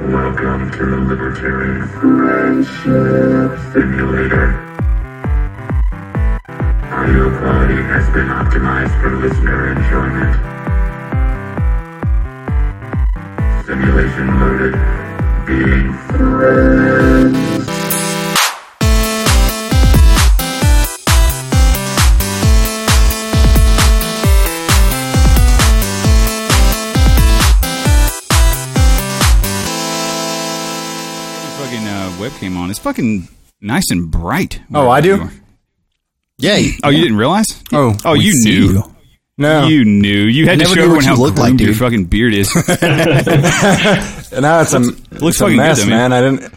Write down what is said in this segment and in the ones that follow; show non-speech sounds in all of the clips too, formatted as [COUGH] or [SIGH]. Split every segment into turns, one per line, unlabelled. Welcome to the Libertarian Friendship Simulator. Audio quality has been optimized for listener enjoyment. Simulation loaded. Being
fucking uh, webcam on. It's fucking nice and bright.
Oh, I do?
You are.
Yay.
Oh, you didn't realize?
Oh,
oh,
we
you
see
knew.
you.
no.
You knew. You had to
never
show
knew
everyone
what
how
you looked like,
groomed your
dude.
fucking beard
[LAUGHS]
is.
And now it's a, it's a
fucking good,
mess,
though, man.
man. I didn't.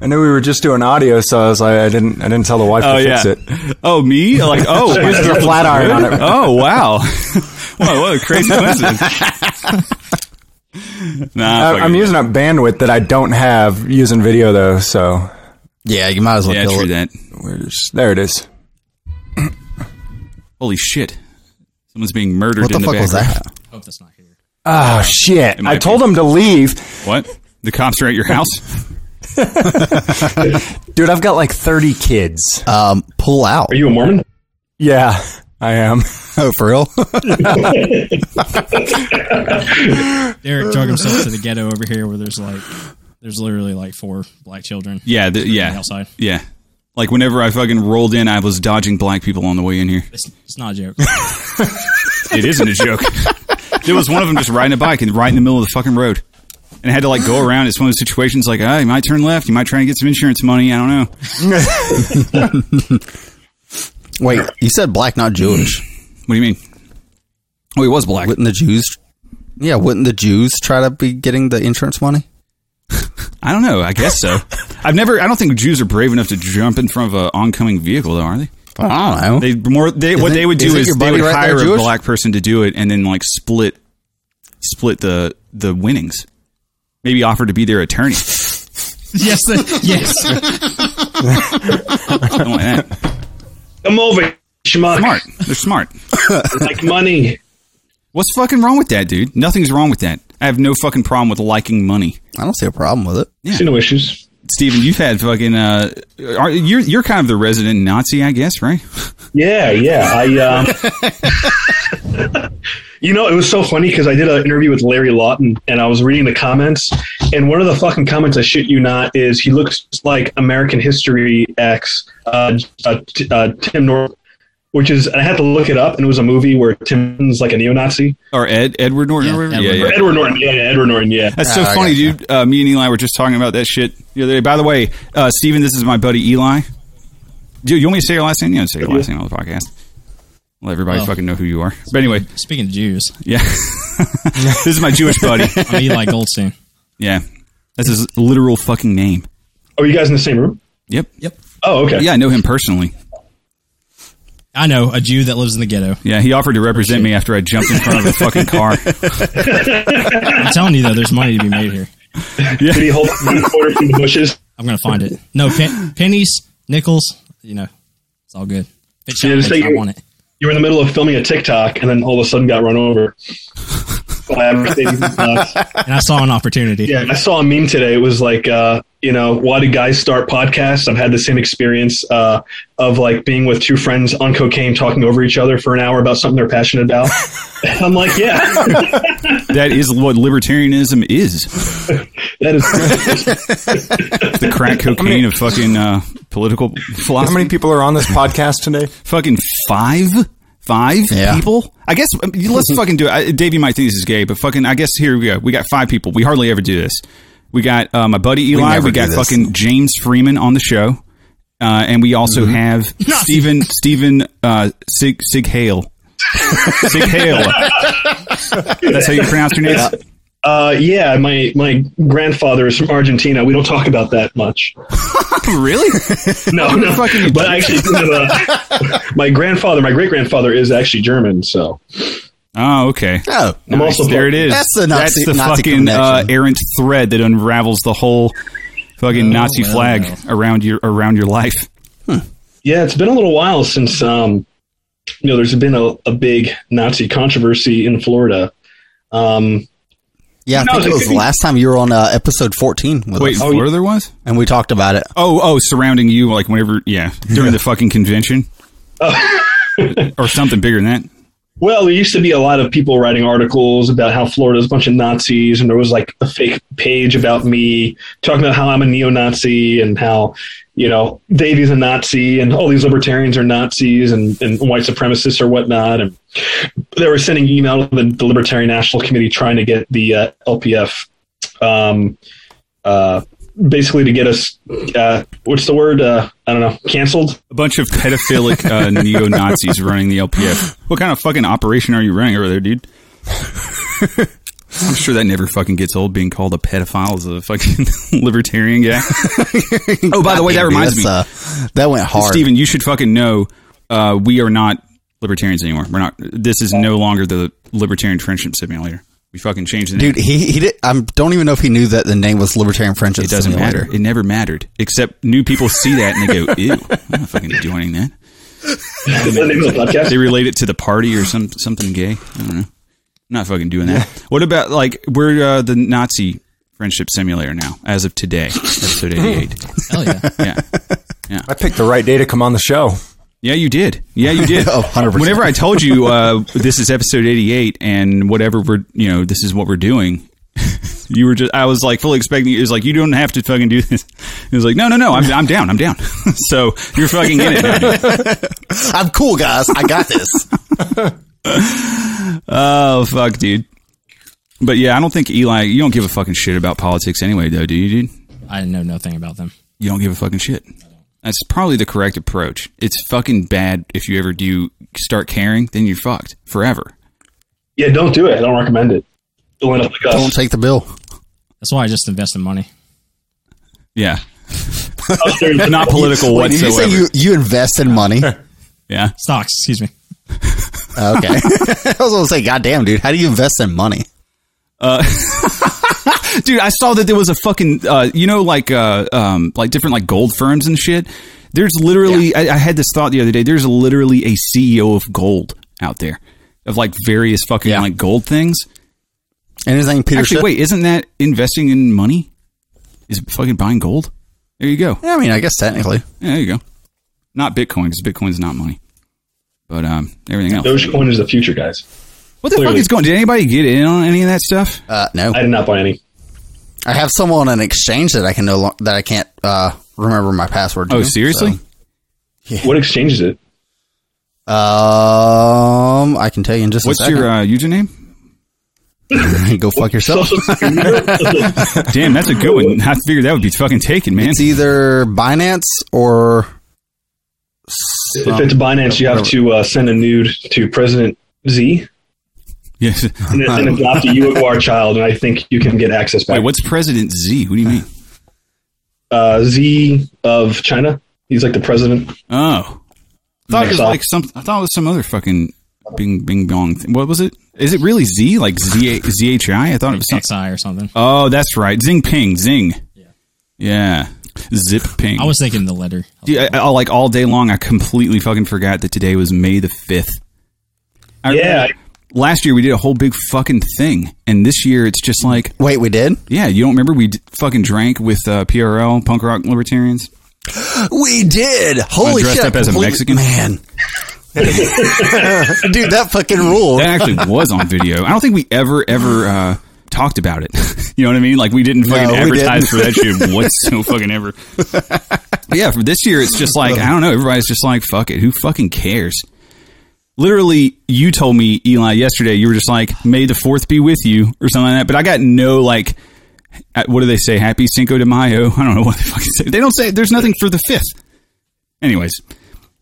I knew we were just doing audio, so I was like, I didn't, I didn't tell the wife
oh
to
yeah.
fix it.
Oh me?
[LAUGHS]
Like oh, is
Put a flat iron on
[LAUGHS]
it.
Oh wow! wow, what a crazy
[LAUGHS]
coincidence. [LAUGHS] nah,
I,
fuck
Uh, I'm
it.
using up bandwidth that I don't have using video though, so
Yeah, you might as well
Yeah,
kill
true
it.
that.
we're just there. It is.
Holy shit! Someone's being murdered.
What the,
in
fuck was
background.
that?
Hope that's not here.
Oh shit!
might
I told him to leave,
What? The cops are at your
[LAUGHS]
house.
dude. I've got like 30 kids.
Um, pull out.
Are you a Mormon?
yeah, I am.
Oh, [LAUGHS] for
[LAUGHS]
real?
Derek drug himself
[LAUGHS]
to the ghetto over here where there's like there's literally like four black children.
Yeah, the,
on the
yeah,
outside.
yeah. Like whenever I fucking rolled in, I was dodging black people on the way in here.
It's, it's not a joke.
It isn't a joke. there was one of them just riding a bike and right in the middle of the fucking road. And I had to like go around. It's one of those situations like, ah, you might turn left. You might try and get some insurance money. I don't know.
Wait, you said black, not
[CLEARS THROAT]
Jewish.
What do you mean? Oh, he was black.
Wouldn't the Jews? Yeah, wouldn't the Jews try to be getting the insurance money?
I don't know. I guess so. I've never. I don't think Jews are brave enough to jump in front of an oncoming vehicle, though, are they?
I don't know.
[LAUGHS] They more. They, what
Isn't-
they would do
isn't
is
your
they
buddy
would
right
hire
there
a
Jewish?
black person to do it, and then like split, split the the winnings. Maybe offer to be their attorney.
yes, the, yes.
Something like that.
Come over, schmuck.
Smart. They're smart.
Like money.
What's fucking wrong with that, dude? Nothing's wrong with that. I have no fucking problem with liking money.
I don't see a problem with it.
See no issues.
Steven, you've had fucking. Uh, are, you're you're kind of the resident Nazi, I guess, right?
Yeah, yeah. I. Um,
[LAUGHS]
you know, it was so funny because I did an interview with Larry Lawton, and I was reading the comments, and one of the fucking comments I shit you not is he looks like American History X uh, uh, t- uh, Tim North, which is and I had to look it up, and it was a movie where Tim's like a neo-Nazi.
Or Ed Edward Norton?
Yeah,
or whatever?
Edward
yeah.
Norton.
Edward Norton, yeah, yeah, Edward
[LAUGHS]
Norton, yeah.
That's so
Ah, I
funny, dude. Uh, me and Eli were just talking about that shit the other day. By the way, uh, Steven, this is my buddy Eli. Dude, you want me to say your last name? You don't say your last name on the podcast. Let everybody
Oh.
Well.
fucking know who you are. But anyway,
Speaking of Jews,
[LAUGHS]
yeah. this is my Jewish buddy.
I'm Eli Goldstein.
Yeah. That's his literal fucking name.
Oh, you guys in the same room?
Yep.
Yep.
Oh, okay.
Yeah, I know him personally.
I know a Jew that lives in the ghetto.
Yeah, he
Oh,
offered to represent me after I jumped in front of a fucking
[LAUGHS]
car.
I'm telling you though, there's money to be made here.
Did he hold one quarter from the bushes?
I'm gonna find it. No pen, pennies, nickels. You know, it's all good. If it's
Yeah,
not,
just take
I
it.
want it.
you were in the middle of filming a TikTok and then all of a sudden got run over. by a Mercedes Benz.
And I saw an opportunity.
yeah, I saw a meme today. It was like, uh, you know, why do guys start podcasts? I've had the same experience uh, of like being with two friends on cocaine talking over each other for an hour about something they're passionate about. And I'm like, yeah, [LAUGHS]
that is what libertarianism is.
that is.
The
[LAUGHS]
crack cocaine of fucking uh, political philosophy.
How many people are on this podcast today?
fucking five five
Yeah.
people i guess um, you-
[LAUGHS]
let's fucking do it I, davey might think this is gay but fucking i guess here we go we got five people we hardly ever do this we got uh, my buddy eli
never
we,
do
got
this.
fucking james freeman on the show uh, and we also
Mm-hmm.
have
[LAUGHS]
Stephen Stephen uh, Sig Sig Hale. Sig Hale.
[LAUGHS]
That's how you pronounce your name.
Uh, yeah, my my grandfather is from Argentina. We don't talk about that much.
[LAUGHS] really?
No, no.
fucking you
But I actually, uh, [LAUGHS] my grandfather, my great grandfather, is actually German. So
Oh, okay.
Oh,
I'm also
There it is.
That's the Nazi-
That's the
Nazi
fucking uh,
connection.
errant thread that unravels the whole fucking Nazi
well,
flag around your around your life.
Yeah, it's been a little while since um, you know there's been a, a big Nazi controversy in Florida. Um,
Yeah, I
No,
think it
it
was
could
the
be-
last time you were on uh, episode 14 with
Wait,
us,
oh, where there was?
and we talked about it.
Oh, oh, surrounding you, like whenever, yeah, during the fucking [LAUGHS] convention, or something bigger than that.
Well, there used to be a lot of people writing articles about how Florida's a bunch of Nazis, and there was like a fake page about me talking about how I'm a neo-Nazi and how you know Davies a Nazi and all these libertarians are Nazis and, and white supremacists or whatnot. And they were sending email to the, the Libertarian National Committee trying to get the uh, LPF, um, uh, basically to get us uh, what's the word? Uh, I don't know, canceled.
A bunch of pedophilic [LAUGHS] uh, neo Nazis running the LPF. What kind of fucking operation are you running over there, dude? I'm sure that never fucking gets old. Being called a pedophile as a fucking [LAUGHS] libertarian guy. oh, by the way, that
Goddamn,
reminds
that's,
me.
Uh, that went hard.
Steven, you should fucking know uh, we are not libertarians anymore. We're not. This is no longer the Libertarian Friendship Simulator. We fucking changed the name.
Dude, he, he did, I don't even know if he knew that the name was Libertarian Friendship
it doesn't
Simulator.
matter. It never mattered. Except new people see that and they go, "Ew, I'm not fucking joining that."
Is that [LAUGHS] the name of the podcast?
They relate it to the party or some something gay. I don't know. I'm not fucking doing that. What about like we're uh, the Nazi Friendship Simulator now, as of today, episode 88.
Hell yeah.
yeah.
I picked the right day to come on the show.
Yeah, you did. Yeah, you did.
Oh, 100%.
Whenever I told you uh, this is episode 88 and whatever we're, you know, this is what we're doing, [LAUGHS] you were just, I was like fully expecting, it was like, you don't have to fucking do this. It was like, no, no, no, I'm, I'm down, I'm down. [LAUGHS] so you're fucking in it. now, dude.
I'm cool, guys. I
[LAUGHS]
got this.
Oh, fuck, dude. But yeah, I don't think Eli, you don't give a fucking shit about politics anyway, though, do you, dude?
I know nothing about them.
You don't give a fucking shit. That's probably the correct approach. It's fucking bad if you ever do start caring, then you're fucked forever.
Yeah, don't do it. I don't recommend it. You'll end up like us.
Don't take the bill.
That's why I just invest in money.
Yeah.
Out there in the-
Not political
Wait, did you
whatsoever.
say you, you invest in money?
yeah.
Stocks, excuse me.
Okay. [LAUGHS] I was going to say, goddamn, dude, how do you invest in money?
dude i saw that there was a fucking uh, you know like uh, um, like different like gold firms and shit there's literally I, I had this thought the other day there's literally a ceo of gold out there of like various fucking
Yeah.
like gold things
Anything, Peter?
actually
Schiff-
wait isn't that investing in money is it fucking buying gold there you go
Yeah, I mean, I guess technically.
yeah, there you go not bitcoin because bitcoin's not money but um everything else
Dogecoin is the future, guys.
what the fuck
clearly.
is going did anybody get in on any of that stuff
Uh, no,
I did not buy any.
I have some on an exchange that I can no lo- that I can't uh, remember my password. to,
oh seriously
so-
What exchange is it?
Um, I can tell you in just a
what's
second.
your um, uh, username
[LAUGHS] Go fuck yourself.
[LAUGHS]
Social Security number?
Damn, that's a good one. I figured that would be fucking taken, man.
It's either Binance or
if it's Binance, you have to uh, send a nude to President Z,
e-
[LAUGHS] Yes.
and then and adopt a UR child, and I think you can get access back.
Wait, what's President Z? What do you mean?
Uh, Z of China. He's like the president.
Oh, I thought it was
Microsoft.
like some. I thought it was some other fucking Bing Bing Bong. Thing. What was it? Is it really Z? Like Z Z H I? I thought it was something.
XI or something.
Oh, that's right. Zing Ping Zing. Yeah. Zip Ping.
I was thinking the letter.
Dude, I, I, like all day long. I completely fucking forgot that today was May the fifth. I
Yeah.
remember Last year we did a whole big fucking thing, and this year it's just like,
wait, we did.
yeah, you don't remember we d- fucking drank with uh, PRL punk rock libertarians.
We did. Holy
dressed
shit!
up as a
Complete-
Mexican? [LAUGHS]
man. Dude, that fucking ruled.
That actually was on video. I don't think we ever ever uh, talked about it. [LAUGHS] You know what I mean? Like we didn't fucking
we
advertise
didn't.
for that shit whatsoever. [LAUGHS] fucking ever. But yeah, for this year it's just like I don't know. Everybody's just like fuck it. Who fucking cares? Literally, you told me Eli yesterday. You were just like May the Fourth be with you or something like that. But I got no like. uh, What do they say? Happy Cinco de Mayo. I don't know what they fucking say. They don't say. There's nothing for the fifth. Anyways,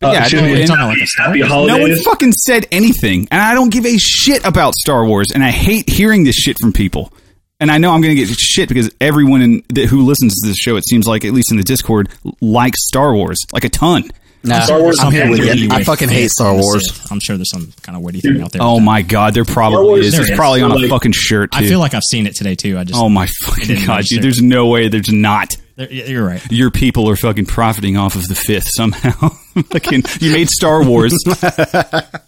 But
Uh,
yeah, I
excuse
don't-
me,
and-
You're talking about like a star?
Happy
no one
holidays.
fucking said anything, and I don't give a shit about Star Wars, and I hate hearing this shit from people. And I know I'm going to get shit because everyone in, th- who listens to this show, it seems like, at least in the Discord, likes Star Wars like a ton.
Nah,
Star Wars
I'm here
is
with
really
you. I
Wait,
fucking
wait,
hate Star
that's
Wars.
it. I'm sure there's some kind of witty thing out there.
Oh my god, there probably
Wars
is.
is
It's probably on a
like-
fucking shirt. Too.
I feel like I've seen it today too. I just.
oh my fucking
didn't
god,
notice
dude!
it.
There's no way there's not.
There- yeah, You're right.
Your people are fucking profiting off of the fifth somehow. [LAUGHS] fucking, you made Star [LAUGHS] Wars,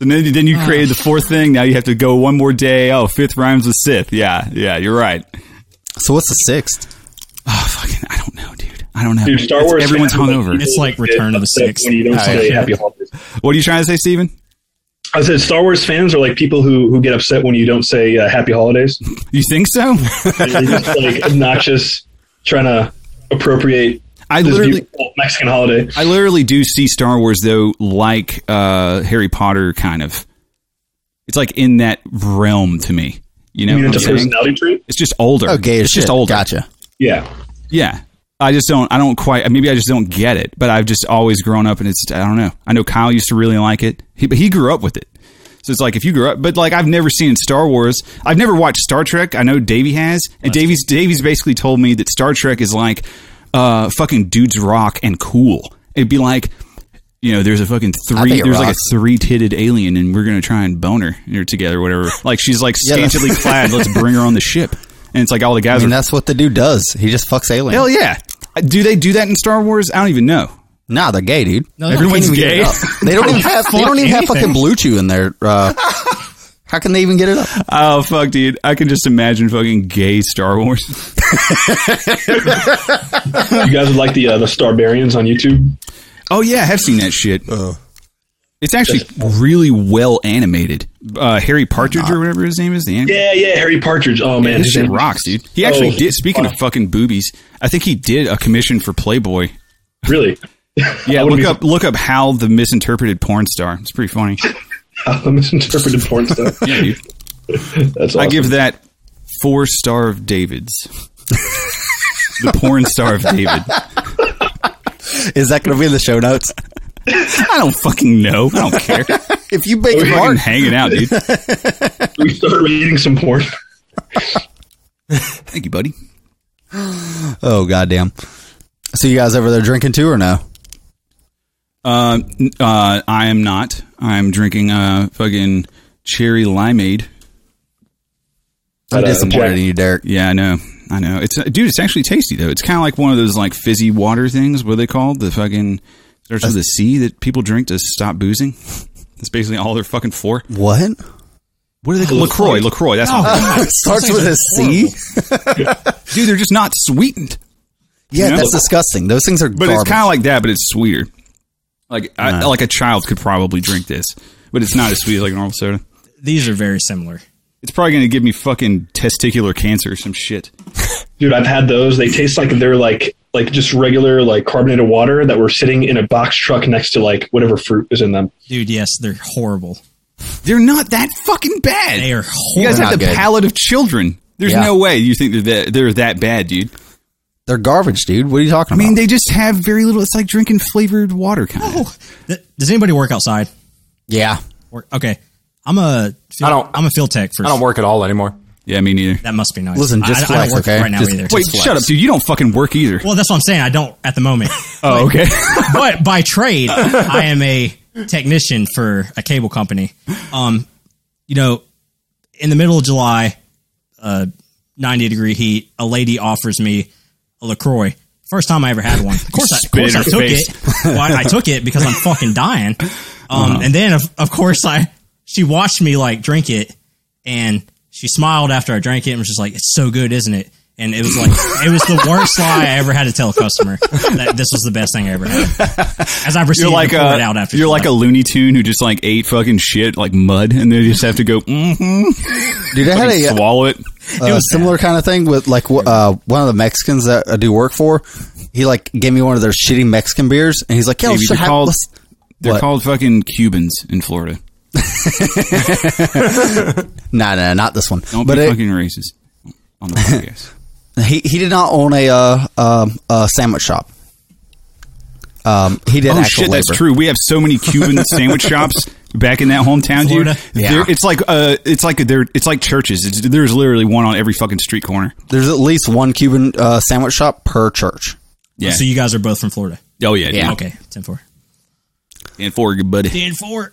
and then, then you created the fourth thing. Now you have to go one more day. Oh, fifth rhymes with Sith. Yeah, yeah, you're right.
So what's the sixth?
Oh, fucking, I don't know, dude. I don't know.
Dude, Star
It's-
Wars.
Everyone's
fans are
hungover.
It's like
people
Return of the
upset
Sixth.
When you don't say happy holidays.
What are you trying to say, Steven?
I said Star Wars fans are like people who, who get upset when you don't say uh, happy holidays.
You think so?
They're just like obnoxious, trying to appropriate
I
this
literally,
beautiful Mexican holiday.
I literally do see Star Wars though, like uh, Harry Potter, kind of. It's like in that realm to me. You know
You mean
what
it's
I'm
a
saying?
personality trait?
It's just older.
Oh, gay as
it's just
shit.
older.
Gotcha.
Yeah.
Yeah. I just don't. I don't quite. Maybe I just don't get it. But I've just always grown up, and it's. I don't know. I know Kyle used to really like it, he, but he grew up with it. So it's like if you grew up, but like I've never seen Star Wars. I've never watched Star Trek. I know Davey has, and Davey's Davey's basically told me that Star Trek is like, uh, fucking dudes rock and cool. It'd be like, you know, there's a fucking
think
three.
it
There's like
rocks.
a three titted alien, and we're gonna try and boner her together, or whatever. Like she's like
Yeah, that's-
scantily clad. Let's bring her on the ship, and it's like all the guys
[LAUGHS] I
are
mean, that's what the dude does. He just fucks aliens.
Hell yeah. Do they do that in Star Wars? I don't even know.
Nah, they're gay, dude.
No, no,
Everyone's
I can't even
gay.
get it up.
They don't even have. They don't even have fucking
anything.
blue chew in there. [LAUGHS] Uh, how can they even get it up?
Oh fuck, dude! I can just imagine fucking gay Star Wars.
You guys would like the uh, the Starbarians on YouTube?
Oh yeah, I have seen that shit.
Uh-huh.
It's actually really well animated. Uh, Harry Partridge or whatever his name is, the animator.
Yeah, yeah, Harry Partridge. Oh man,
This
his
shit
name-
rocks, dude. He actually
Oh,
did. Speaking of fucking boobies, I think he did a commission for Playboy.
Really?
Yeah,
[LAUGHS] I wouldn't
look
be-
up look up how the misinterpreted porn star. It's pretty funny.
I [LAUGHS] misinterpreted porn stuff.
Yeah, dude.
That's awesome.
I give that four star of David's. [LAUGHS] the porn star of David.
Is that going to be in the show notes?
I don't fucking know. I don't [LAUGHS] care.
[LAUGHS] If you make
We're
it
fucking
hard,
hanging out, dude.
we started reading some porn.
Thank you, buddy.
oh goddamn! So you guys over there drinking too or no?
Uh, n- uh, I am not. I'm drinking uh, fucking cherry limeade.
I'm
Uh,
disappointed
Jack.
in you, Derek.
Yeah, I know. I know. It's uh, dude. It's actually tasty though. It's kind of like one of those like fizzy water things. What are they called? The fucking starts with a C that people drink to stop boozing. [LAUGHS] That's basically all they're fucking for.
What
What are they called? Lacroix. Lacroix. That's what they're called.
[LAUGHS] starts with a C?
dude. They're just not sweetened.
[LAUGHS] Yeah,
Yeah.
that's disgusting. Those things are
But
garbage.
it's kind of like that, but it's sweeter. Like I, like a child could probably drink this, but it's not as sweet as like normal soda.
These are very similar.
It's probably going to give me fucking testicular cancer or some shit.
Dude, I've had those. They taste like they're like like just regular like carbonated water that were sitting in a box truck next to like whatever fruit is in them.
Dude, yes, they're horrible.
They're not that fucking bad.
They are
you
horrible.
guys have
not
the
good.
palate of children. There's
Yeah.
no way you think that they're, they're that bad, dude.
They're garbage, dude. What are you
I
talking about?
mean, they just have very little. It's like drinking flavored water, kind of.
Th- Does anybody work outside?
yeah,
Work, okay. I'm a.
I don't-
I'm a field tech for.
I don't work at all anymore.
Yeah, me neither.
That must be nice.
Listen, just
I, I
flex,
don't work
okay?
right now
Just-
either.
Wait,
Just
shut up, dude. You don't fucking work either.
Well, that's what I'm saying. I don't at
[LAUGHS]
the moment.
oh, [LAUGHS] okay.
but by trade, I am a technician for a cable company. Um, you know, in the middle of July, uh, 90 degree heat, a lady offers me a LaCroix. First time I ever had one. Of course, I, of
Spit in
course I
her
took
face.
it. Well, I, I took it because I'm fucking dying. Um,
Uh-huh.
And then, of, of course, I she watched me like drink it and she smiled after I drank it and was just like, "It's so good, isn't it?" And it
[LAUGHS]
was like it was the worst lie I ever had to tell a customer that this was the best thing I ever had. As I received
You're like
it and poured it out
a
after
you're
the
like a
fact.
Looney Tune who just like ate fucking shit like mud, and they just have to go mm-hmm,
dude. I had a,
swallow it.
a similar kind of thing with like wh- uh, one of the Mexicans that I do work for. He like gave me one of their shitty Mexican beers, and he's like, "Yeah,
Maybe
let's
they're
have-
called-
let's-
They're
What?
called fucking Cubans in Florida.
nah, nah, not this one."
Don't
but
be
it-
fucking racist on the
[LAUGHS]
podcast.
he he did not own a uh, um, a sandwich shop. Um, he did
oh
actual
shit,
labor.
that's true. We have so many [LAUGHS] Cuban sandwich shops back in that hometown,
Florida?
dude.
Yeah.
They're- It's like uh, it's like they're it's like churches. It's, there's literally one on every fucking street corner.
There's at least one Cuban uh, sandwich shop per church.
Yeah.
So you guys are both from Florida.
oh yeah. Yeah.
Okay, 10-4.
And for a good buddy.
10-4.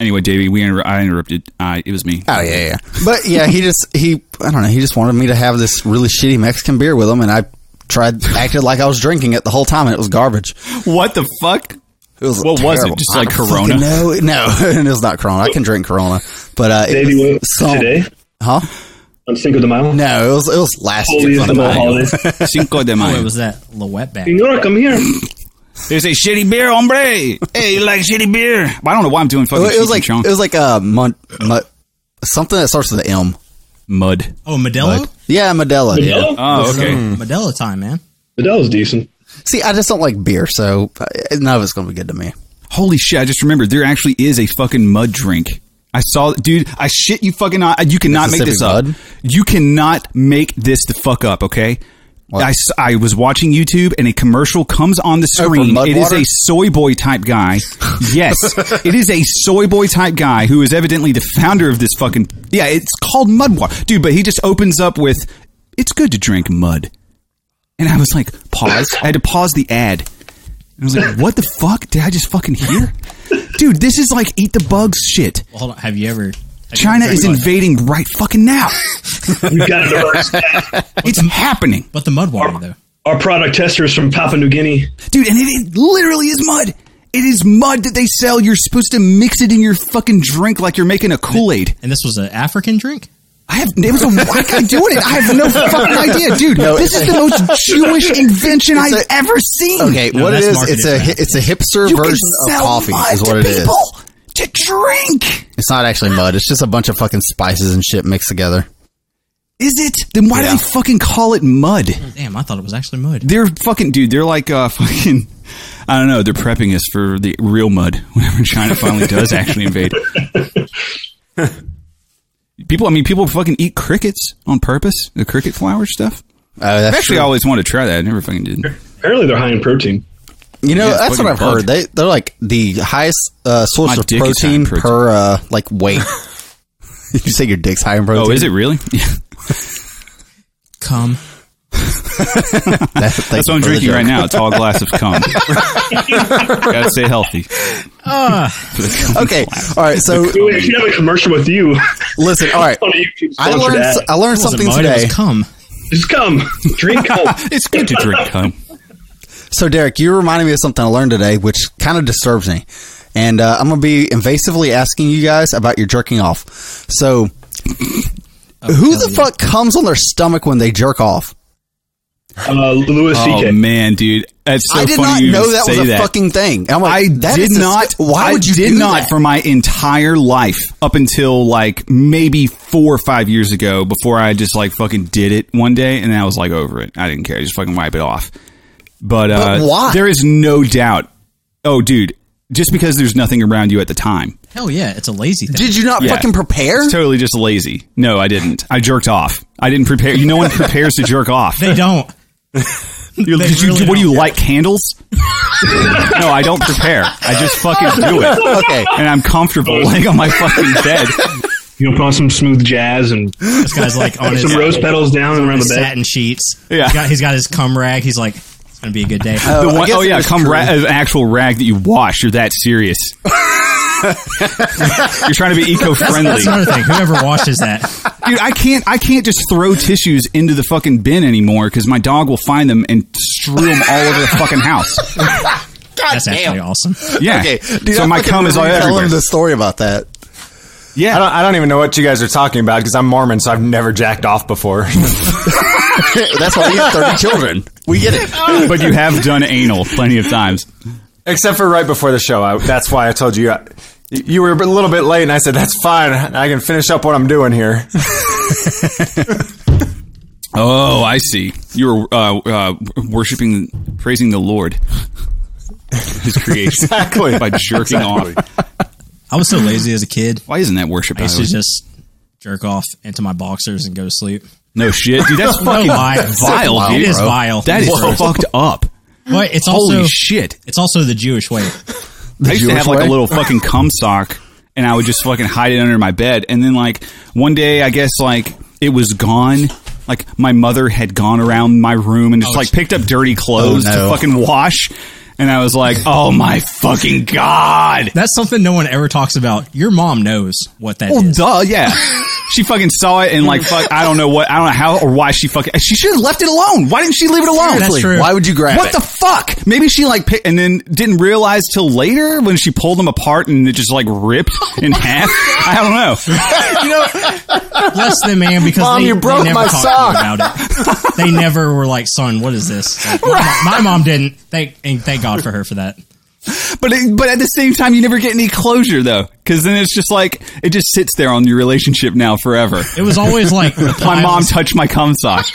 Anyway, Davey, we inter- I interrupted. I it was me.
Oh yeah, yeah. But yeah, he just he I don't know. He just wanted me to have this really shitty Mexican beer with him, and I tried acted like I was drinking it the whole time, and it was garbage.
[LAUGHS] What the fuck?
It was
What was it?
terrible.
Just like
I don't fucking
Corona?
know. [LAUGHS] No, no, it was not Corona. I can drink Corona, but uh, it
Davey,
was
what
some-
today?
huh?
on Cinco de Mayo?
No, it was it was last
Holy is
year.
the most holiday.
Cinco
[LAUGHS]
de
What
Mayo.
was that? La wetback.
Senora, come here.
There's a shitty beer, hombre. Hey, you like shitty beer? I don't know why I'm doing fucking.
It was
Cheech
like
and
it was like a mon, mon- something that starts with an M.
mud.
Oh, Modelo? Mm.
Yeah, Modelo. Yeah.
Modelo?
Oh, okay.
um, Modelo time, man.
Modelo's decent.
See, I just don't like beer, so uh, none of it's going to be good to me.
Holy shit! I just remembered there actually is a fucking mud drink. I saw, dude. I shit you fucking not. You cannot make this up.
Mississippi Mud?
You cannot make this the fuck up. Okay. I, s- I was watching YouTube and a commercial comes on the
Oh, for
screen.
mud
It is
water?
a soy boy type guy. Yes, it is a soy boy type guy who is evidently the founder of this fucking. Yeah, it's called mud water, dude. But he just opens up with, "It's good to drink mud," and I was like, pause. I had to pause the ad. And I was like, what the fuck did I just fucking hear? Dude, this is like eat the bugs shit.
Well, hold on. Have you ever? have you
China
ever
is
drank Mud-
invading right fucking now.
We've got it reversed.
[LAUGHS]
It's happening.
But the mud water though.
Our product testers from Papua New Guinea.
Dude, and it, is- literally is mud. It is mud that they sell. You're supposed to mix it in your fucking drink like you're making a Kool Aid.
And this was an African drink.
I have, it was a, why am I doing it? I have no fucking idea, dude. this is the most Jewish
[LAUGHS]
invention I've
a-
ever seen.
Okay,
No,
what it
that's
is?
marketed
It's a
crap.
hi- it's a hipster
you can
version of
sell
coffee.
mud
Is what
to
it is.
people to drink.
It's not actually mud. It's just a bunch of fucking spices and shit mixed together.
Is it? Then why do
Yeah.
they fucking call it mud?
Damn, I thought it was actually mud.
They're fucking dude. They're like uh, [LAUGHS] fucking. I don't know. They're prepping us for the real mud [LAUGHS] whenever China finally does actually invade. [LAUGHS] people, I mean, people fucking eat crickets on purpose. The cricket flower stuff.
Uh, that's
I've actually
true.
always wanted to try that. I never fucking did.
Apparently, they're high in protein.
you know
yeah,
that's what
fucking
I've heard.
bug.
They they're like the highest uh, source
My
of
dick is high in
protein,
protein.
per uh,
[LAUGHS]
like weight. [LAUGHS] you say your dick's high in protein.
Oh, is it
[LAUGHS]
really? Yeah,
Come.
That's,
[LAUGHS] that's what I'm drinking right now. A tall glass of cum. [LAUGHS] Gotta stay healthy. For the cum [LAUGHS]
Okay,
flower.
all right. So
Dude, we should have a commercial
[LAUGHS]
with you on
listen, all right.
a YouTube
I
sponsor
learned
ad.
I learned
It wasn't
something
mud, it
today.
was Come.
Just come. Drink
[LAUGHS]
Coke.
It's good to drink cum.
So, Derek, you reminded me of something I learned today, which kind of disturbs me. And uh, I'm going to be invasively asking you guys about your jerking off. So,
Oh,
who the fuck comes on their stomach when they jerk off?
Uh, Louis
Oh
C.K.
man, dude, that's so
I did
funny
not
you
know
even
that was
say
a fucking thing. And I'm like,
I
that
did
is disg-
not.
Why
I
would you
did
do
not
that?
for my entire life up until like maybe four or five years ago before I just like fucking did it one day and I was like over it. I didn't care. Just fucking wipe it off. But, uh,
why?
There is no doubt. Oh, dude, just because there's nothing around you at the time,
Hell yeah, it's a lazy thing.
Did you not
Yeah.
fucking prepare?
it's totally just lazy. No, I didn't. I jerked off. I didn't prepare. You no one prepares to jerk off.
they don't.
[LAUGHS] You-
They
did you,
really
what do you
don't.
like candles? [LAUGHS] no, I don't prepare. I just fucking do
[LAUGHS]
it.
okay.
and I'm comfortable laying on my fucking bed.
You know, put on some smooth jazz and
This guy's like on his
some rose petals down and around the
his
bed.
satin sheets.
Yeah.
He's got, he's got his cum rag. He's like, it's gonna be a good day.
The
I
one, [LAUGHS]
guess
oh
it
yeah,
was
come
true.
ra- an actual rag that you wash. You're that [LAUGHS] serious. You're trying to be eco-friendly,
That's another thing. Whoever
[LAUGHS]
washes that,
dude. I can't. I can't just throw tissues into the fucking bin anymore because my dog will find them and strew them all over the fucking [LAUGHS] house.
that's actually awesome.
Yeah.
Okay. Dude,
so
I
my
fucking
cum is all
remember you
everywhere.
Telling the story about that.
I don't, I don't even know what you guys are talking about because I'm Mormon, so I've never jacked off before. [LAUGHS]
That's why we have 30 children. We get
[LAUGHS]
it.
but you have done anal plenty of times.
Except for right before the show. I, that's why I told you. I, you were a little bit late, and I said, that's fine. I can finish up what I'm doing here.
Oh, I see. You were uh, uh, worshiping, praising the Lord, His [LAUGHS] creation,
Exactly.
by jerking off.
I was so lazy as a kid.
Why isn't that worship?
I used to
hours?
just jerk off into my boxers and go to sleep.
No shit, dude. That's fucking
lie.
[LAUGHS] vile,
It
dude.
is vile.
That is
Whoa.
fucked up.
But it's
Holy
also
shit!
it's also the Jewish way.
I used to
Jewish
have like
way?
a little fucking cum sock, and I would just fucking hide it under my bed. And then like one day, I guess like it was gone. Like my mother had gone around my room and just like picked up dirty clothes
Oh, no.
to fucking wash. And I was like, "Oh my fucking god!"
That's something no one ever talks about. Your mom knows what that is. [LAUGHS]
Well, Oh, duh, yeah. She fucking saw it and like fuck. I don't know what. I don't know how or why she fucking. She should have left it alone. Why didn't she leave it alone?
That's true.
Why would you grab
what
it?
the fuck? Maybe she like picked and then didn't realize till later when she pulled them apart and it just like
[LAUGHS]
ripped
Oh
in half. I don't know.
Bless them, man, because
Mom,
they,
you
they
broke
never
my
talked
sock.
about it. They never were like, "Son, what is this?" Like, my, my mom didn't. Thank and thank God for her for that.
But it, but at the same time, you never get any closure though, because then it's just like it just sits there on your relationship now forever.
It was always like the
My mom
piles,
touched my cum
[LAUGHS]
sock.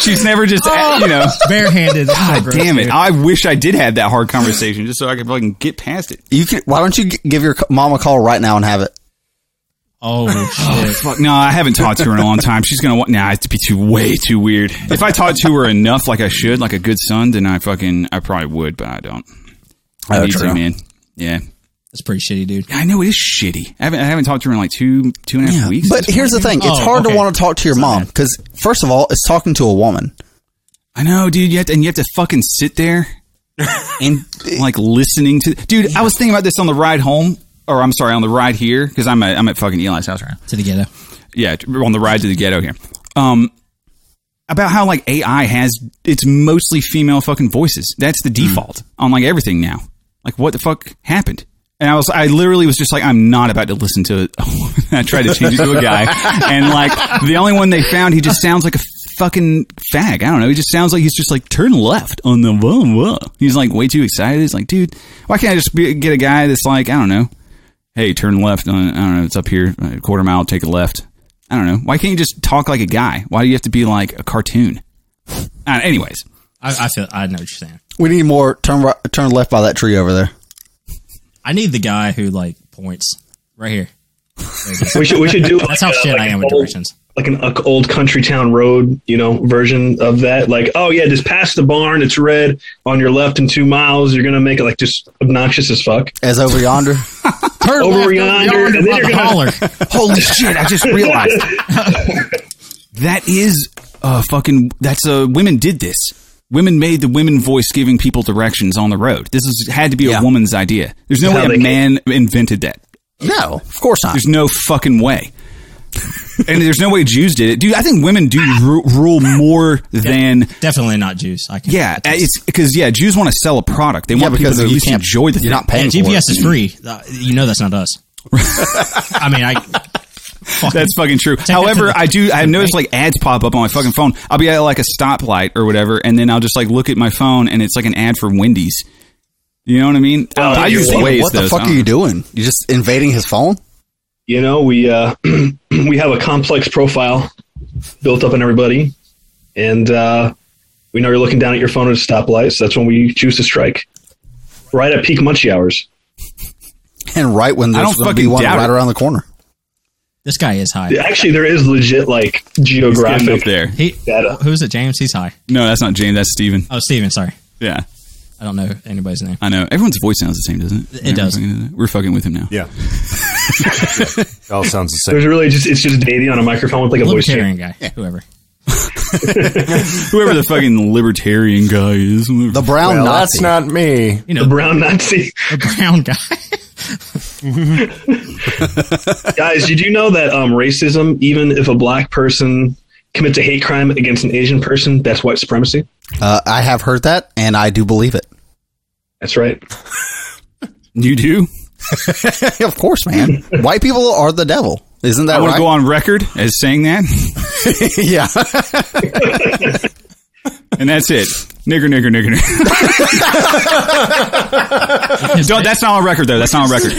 She's never just eh, you know.
barehanded.
God damn [LAUGHS] it! I wish I did have that hard conversation just so I could fucking get past it.
You can, why don't you g- give your c- mom a call right now and have it?
Oh shit!
Fuck, no, I haven't talked to her in a long time. She's gonna want. Nah, it'd be too way too weird. If I talked to her enough, like I should, like a good son, then I fucking I probably would, but I don't. I
Oh,
need
true.
to, man. Yeah,
That's pretty shitty, dude.
I know it is shitty. I haven't I haven't talked to her in like two two and a half weeks.
But here's the thing: it's
Oh,
hard
okay.
to want to talk to your mom because, first of all, it's talking to a woman,
I know, dude. You have to, and you have to fucking sit [LAUGHS] there
and
like listening to. Dude, I was thinking about this on the ride home, or I'm sorry, on the ride here because I'm at, I'm at fucking Eli's house right now.
To the ghetto.
yeah, on the ride to the ghetto here. Um, about how like AI has it's mostly female fucking voices. That's the default on like everything now. Like what the fuck happened? And I was I literally was just like I'm not about to listen to. [LAUGHS] I tried to change it to a guy, and like the only one they found, he just sounds like a fucking fag. I don't know. He just sounds like he's just like turn left on the blah blah. He's like way too excited. He's like, dude, why can't I just be, get a guy that's like I don't know hey, turn left on, I don't know, it's up here, uh, quarter mile, take a left. I don't know. Why can't you just talk like a guy? Why do you have to be like a cartoon? Uh, anyways,
I, I feel. I know what you're saying.
we need more turn right, turn left by that tree over there.
I need the guy who like points right here.
We should we
[LAUGHS]
should do
That's how
like, uh,
shit
like
I am
an
with
old-
directions.
Like an uh, old country town road, you know, version of that. Like, oh yeah, just past the barn. It's red on your left in two miles. You're gonna make it like just obnoxious as fuck.
As over
[LAUGHS]
yonder,
Turn left,
Over yonder, and then
by
you're
the
gonna-
holler.
[LAUGHS]
holy shit, I just realized that is a fucking, that's a, women did this. Women made the women voice giving people directions on the road. This is, had to be a woman's idea. There's no
How
way
they
a
came-
man invented that.
no, of course not.
There's no fucking way. and there's no way Jews did it. Dude, I think women do ru- rule more than
Definitely not juice. I can.
Yeah, eh, it's because yeah, Jews want to sell a product. They
Yeah,
want people
because
to at
you
least
can't-
enjoy the
you're
thing.
not paying
Yeah,
for
GPS
it.
is free. Uh, you know that's not us. I mean, I. fucking-
That's fucking true.
it
However,
to the-
I do. I noticed like ads pop up on my fucking phone. I'll be at like a stoplight or whatever, and then I'll just like look at my phone, and it's like an ad for Wendy's. You know what I mean?
Oh,
I
you're
use
welcome.
Waze.
what
though,
the
so
fuck
I
are
don't
you doing? You're just invading his phone.
[LAUGHS] You know, we uh, [CLEARS THROAT] we have a complex profile built up in everybody, and uh, we know you're looking down at your phone at a stoplight. So that's when we choose to strike, right at peak munchie hours.
And right when
don't
there's going to be
fucking
one
doubt
right
it.
around the corner.
this guy is high.
Actually, there is legit like
Getting up
geographic.
there.
He,
Data.
who's it? James. He's high.
No, that's not James. That's Steven.
Oh, Steven, Sorry,
Yeah,
I don't know anybody's name.
I know. Everyone's voice sounds the same, doesn't it?
It does.
We're fucking with him now.
Yeah. it all sounds the same.
There's really just it's just Davey on a microphone with like a voice changer.
Libertarian guy. Whoever.
Whoever the fucking libertarian guy is,
The brown
Well,
Nazi.
that's not me.
You
The
know,
brown Nazi [LAUGHS]
the brown guy.
guys. Did you know that um, racism, even if a black person commits a hate crime against an Asian person, that's white supremacy.
uh, I have heard that, and I do believe it. [LAUGHS]
That's right.
you do.
of course, man. White people are the devil. Isn't
I
that
want
right?
to go on record as saying that,
[LAUGHS] yeah.
and that's it. Nigger, nigger, nigger, nigger. No, that's not on record though. That's not on record.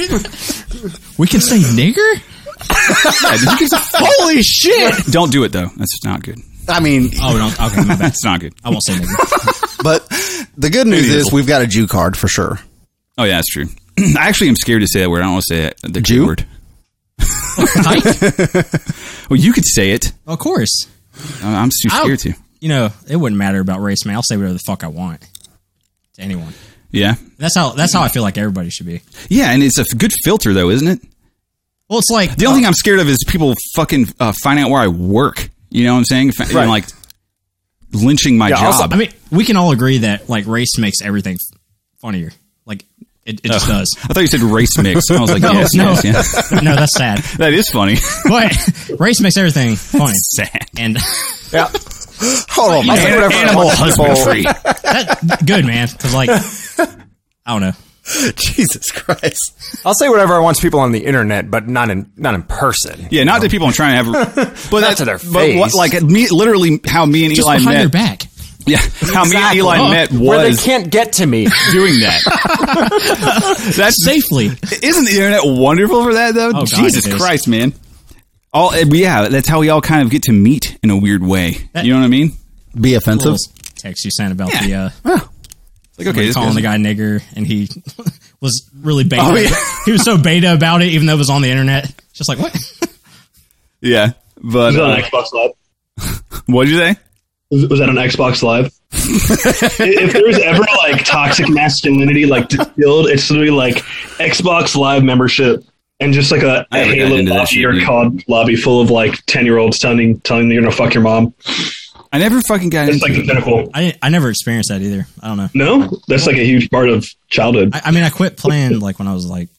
[LAUGHS] We can say nigger.
[LAUGHS]
Holy shit! [LAUGHS] Don't do it though. That's not good.
I mean,
Oh, no, okay, my bad.
That's not good.
I won't say [LAUGHS] nigger.
but the good news
Medieval.
is we've got a Jew card for sure.
Oh yeah, that's true. [CLEARS THROAT] I actually am scared to say that word. I don't want to say it. The
Jew?
word.
Dyke?
Well, you could say it.
Of course.
I- I'm too
I'll-
scared to.
You know, it wouldn't matter about race, man. I'll say whatever the fuck I want to anyone.
Yeah,
That's how. That's how I feel like everybody should be.
yeah, and it's a f- good filter though, isn't it?
Well, it's like
The only thing I'm scared of is people fucking uh, find out where I work. You know what I'm saying? Fa- you know,
Right.
like lynching my
Yeah,
job.
also-
I mean, we can all agree that like race makes everything funnier. Like It, it just does.
I thought you said race mix. I was like, [LAUGHS]
No,
yes,
no.
yes, yes.
[LAUGHS] No, that's sad.
That is funny.
But [LAUGHS] race makes everything funny.
Sad.
And
Yeah.
Hold on, man.
Yeah.
Animal, [LAUGHS]
whatever. [LAUGHS]
animal husband free.
that, good, man. Because, like, I don't know.
Jesus Christ!
I'll say whatever I want to people on the internet, but not in not in person.
Yeah, not to people I'm trying to have, but that's
to their
But what,
face.
like me, literally, how me and
Just
Eli
behind
met.
their back.
Yeah, how
Exactly.
me and Eli met
Where they
was
[LAUGHS] can't get to me.
doing [LAUGHS] that. that's
Safely.
Isn't the internet wonderful for that though?
God,
Jesus
it is.
Christ, man! All eh, yeah, that's how we all kind of get to meet in a weird way.
That-
you know what I mean?
Be offensive.
Little text you sent about
Yeah.
the uh,
Like okay, this
calling
guy's-
the guy nigger, and he [LAUGHS] was really beta.
Oh, yeah.
[LAUGHS] He was so beta about it, even though it was on the internet. Just like, what?
yeah. But
Was that
uh,
on Xbox Live?
what'd you say?
Was was that on Xbox
[LAUGHS]
Live? if there's ever like toxic masculinity like distilled, it's literally like Xbox Live membership and just like a, a
I haven't gotten
Halo
into that
lobby
shit,
or
dude.
COD lobby full of like ten year olds telling telling you you're gonna fuck your mom.
I never fucking got
It's
into
like the
it.
pinnacle.
I, didn't, I never experienced that either. I don't know.
No, that's like a huge part of childhood.
I, I mean, I quit playing, like, when I was, like,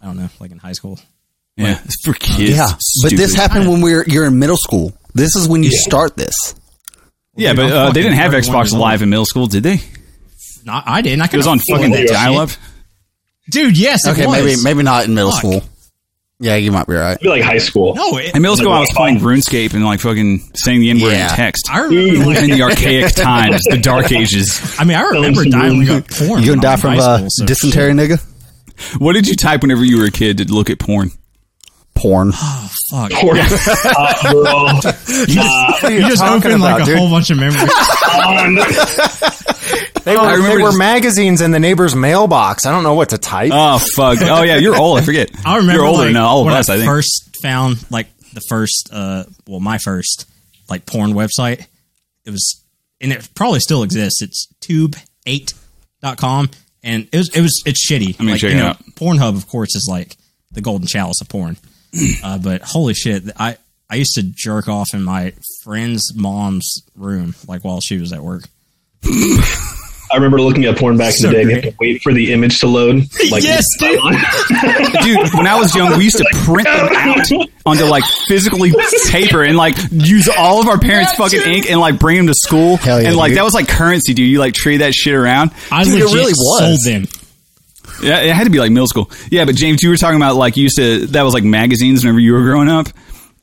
I don't know, like in high school.
Yeah, it's for kids.
yeah, but
Stupid.
this happened when we were you're in middle school. This is when you start this.
Yeah, but
I'm
uh, they
fucking
didn't have
31
Xbox
years old.
Live in middle school, did they? It
Not, I didn't. I could
was on fucking
yeah.
dial-up.
Dude, yes, it
Okay,
was.
maybe maybe not in middle
Fuck.
school. Yeah, you might be right.
I feel like high school.
No, it,
In middle school, I was playing RuneScape and like fucking saying the N word
Yeah.
in text.
I remember, like,
In the [LAUGHS] archaic times, the dark ages.
I mean, I remember
Those
dialing
rules.
up porn.
You
when
gonna die
I was in
from
high
uh,
school, so
dysentery, nigga?
What did you type whenever you were a kid to look at porn?
Porn.
shit, Fuck.
Poor-
[LAUGHS]
uh, girl. Nah,
[LAUGHS] You just
talking
opened like
about,
a
dude?
whole bunch of memories.
on.
They were,
I remember
they were
just-
magazines in the neighbor's mailbox. I don't know what to type.
Oh fuck! Oh yeah, you're old. I forget.
I remember
you're older
like,
than all of
when
us. I think.
first found like the first, uh, well, my first like porn website. It was, and it probably still exists. It's tube8.com, and it was it was it's shitty. I
mean,
like,
check
you
it
know,
out.
Pornhub, of course, is like the golden chalice of
[CLEARS THROAT]
porn. uh, but holy shit, I I used to jerk off in my friend's mom's room, like while she was at work.
I remember looking at porn back
So
in the day. You
great.
have to wait for the image to load. Like,
Yes, dude.
dude, when I was young, we used to print them out onto like physically paper and like use all of our parents' fucking ink and like bring them to school.
Hell yeah,
and like
dude.
that was like currency, dude. You like trade that shit around.
I
it
legit
really was.
sold them.
Yeah, it had to be like middle school. Yeah, but James, you were talking about like you used to that was like magazines whenever you were growing up.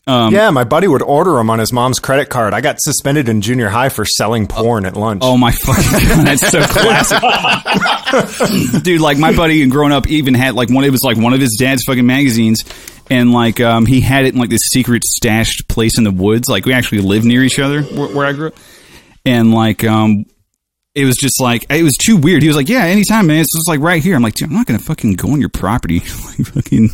yeah, my buddy would order them on his mom's credit card. I got suspended in junior high for selling porn at lunch.
Oh my fucking god, that's so classic, dude. Like my buddy growing up even had like one. It was like one of his dad's fucking magazines, and like um, he had it in like this secret stashed place in the woods. Like we actually lived near each other where, where I grew up, and like um. It was just like it was too weird. He was like, "Yeah, anytime, man. It's just like right here." I'm like, "Dude, I'm not gonna fucking go on your property, [LAUGHS] like fucking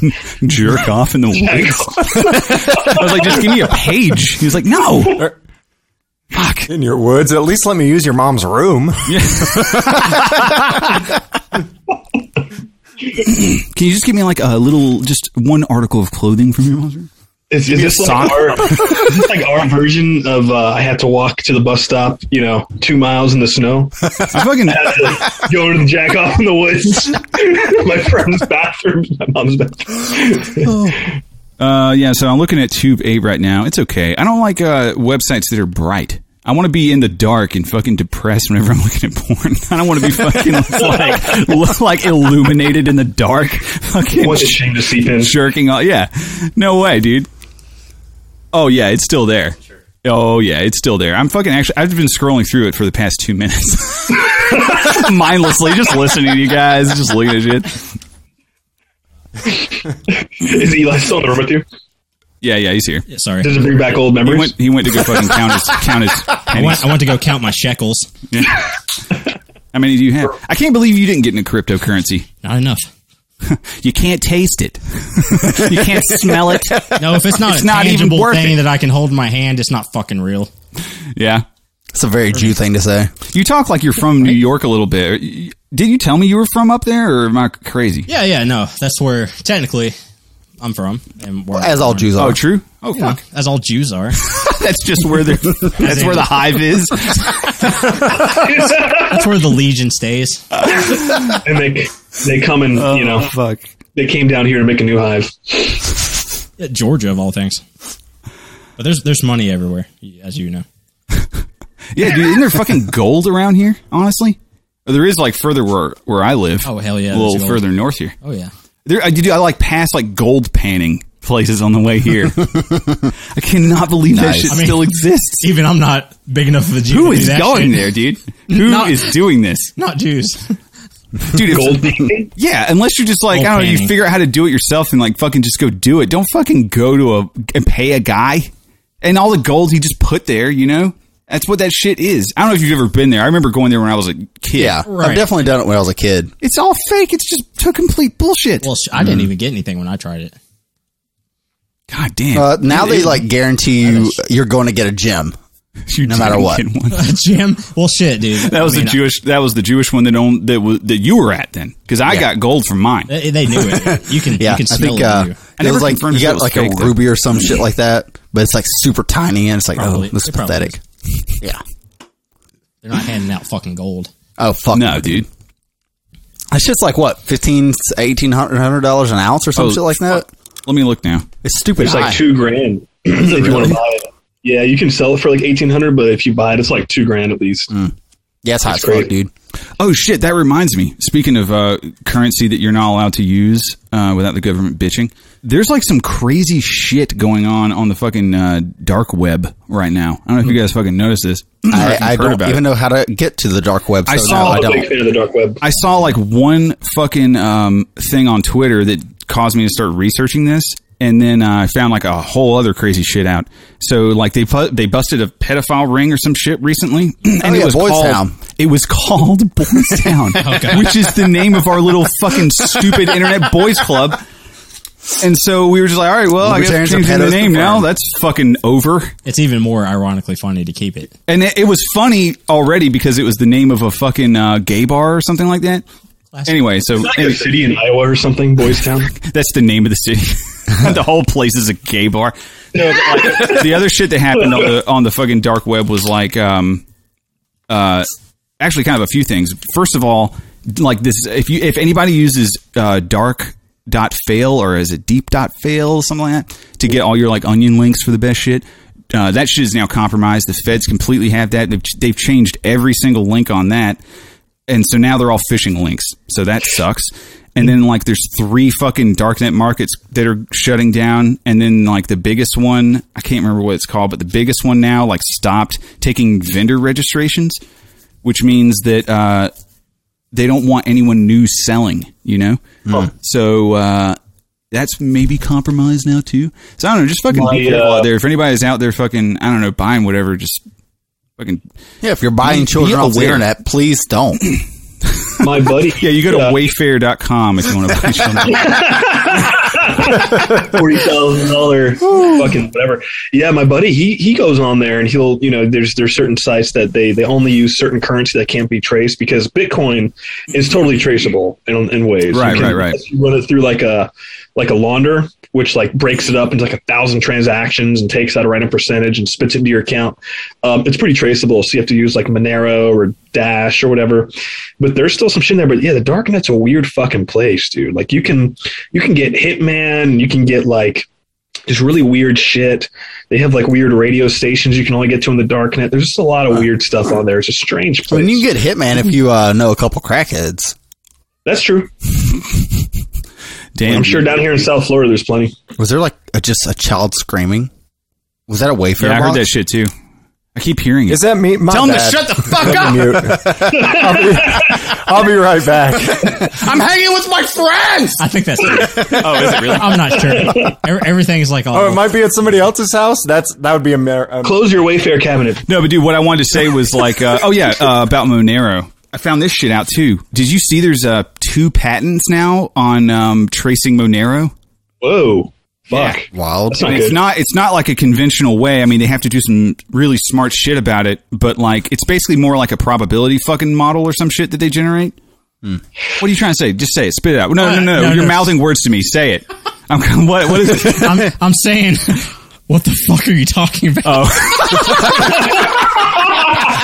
jerk off in the woods." [LAUGHS] I was like, "Just give me a page." He was like, "No, fuck."
In your woods, at least let me use your mom's room.
Can you just give me like a little, just one article of clothing from your mom's room?
Is, is this like our, is this like our version of uh, I had to walk to the bus stop, you know, two miles in the snow,
I fucking,
going to the jack off in the woods, [LAUGHS] my friend's bathroom, my mom's bathroom.
oh. uh, yeah. So I'm looking at Tube Eight right now. It's okay. I don't like uh, websites that are bright. I want to be in the dark and fucking depressed whenever I'm looking at porn. [LAUGHS] I don't want to be fucking like look like illuminated in the dark, fucking
What a shame to seep in.
jerking off. Yeah, no way, dude. Oh yeah, it's still there. Oh yeah, it's still there. I'm fucking actually. I've been scrolling through it for the past two minutes, [LAUGHS] mindlessly, just listening to you guys, just looking at shit.
Is Eli still in the room with you?
Yeah, yeah, he's here.
Yeah, Sorry,
Does it bring back old
He
memories?
went. He went to go fucking count his count his
I
pennies.
[LAUGHS]
went, I went to go count my shekels.
How many do you have? I can't believe you didn't get into cryptocurrency.
Not enough.
You can't taste it. [LAUGHS] you can't smell it.
No, if it's not
It's
a
not even
tangible
worth
thing
it.
that I can hold in my hand, it's not fucking real.
Yeah,
It's a very Jew thing to say.
you talk like you're from New York a little bit. Did you tell me you were from up there, or am I crazy?
Yeah, yeah, no, that's where technically I'm from, and where
As all Jews are.
Oh, true. Oh,
Yeah,
fuck.
as all Jews are.
That's just where the that's where the hive is.
That's where the legion stays.
and they They come and you
Uh.
know
fuck.
they came down here to make a new hive.
Yeah, Georgia of all things. But there's there's money everywhere, as you know.
[LAUGHS] Yeah, dude, isn't there fucking gold around here? Honestly, Or there is like further where where I live.
Oh, hell yeah,
a little
there's gold.
further north here.
Oh yeah.
There, I did. I like pass like gold panning places on the way
[LAUGHS]
here. I cannot believe that
Nice.
shit
I mean-
still
[LAUGHS]
exists.
Even I'm not big enough of a Jew.
Who
to do
is
that
going
shit.
there, dude?
[LAUGHS]
Who is
Not-
doing this,
Not Jews.
dude? If,
Gold digging?
Yeah, unless you're just like
Gold
I don't know, you
panning.
figure out how to do it yourself and like fucking just go do it. Don't fucking go to a and pay a guy and all the gold he just put there. You know, that's what that shit is. I don't know if you've ever been there. I remember going there when I was a kid.
Yeah, I've
Right.
definitely done it when I was a kid.
it's all fake. It's just to complete bullshit.
[LAUGHS] Well, sh- I didn't even get anything when I tried [LAUGHS] it.
God damn!
Uh, now they like guarantee you you're going to get a gym.
You
no matter
didn't get
what. [LAUGHS]
one.
Jim, well, shit, dude.
That was
I mean,
the Jewish. That was the Jewish one that owned that was, that you were at then, because I got gold from mine.
They, they knew it. You can,
Yeah,
you
I
can smell
think
it.
uh,
when
I
you-
it
never
was like
confirmed
you
if it
got
was
like
fake,
a
though.
ruby or some shit like that, but it's like super tiny and it's like
Probably.
oh, this is
It probably
pathetic.
is.
Yeah.
They're not handing out fucking gold.
Oh fuck.
No, dude.
That shit's like what fifteen, eighteen hundred dollars an ounce or some
Oh,
shit like that.
Let me look now.
It's stupid.
It's like
high.
two grand if you want to buy it. Yeah, you can sell it for like eighteen hundred, but if you buy it, it's like two grand at least.
yeah, it's high as
That's
fuck,
crazy.
dude.
Oh shit! That reminds me. Speaking of uh, currency that you're not allowed to use uh, without the government bitching, there's like some crazy shit going on on the fucking uh, dark web right now. I don't know if you guys fucking noticed this. or
Hmm. I,
if you've
I
heard
don't
about it.
even know how to get to the dark web. So
I saw-
no,
I'm
Oh, I
a
don't.
big fan of the dark web.
I saw like one fucking um, thing on Twitter that caused me to start researching this, and then uh, I found like a whole other crazy shit out. So like they pu- they busted a pedophile ring or some shit recently, [CLEARS THROAT] and
Oh, yeah,
it was
Boys
called
Town.
it was called [LAUGHS] Boys Town, which is the name of our little fucking stupid internet boys club. And so we were just like, all right, well, I guess
Libertarians and
changing the
pedos
name now.
confirmed.
That's fucking over.
It's even more ironically funny to keep it.
And it, it was funny already because it was the name of a fucking uh, gay bar or something like that. Anyway, so
Like a city in Iowa or something, Boys Town.
That's the name of the city. [LAUGHS] the whole place is a gay bar. [LAUGHS] the other shit that happened on the on the fucking dark web was like, um, uh, actually, kind of a few things. First of all, like this, if you if anybody uses uh, dark dot fail or is it deep dot fail something like that to get all your like onion links for the best shit. Uh, that shit is now compromised. The feds completely have that. They've, they've changed every single link on that and so now they're all phishing links. So that sucks. And then like there's three fucking darknet markets that are shutting down, and then like the biggest one I can't remember what it's called, but the biggest one now like stopped taking vendor registrations, which means that uh, they don't want anyone new selling. You know, so uh, that's maybe compromised now too. So I don't know, just fucking
My,
be careful
uh,
out there. If anybody's out there fucking I don't know buying whatever, just fucking
Yeah, if you're buying
Be
children off the
aware.
internet, please don't.
My
[LAUGHS]
buddy.
yeah. You go to
uh,
Wayfair.com if you want [LAUGHS] to buy something.
forty thousand
[LAUGHS]
dollar fucking whatever. Yeah, my buddy, he he goes on there and he'll you know there's there's certain sites that they they only use certain currency that can't be traced because Bitcoin is totally traceable in in ways.
Right,
You
right, right.
you Run it through like a like a launder, which like breaks it up into like a thousand transactions and takes out a random percentage and spits it into your account. Um, it's pretty traceable, so you have to use like Monero or Dash or whatever. But there's still some shit in there. But yeah, the darknet's a weird fucking place, dude. Like you can you can get Hitman, you can get like just really weird shit. They have like weird radio stations you can only get to in the darknet. There's just a lot of weird stuff on there. It's a strange
I
place.
mean, you can get hitman if you uh, know a couple crackheads.
That's true.
Damn,
I'm sure
dude.
down here in South Florida, there's plenty.
Was there like a, just a child screaming? Was that a Wayfair?
Yeah, I heard
box?
that shit too. I keep hearing it.
Is that me? My
Tell him to
bad.
shut the fuck
Let
up.
me [LAUGHS]
[LAUGHS]
mute. I'll be, I'll be right back.
I'm hanging with my friends.
I
[LAUGHS]
think that's it.
Oh, is it really?
I'm not sure. Every- Everything's like all.
Oh, it might be at somebody else's house. That's that would be a mer- um,
Close your Wayfair cabinet.
No, but dude, what I wanted to say was like, uh, oh yeah, uh, about Monero. I found this shit out too. Did you see? There's uh, two patents now on um, tracing Monero.
Whoa. Fuck.
Wild.
That's not
And
good.
it's not it's not like a conventional way. I mean, they have to do some really smart shit about it, but like it's basically more like a probability fucking model or some shit that they generate. What are you trying to say? Just say it. Spit it out. No, no, Hmm. no.
Uh, no,
You're
no.
mouthing words to me. Say it. I'm, [LAUGHS] what, what is it?
I'm, [LAUGHS]
Oh.
I'm saying, what the fuck are you talking about?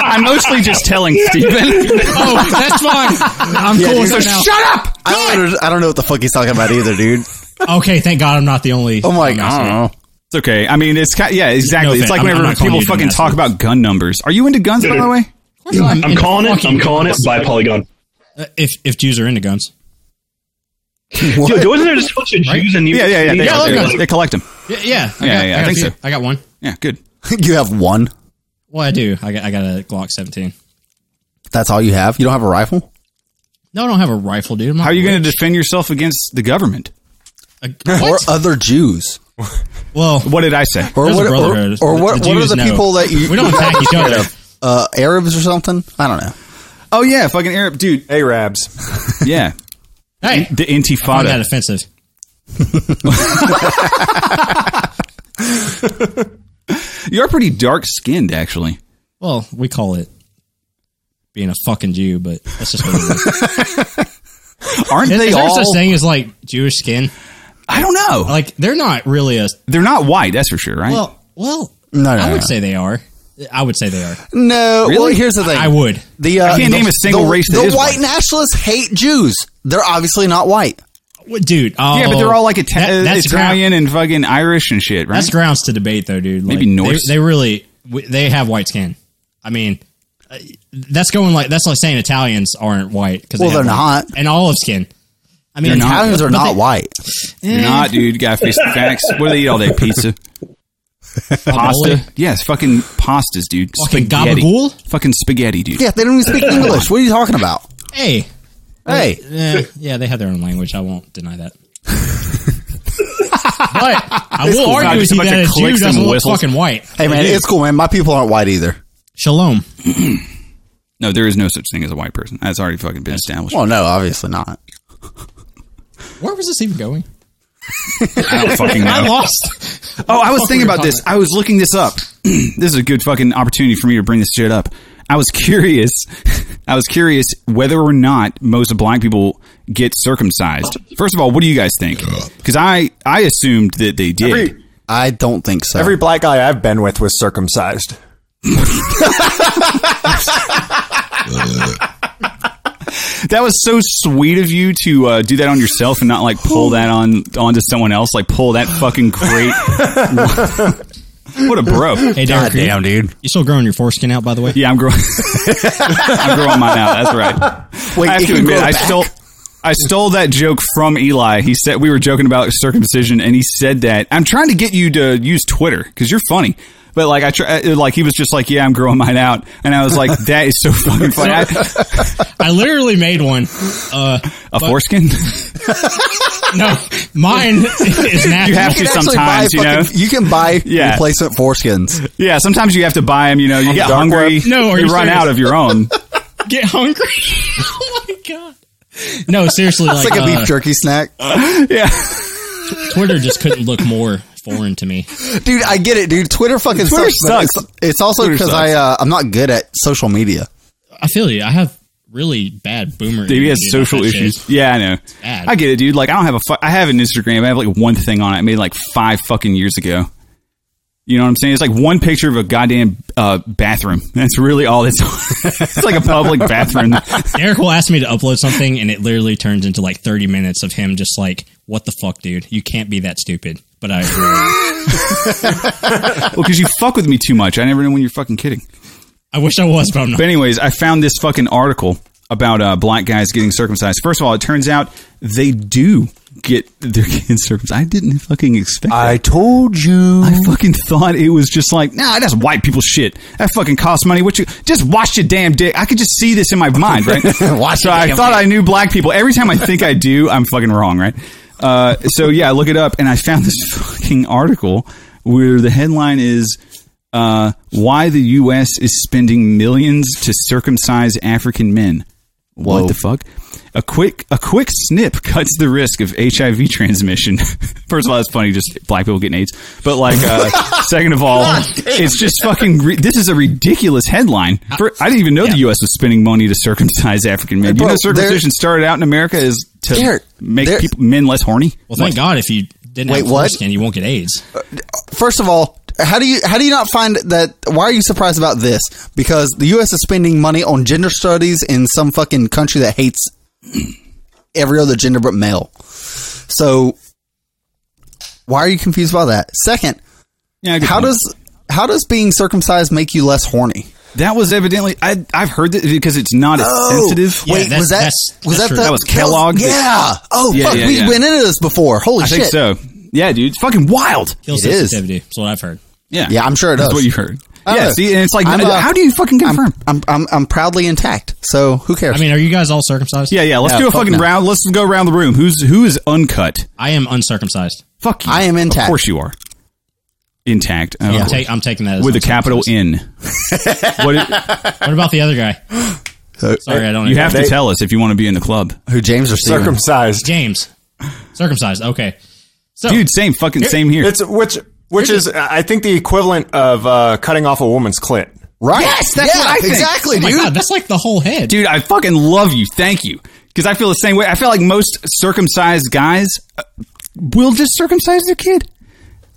I'm mostly just telling [LAUGHS] Steven.
Oh, that's fine. I'm cool with
So
it now.
shut up.
I don't, under- I don't know what the fuck he's talking about either, dude. Oh
Okay, thank God I'm not the only.
I'm like, I don't know.
It's okay. I mean, it's kind yeah, exactly.
offense.
it's like
I'm- I'm
whenever
not calling
people
you
fucking
dumbass.
talk about gun numbers. Are you into guns, by the way?
I'm,
I'm calling it. I'm calling it by Polygon.
Uh, If if Jews are into guns,
Dude, wasn't there just a bunch of Jews and
Yeah, yeah, yeah. They,
I love
they-
guns.
they collect them.
yeah, yeah, I
Yeah, yeah, I
got
think
a few.
so.
I got one.
Yeah, good.
[LAUGHS] You have one.
Well, I do. I got I got a Glock 17.
That's all you have. You don't have a rifle.
No, I don't have a rifle, dude. I'm not
How are you going
rich.
to defend yourself against the government? [LAUGHS]
A- what?
Or other Jews.
well,
What did I say?
Or
There's a
what? Or,
brotherhood.
or
The-
what?
the
what are
Jews
the
know.
people that you? [LAUGHS]
we don't attack each other.
Uh, Arabs or something? I don't know.
Oh yeah, fucking Arab dude.
Arabs.
Yeah,
Hey,
the
I'm not
Intifada.
offensive.
You're pretty dark skinned, actually.
Well, we call it being a fucking Jew, but that's just what it is.
Aren't
is
they
there
all?
such thing as like Jewish skin?
I don't know.
Like they're not really a
They're not white, that's for sure, right?
well, well.
No, no,
I would
no.
say they are. I would say they are.
No. Well,
Really?
here's the thing.
I would.
The, uh,
I can't
the-
name a single
the-
race that
the
is
white
white.
nationalists hate Jews. They're obviously not white.
Well, Dude, oh,
yeah, but they're all like Ita-
that- that's
Italian
ground-
and fucking Irish and shit, right?
that's grounds to debate, though, dude. Like,
Maybe Norse.
They, they really w- they have white skin. I mean, uh, that's going like that's like saying Italians aren't white because
Well, they're not.
and olive skin. I mean,
Italians are not white.
eh,
You're not, dude. You gotta face the facts. What do they eat all day? Pizza, pasta. Yes, fucking pastas, dude.
Fucking
spaghetti.
gabagool?
Fucking spaghetti, dude.
Yeah, they don't even speak English. What are you talking about?
Hey,
Hey,
[LAUGHS]
eh, yeah, they have their own language. I won't deny that. but I will
not
argue with
just a
you
bunch
that
of
a Jew
clicks and
doesn't look
whistles.
fucking white.
hey, man, it's cool, man. My people aren't white either.
Shalom.
No, there is no such thing as a white person. That's already fucking been established.
Well, no, obviously not.
Where was this even going?
I don't fucking know.
[LAUGHS] I lost.
Oh, I was
Fuck, we
thinking
were
about this. I was looking this up. [CLEARS THROAT] this is a good fucking opportunity for me to bring this shit up. I was curious. [LAUGHS] I was curious whether or not most black people get circumcised. First of all, what do you guys think? Because I I assumed that they did.
Every,
I don't think so.
every black guy I've been with was circumcised.
that was so sweet of you to uh, do that on yourself and not like pull that on onto someone else. Like pull that fucking great. what a bro.
Hey, Derek, are you-
dude.
You still growing your foreskin out, by the way?
Yeah, I'm growing. [LAUGHS] I'm growing mine out. That's right.
Wait,
I have
you
to
can
admit,
grow
I
back.
stole. I stole that joke from Eli. He said we were joking about circumcision, and he said that I'm trying to get you to use Twitter because you're funny. But like I try, uh, like he was just like, yeah, I'm growing mine out, and I was like, that is so fucking funny. I,
I literally made one. Uh,
a foreskin?
no,
[LAUGHS]
mine is natural.
You have to
You can actually
sometimes,
buy
you know.
fucking- you can buy
[LAUGHS] Yeah.
replacement foreskins.
Yeah, sometimes you have to buy them. You know, you get
dark
hungry,
web?
No, are
you
you
run
serious?
out of your
[LAUGHS]
own.
get hungry. [LAUGHS] oh my god. No, seriously, like,
It's like a
uh,
beef jerky snack,
Yeah,
Twitter just couldn't look more foreign to me.
dude. I get it, dude. Twitter fucking
Twitter
sucks. but
sucks.
It's, it's also
Twitter
because I uh, I'm not good at social media.
I feel you. I have really bad boomer.
he has
energy about
social
that shit.
issues. Yeah, I know.
bad.
I get it, dude. Like I don't have a. Fu- I have an Instagram. I have like one thing on it. I made like five fucking years ago. You know what I'm saying? It's like one picture of a goddamn uh, bathroom. [LAUGHS] That's really all it's. [LAUGHS] it's like a public bathroom. [LAUGHS]
Derek will ask me to upload something, and it literally turns into like thirty minutes of him just like, "What the fuck, dude? You can't be that stupid." But I agree.
well, because you fuck with me too much. I never know when you're fucking kidding.
I wish I was, but I'm not.
But anyways, I found this fucking article about uh, black guys getting circumcised. First of all, it turns out they do get [LAUGHS] their kids circumcised. I didn't fucking expect. that.
told you.
I fucking thought it was just like, nah, that's white people shit. That fucking costs money. What you just wash your damn dick. I could just see this in my mind, right?
[LAUGHS] Wash
so
your
I
damn
thought
dick.
I knew black people. Every time I think I do, I'm fucking wrong, right? Uh, so yeah, I look it up and I found this [LAUGHS] fucking article where the headline is uh, "Why the U.S. is spending millions to circumcise African men." What the fuck? A quick a quick snip [LAUGHS] cuts the risk of HIV transmission. [LAUGHS] First of all, it's funny just black people getting AIDS, but like
[LAUGHS]
uh, second of all, it's just fucking. Re- this is a ridiculous headline. For, I didn't even know the U.S. was spending money to circumcise African men.
Hey, bro,
you know,
there-
circumcision started out in America is to
There-
make
there-
people, men less horny.
Well, thank God if you didn't
Wait,
have
what?
Uh,
foreskin, you won't get AIDS.
First of all, How do you how do you not find that? Why are you surprised about this? Because the U.S. is spending money on gender studies in some fucking country that hates [CLEARS THROAT] every other gender but male. So why are you confused by that? Second,
Yeah, good
how
point.
does how does being circumcised make you less horny?
that was evidently I I've heard that because it's not as sensitive.
Oh. Yeah,
Oh, Wait,
that's-
was that
that's-
was
that's
that
true.
the,
That
was Kellogg that-
Yeah. Oh
Yeah,
fuck,
yeah,
we
yeah.
went into this before. Holy
I
shit!
think so. Yeah, dude, it's fucking wild.
Kill
It is.
sensitivity. That's what I've heard.
Yeah,
Yeah, I'm sure it
that's
does.
what you heard.
I don't
Yeah,
know.
see, and it's like,
I'm, uh,
how do you fucking
I'm,
confirm?
I'm I'm I'm proudly intact. So who cares?
I mean, are you guys all circumcised?
yeah, yeah. Let's
No,
do a
fuck
fucking
no.
round. Let's go around the room. Who's who is uncut?
I am uncircumcised.
Fuck you.
I am
Of
intact.
course you are. Intact. of
I'm,
course.
ta- I'm taking that as
With a capital
uncircumcised.
N. what it-
What about the
[GASPS]
other guy? Sorry, I don't.
you
even-
have to tell us if you want to be in the club.
who James or Steven?
circumcised.
James circumcised. Okay, so
Dude, same fucking same here.
It's which which is I think the equivalent of uh, cutting off a woman's clit.
Right. Yes, that's
what I think.
Exactly,
oh my
dude.
god, that's like the whole head.
dude i fucking love you thank you because i feel the same way i feel like most circumcised guys uh, will just circumcise their kid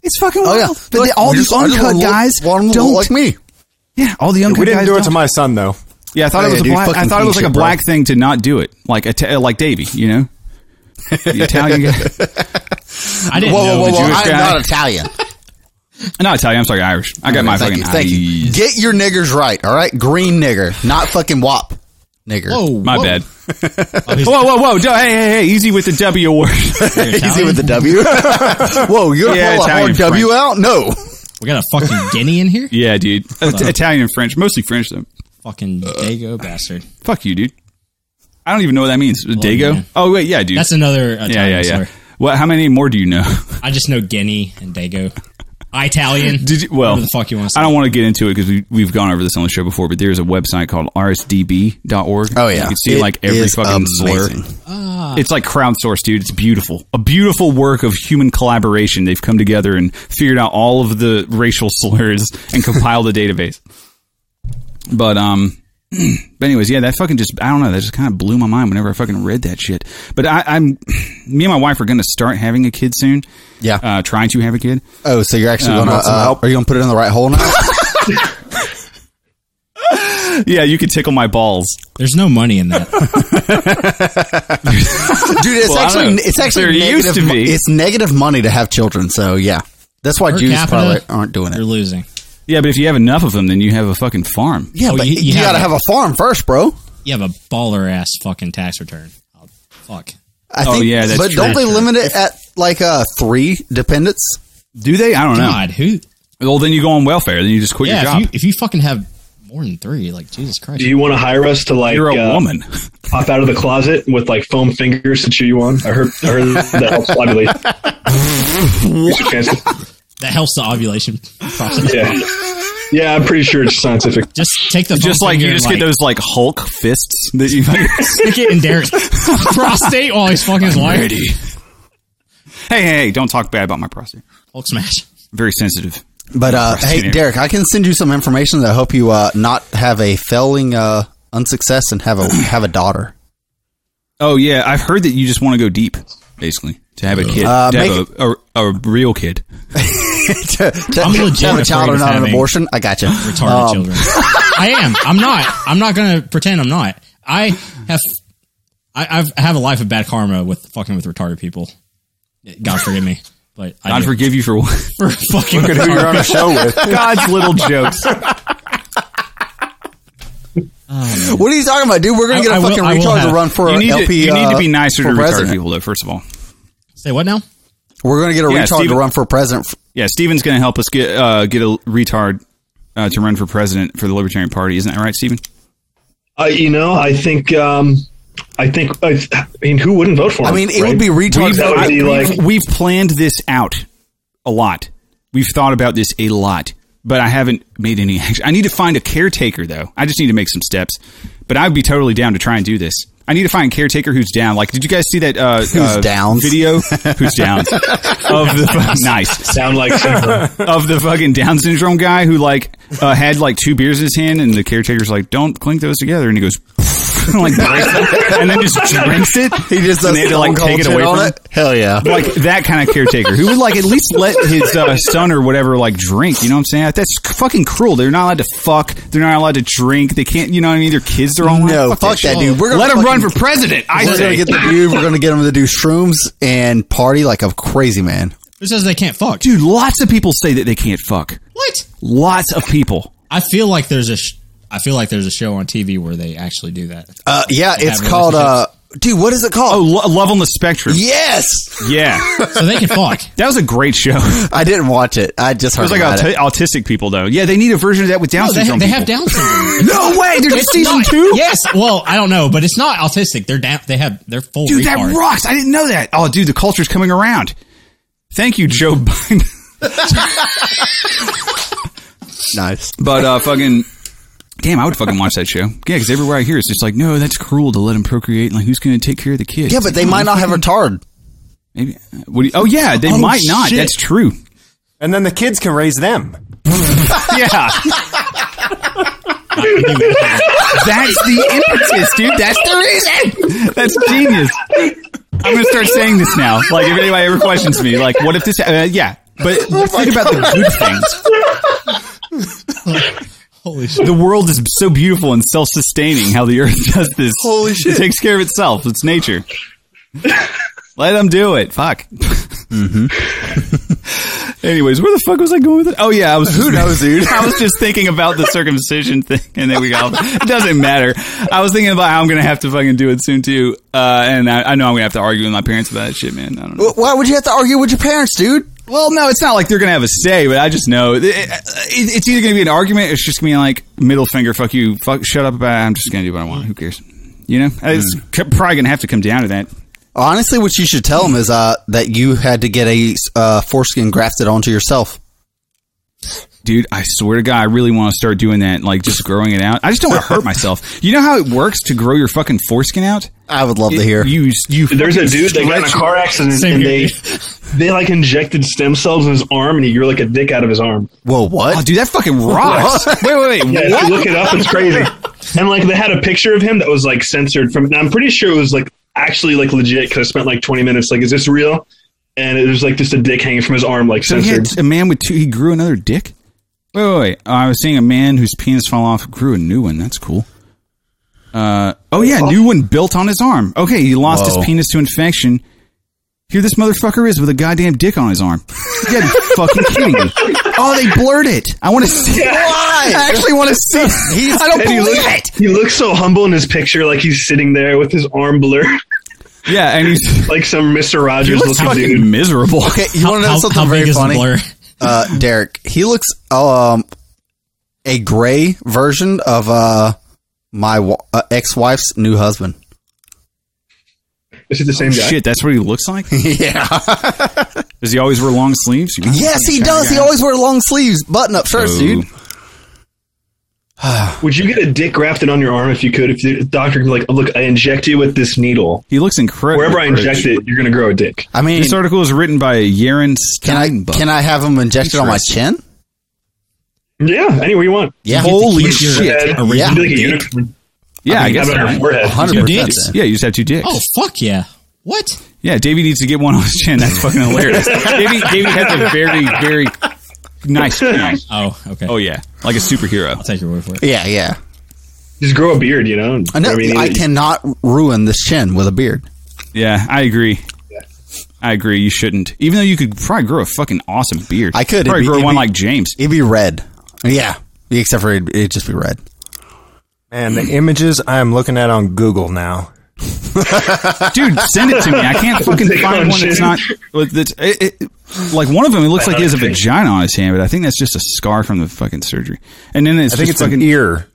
it's fucking
Oh yeah,
wild But they- all
We
these
just- I just
uncut
wanna look-
guys
wanna look
don't
like me.
yeah all the uncut
We didn't
guys
do it to
don't.
my son though.
yeah i thought
Oh,
it was
yeah,
a
dude,
black i
fucking
thought it was
king
like a
shit, bro.
black thing to not do it like a ta- like davey you know
[LAUGHS]
the italian guy
I didn't
Whoa, whoa,
know.
whoa,
that
whoa!
Jewish
I'm
guy.
not Italian.
not italian i'm sorry irish i got my
thank you,
fucking
thank you.
eyes.
Get your niggers right, all right? Green nigger, not fucking wop nigger. [LAUGHS]
you-
my
whoa.
bad
Oh, he's-
whoa whoa whoa Joe, hey hey hey easy with the w
[LAUGHS]
word
you're
Easy
Italian?
with the W. Whoa, you're
Yeah,
gonna pull a
Italian,
hard W out? No.
We got a fucking guinea in here.
yeah dude It- italian and french mostly french though
Fucking dago bastard.
Fuck you, dude. I don't even know what that means. Dago?
yeah.
Oh wait, yeah, dude.
That's another Italian
yeah, yeah, yeah.
slur.
What? How many more do you know?
I just know guinea and dago. Italian.
Did you, well,
Whatever the fuck you want to say.
I don't want to get into it because we, we've gone over this on the show before. But there's a website called rsdb.org.
Oh yeah,
you can see
It
like every
is
fucking
amazing.
slur.
Ah.
It's like crowdsourced, dude. It's beautiful, a beautiful work of human collaboration. They've come together and figured out all of the racial [LAUGHS] slurs and compiled a database. But um, [CLEARS THROAT] But anyways, yeah, that fucking just I don't know, that just kind of blew my mind whenever I fucking read that shit. But I, I'm [CLEARS THROAT] me and my wife are gonna start having a kid soon.
Yeah.
Uh, trying to have a kid. [LAUGHS]
Oh, so you're actually gonna?
some
uh,
help?
Are you gonna put it in the right hole now?
Yeah, you could tickle my balls.
There's no money in that.
[LAUGHS]
dude. It's
Well, I don't
actually
know.
it's actually
There
negative.
used to
mo-
be.
It's negative money to have children. So yeah, that's why
Per
Jews
capita,
probably aren't doing
You're
it.
losing.
Yeah, but if you have enough of them, then you have a fucking farm.
Yeah,
Oh,
but
you-
you,
you have
gotta
it.
have a farm first, bro.
You have a baller ass fucking tax return. Oh, fuck.
I
Oh,
think,
yeah, that's
but
true.
don't they limit it at like uh three dependents?
Do they? I don't know.
God, who?
Well then you go on welfare, then you just quit your
Yeah,
job.
if you, if you fucking have more than three, like Jesus Christ.
Do you want to hire us to like
You, are a
uh,
woman.
pop out of the closet with like foam fingers to chew you on? I heard, I heard that helps ovulate. Here's your chances.
that helps the ovulation process.
Yeah, yeah, I'm pretty sure it's scientific.
Just take the
[LAUGHS] Just
phone
like you
finger
just
and,
get those like Hulk fists that
[LAUGHS]
you
stick it
[LAUGHS]
in Derek's prostate while he's fucking his wife.
Ready. Hey, hey, hey, don't talk bad about my prostate.
Hulk smash.
Very sensitive.
But uh,
Right,
hey,
yeah.
Derek, I can send you some information that'll help you uh, not have a failing uh, unsuccess and
[CLEARS THROAT]
have a have a daughter. [LAUGHS]
Oh yeah, I've heard that you just want to go deep, basically, to have a kid,
Uh,
to
make-
have a, a, a real kid.
to, to
I'm legit
have a child
afraid
or
of
not an
having
abortion? I got gotcha. you.
Retarded
Um,
children. I am. I'm not. I'm not gonna pretend I'm not. I have. I I've, I have a life of bad karma with fucking with retarded people. God forgive me, but I
God
do.
forgive you for what?
for fucking
Look at who
retarded
you're on a show
[LAUGHS]
with.
God's little jokes.
What are you talking about, dude? We're gonna
I-
get a
I will-
fucking
I will
retard
have-
to run [LAUGHS] for
you need,
LP.
to, you need to be
uh,
nicer to
for
retarded
president.
people, though. First of all,
[LAUGHS] Say what now?
We're gonna get a
Yeah,
retard
Steven-
to run for president.
[LAUGHS]
f-
yeah, Steven's going to help us get uh, get a retard uh, to run for president for the Libertarian Party, isn't that right, Steven?
Uh, you know, I think, um, I think, uh, I, mean, who wouldn't vote for?
I
him,
mean, it
right?
would be retard.
That would be like,
We've, we've planned this out a lot. We've thought about this a lot, but I haven't made any [LAUGHS] action. I need to find a caretaker, though. I just need to make some steps. But I'd be totally down to try and do this. I need to find a caretaker who's down. Like, did you guys see that
[LAUGHS]
uh, uh,
downs? [LAUGHS]
video? who's down? of [LAUGHS] the nice
sound like Sandra.
[LAUGHS] of the fucking Down syndrome guy who like uh, had like two beers in his hand, and the caretaker's like, "Don't clink those together," and he goes, [LAUGHS] like [LAUGHS] breaks it, and then just drinks it.
He just does
and they had to like
Stone
take
Cold
it
shit
away
on
from him.
it. Hell yeah.
Like that kind of caretaker who would like at least let his uh, son or whatever like drink. You know what I'm saying? That's fucking cruel. They're not allowed to fuck. They're not allowed to drink. They can't. You know what I mean? Their kids are all
No, fuck that
shit.
dude. We're gonna
let him run
fucking-
for president. I
We're gonna
say.
get the dude. We're gonna get him to do shrooms and party like a crazy man.
Who says they can't fuck?
dude, lots of people say that they can't fuck.
What?
Lots of people.
I feel like there's a. Sh- I feel like there's a show on TV where they actually do that.
Uh, yeah, it's
have
called. Uh, dude, what is it
Oh,
called?
lo- love on the spectrum.
yes,
Yeah,
So they can fuck.
that was a great
[LAUGHS]
show. It
I didn't watch it. I just heard
was like
about
aut-
it.
autistic people though. Yeah, they need a version of that with Down
No, they, ha-
syndrome.
they have
people.
Down syndrome.
No way. There's
It's
season
not-
two.
Yes. Well, I don't know, but it's not autistic. They're down. They have. They're full.
Dude, that
retard.
rocks. I didn't know that. Oh, dude, the culture's coming around. Thank you, Joe [LAUGHS] Biden.
nice.
But uh, fucking. Damn, I would fucking watch that show. Yeah, because everywhere I hear it's just like, no, that's cruel to let him procreate. Like, who's going to take care of the kids?
Yeah, but they might not have retard.
Maybe, what do you- oh, yeah, they might not.
shit.
That's true.
And then the kids can raise them.
[LAUGHS] Yeah. That's the impetus, dude. That's the reason. That's genius. I'm gonna start saying this now. Like, if anybody ever questions me, like, what if this? Uh, yeah, but think about the good things.
Holy shit.
The world is so beautiful and self-sustaining. How the earth [LAUGHS] does this?
Holy shit.
It takes care of itself. It's
[LAUGHS]
nature. Let them do it. Fuck. [LAUGHS] Anyways, where the fuck was I going with it? Oh
[LAUGHS]
yeah, I was. [LAUGHS] Who knows, dude? I was just thinking about the circumcision thing, and then we got. It doesn't matter. I was thinking about how I'm gonna have to fucking do it soon too, uh, and I, I know I'm gonna have to argue with my parents about that shit, man. I don't know.
Wh- Why would you have to argue with your parents, dude?
Well, no, it's not like they're gonna have a say, but I just know it, it, it's either gonna be an argument. Or it's just gonna be like middle finger, fuck you, fuck, shut up. About it. I'm just gonna do what I want. Who cares? You know, it's c- probably gonna have to come down to that.
Honestly, what you should tell them is uh, that you had to get a uh, foreskin grafted onto yourself.
Dude, I swear to God, I really want to start doing that. Like just growing it out. I just don't want to hurt [LAUGHS] myself. You know how it works to grow your fucking foreskin out?
I would love to hear.
You, you.
There's a
fucking
dude that got in a
stretch-
car accident
Same
and
here.
they they like injected stem cells in his arm and he grew like a dick out of his arm.
Whoa, what?
Oh, dude, that fucking [LAUGHS] rocks. wait, wait, wait.
Yeah, if
what?
you look it up, it's crazy. [LAUGHS] And like they had a picture of him that was like censored from. And I'm pretty sure it was like actually like legit because I spent like 20 minutes like, is this real? And it was like just a dick hanging from his arm, like
So he
censored.
had a man with two. He grew another dick. Wait, wait, wait. I was seeing a man whose penis fell off, grew a new one. That's cool. Uh, oh yeah, new one built on his arm. Okay, he lost
Whoa.
his penis to infection. Here this motherfucker is with a goddamn dick on his arm. [LAUGHS] You gotta be fucking kidding me. Oh, they blurred
[LAUGHS]
it. I want to see. Why? I actually want to see. I don't
he
believe
looks,
it.
he looks so humble in his picture, like he's sitting there with his arm blurred, [LAUGHS]
Yeah, and he's
like some Mister
he
Rogers
looks
looking
fucking
dude.
miserable.
okay, you
How,
want to know
how-
something
how big
very
is the
funny?
blur?
Uh, Derek, he looks um a gray version of uh my wa- uh, ex-wife's new husband.
Is it the same guy?
Shit, that's what he looks like.
yeah.
Does he always wear long sleeves? Oh. You know?
Yes, he does. He always wear long sleeves, button-up shirts, dude.
Would you get a dick grafted on your arm if you could? If the doctor could be like, look, I inject you with this needle.
He looks incredible.
Wherever I inject it, you're gonna grow a dick.
I mean,
This article is written by Yaron
can I
Steinbuck.
can I have him injected on my chin?
Yeah, anywhere you want.
Yeah.
Holy
Keep your
shit!
Head,
original
you'd be like a
dick.
unicorn.
Yeah, I,
How
guess.
about
so.
your forehead?
100%.
Two dicks?
Yeah, you just have two dicks.
Oh fuck yeah! What?
Yeah, Davey needs to get one on his chin. That's fucking
[LAUGHS]
hilarious. Davey, Davey has a very, very
[LAUGHS]
nice chin.
Oh okay.
Oh yeah, like a superhero.
I'll take your word for it.
Yeah, yeah.
Just grow a beard, you know.
I know. I cannot ruin this chin with a beard.
Yeah, I agree. I agree. You shouldn't, even though you could probably grow a fucking awesome beard.
I could.
probably
It'd be-
grow
it'd
one
be-
like James.
It'd be red. Yeah, except for it'd, it'd just be red.
Man, the images I am looking at on Google now.
dude, send it to me. I can't fucking
Take
find
on
one that's
shit.
not with- that's it, it, like one of them. It looks like he has a vagina on his hand, but I think that's just a scar from the fucking surgery. And then it's
I think
just
it's
fucking
an ear.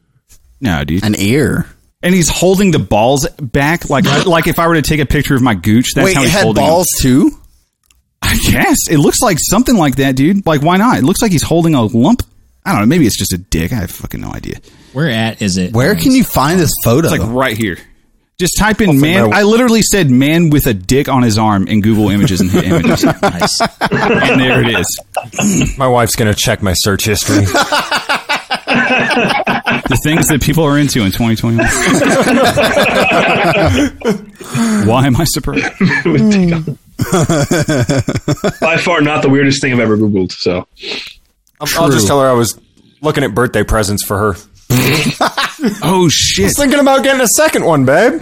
no, dude.
An ear.
And he's holding the balls back,
[LAUGHS]
like like if I were to take a picture of my gooch, that's
Wait,
how
it
he's
had
holding.
balls too.
Them. [LAUGHS] I guess it looks like something like that, dude. Like why not? It looks like he's holding a lump. I don't know. Maybe it's just a dick. I have fucking no idea.
Where at is it?
Where can you find this photo?
It's like right here. Just type in man.
my-
I literally said man with a dick on his arm in Google Images and hit
[LAUGHS]
images, and
Nice.
there it is.
[LAUGHS] My wife's gonna check my search history.
The the things that people are into in
[LAUGHS]
2021. Why am I surprised?
[LAUGHS] By far, not the weirdest thing I've ever googled. So
I'll, I'll just tell her I was looking at birthday presents for her.
Oh shit!
Thinking about getting a second one, babe.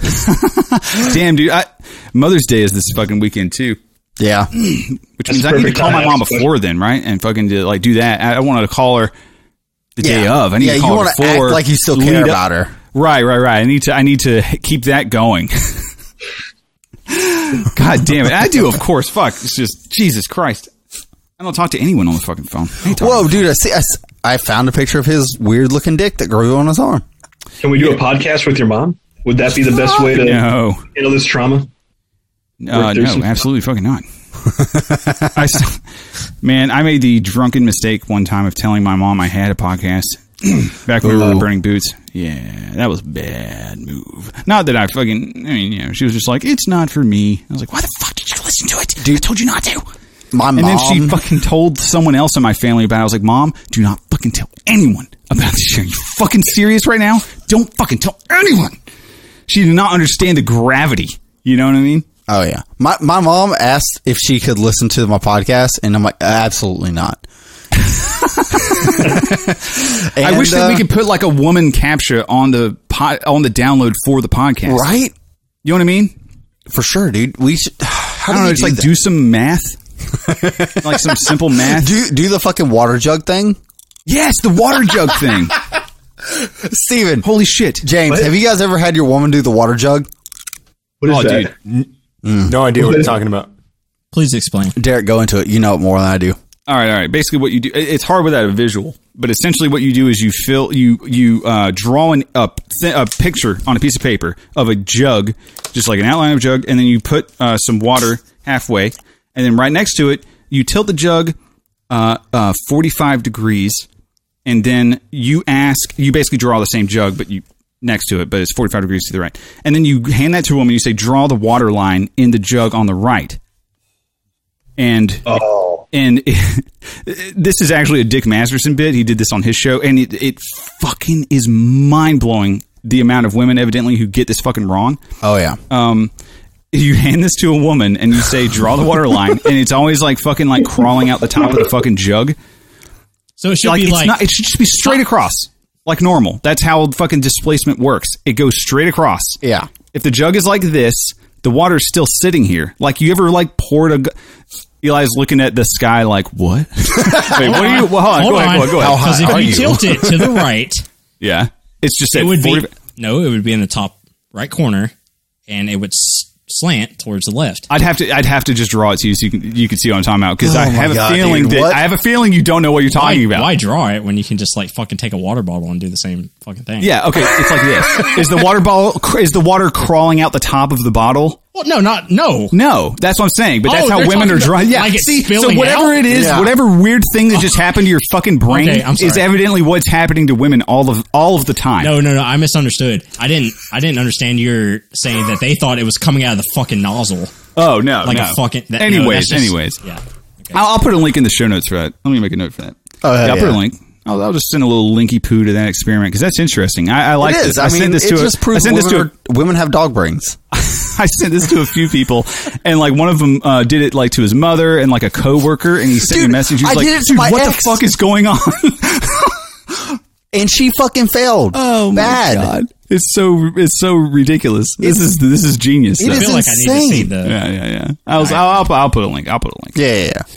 Damn, dude. I, Mother's Day is this fucking weekend too,
Yeah.
which means I need to
perfect
call my
time.
mom before then, right? And fucking to, like do that. I, I wanted to call her the day
yeah.
of. I need
yeah,
to
you
call her
wanna
before.
act like you still
lead
care
up-
about her.
Right, right, right. I need to. I need to keep that going. [LAUGHS] God damn it! I do, of course. Fuck. It's just Jesus Christ. I don't talk to anyone on the fucking phone. I ain't talking-
Whoa, dude! I see. I, s- I found a picture of his weird-looking dick that grew on his arm.
can we do a podcast with your mom? Would that be the best way to
No.
handle this trauma?
Uh,
Rick, there's
no,
some-
absolutely fucking not. I s- man, I made the drunken mistake one time of telling my mom I had a podcast [CLEARS THROAT] back when we were on
Ooh.
Burning Boots. Yeah, that was a bad move. Not that I fucking, I mean, you know, she was just like, it's not for me. I was like, why the fuck did you listen to it? Dude, I told you not to.
My
And
mom.
then she fucking told someone else in my family about it. I was like, Mom, do not fucking tell anyone about this shit. Are you fucking serious right now? Don't fucking tell anyone. She did not understand the gravity. You know what I mean?
oh yeah. My my mom asked if she could listen to my podcast, and I'm like, absolutely [LAUGHS] not.
I wish
And,
that we
uh,
could put like a woman capture on the pod, on the download for the podcast.
right
You know what I mean?
for sure, dude. We should. [SIGHS] How
I
do
don't know.
you
Just
do
like
that?
do some math,
[LAUGHS]
like some simple math.
do do the fucking water jug thing,
yes, the water jug thing.
Steven.
Holy shit!
James, have you guys ever had your woman do the water jug?
What is
Oh,
that?
dude.
[LAUGHS] No idea what you're talking about.
Please explain.
Derek, go into it. You know it more than I do.
All right, all right. Basically, what you do, it- it's hard without a visual, but essentially what you do is you fill, you, you, uh, draw an, a, th- a picture on a piece of paper of a jug, just like an outline of a jug, and then you put, uh, some water halfway, and then right next to it, you tilt the jug, uh, uh, 45 degrees, and then you ask, you basically draw the same jug, but you, next to it, but it's 45 degrees to the right. And then you hand that to a woman, you say, draw the water line in the jug on the right. And, and [LAUGHS] this is actually a Dick Masterson bit. He did this on his show, and it, it fucking is mind blowing the amount of women evidently who get this fucking wrong.
Oh yeah.
Um, you hand this to a woman and you say, "Draw the water
[LAUGHS]
line," and it's always like fucking like crawling out the top of the fucking jug.
So it should
Like
be
it's
like
not. It should just be straight across, like normal. That's how fucking displacement works. It goes straight across.
yeah.
If the jug is like this, the water's still sitting here. Like you ever like poured a. Gu- Eli's looking at the sky like what? [LAUGHS] Wait, what are you? Well, hold on,
hold
go ahead,
on,
go ahead, go ahead.
Because if you, tilt it
[LAUGHS]
to the right,
Yeah, it's just
it
at
would be
40
no, it would be in the top right corner, and it would s- slant towards the left.
I'd have to. I'd have to just draw it to you so you can you can see what I'm talking about because I
Oh my
have
God,
a feeling
dude,
that
what?
I have a feeling you don't know what you're
Why,
talking about.
why draw it when you can just like fucking take a water bottle and do the same fucking thing?
Yeah. Okay. It's like this. is the water bottle? cr- [LAUGHS] Is the water crawling out the top of the bottle?
Well, no, not no.
No, that's what I'm saying. But that's
Oh,
how
they're
women are
talking
drawing.
about-
Yeah.
like it's
see, so
spilling
whatever
out?
it is,
Yeah.
whatever weird thing that just happened to your fucking brain
Okay, I'm sorry.
is evidently what's happening to women all of all of the time.
No, no, no. I misunderstood. I didn't. I didn't understand your saying that they thought it was coming out of the fucking nozzle,
Oh no.
like
no.
a fucking. That, no,
anyways,
that's just-
anyways.
yeah. Okay.
I'll, I'll put a link in the show notes for that. Let me make a note for that.
Oh, hell
yeah, I'll put a
yeah.
link. I'll, I'll just send a little linky poo to that experiment because that's interesting. I, I like
it
this.
is. I, mean,
sent this
it
to
just
a, I
proves
sent this
women,
to a,
are- women have dog brains.
[LAUGHS] I sent this to a few people, and like one of them uh, did it like to his mother and like a coworker, and he sent me a
Dude,
message. He
I
was
did it
like,
to
"Dude,
my
what the
ex."
fuck is going on?"
And she fucking failed.
Oh
Bad.
It's so it's so ridiculous. This is this is genius.
It
though.
I
is
feel like I need to see
insane.
the.
yeah, yeah, yeah. I was, I'll, I'll, I'll put a link. I'll put a link.
Yeah, yeah, yeah.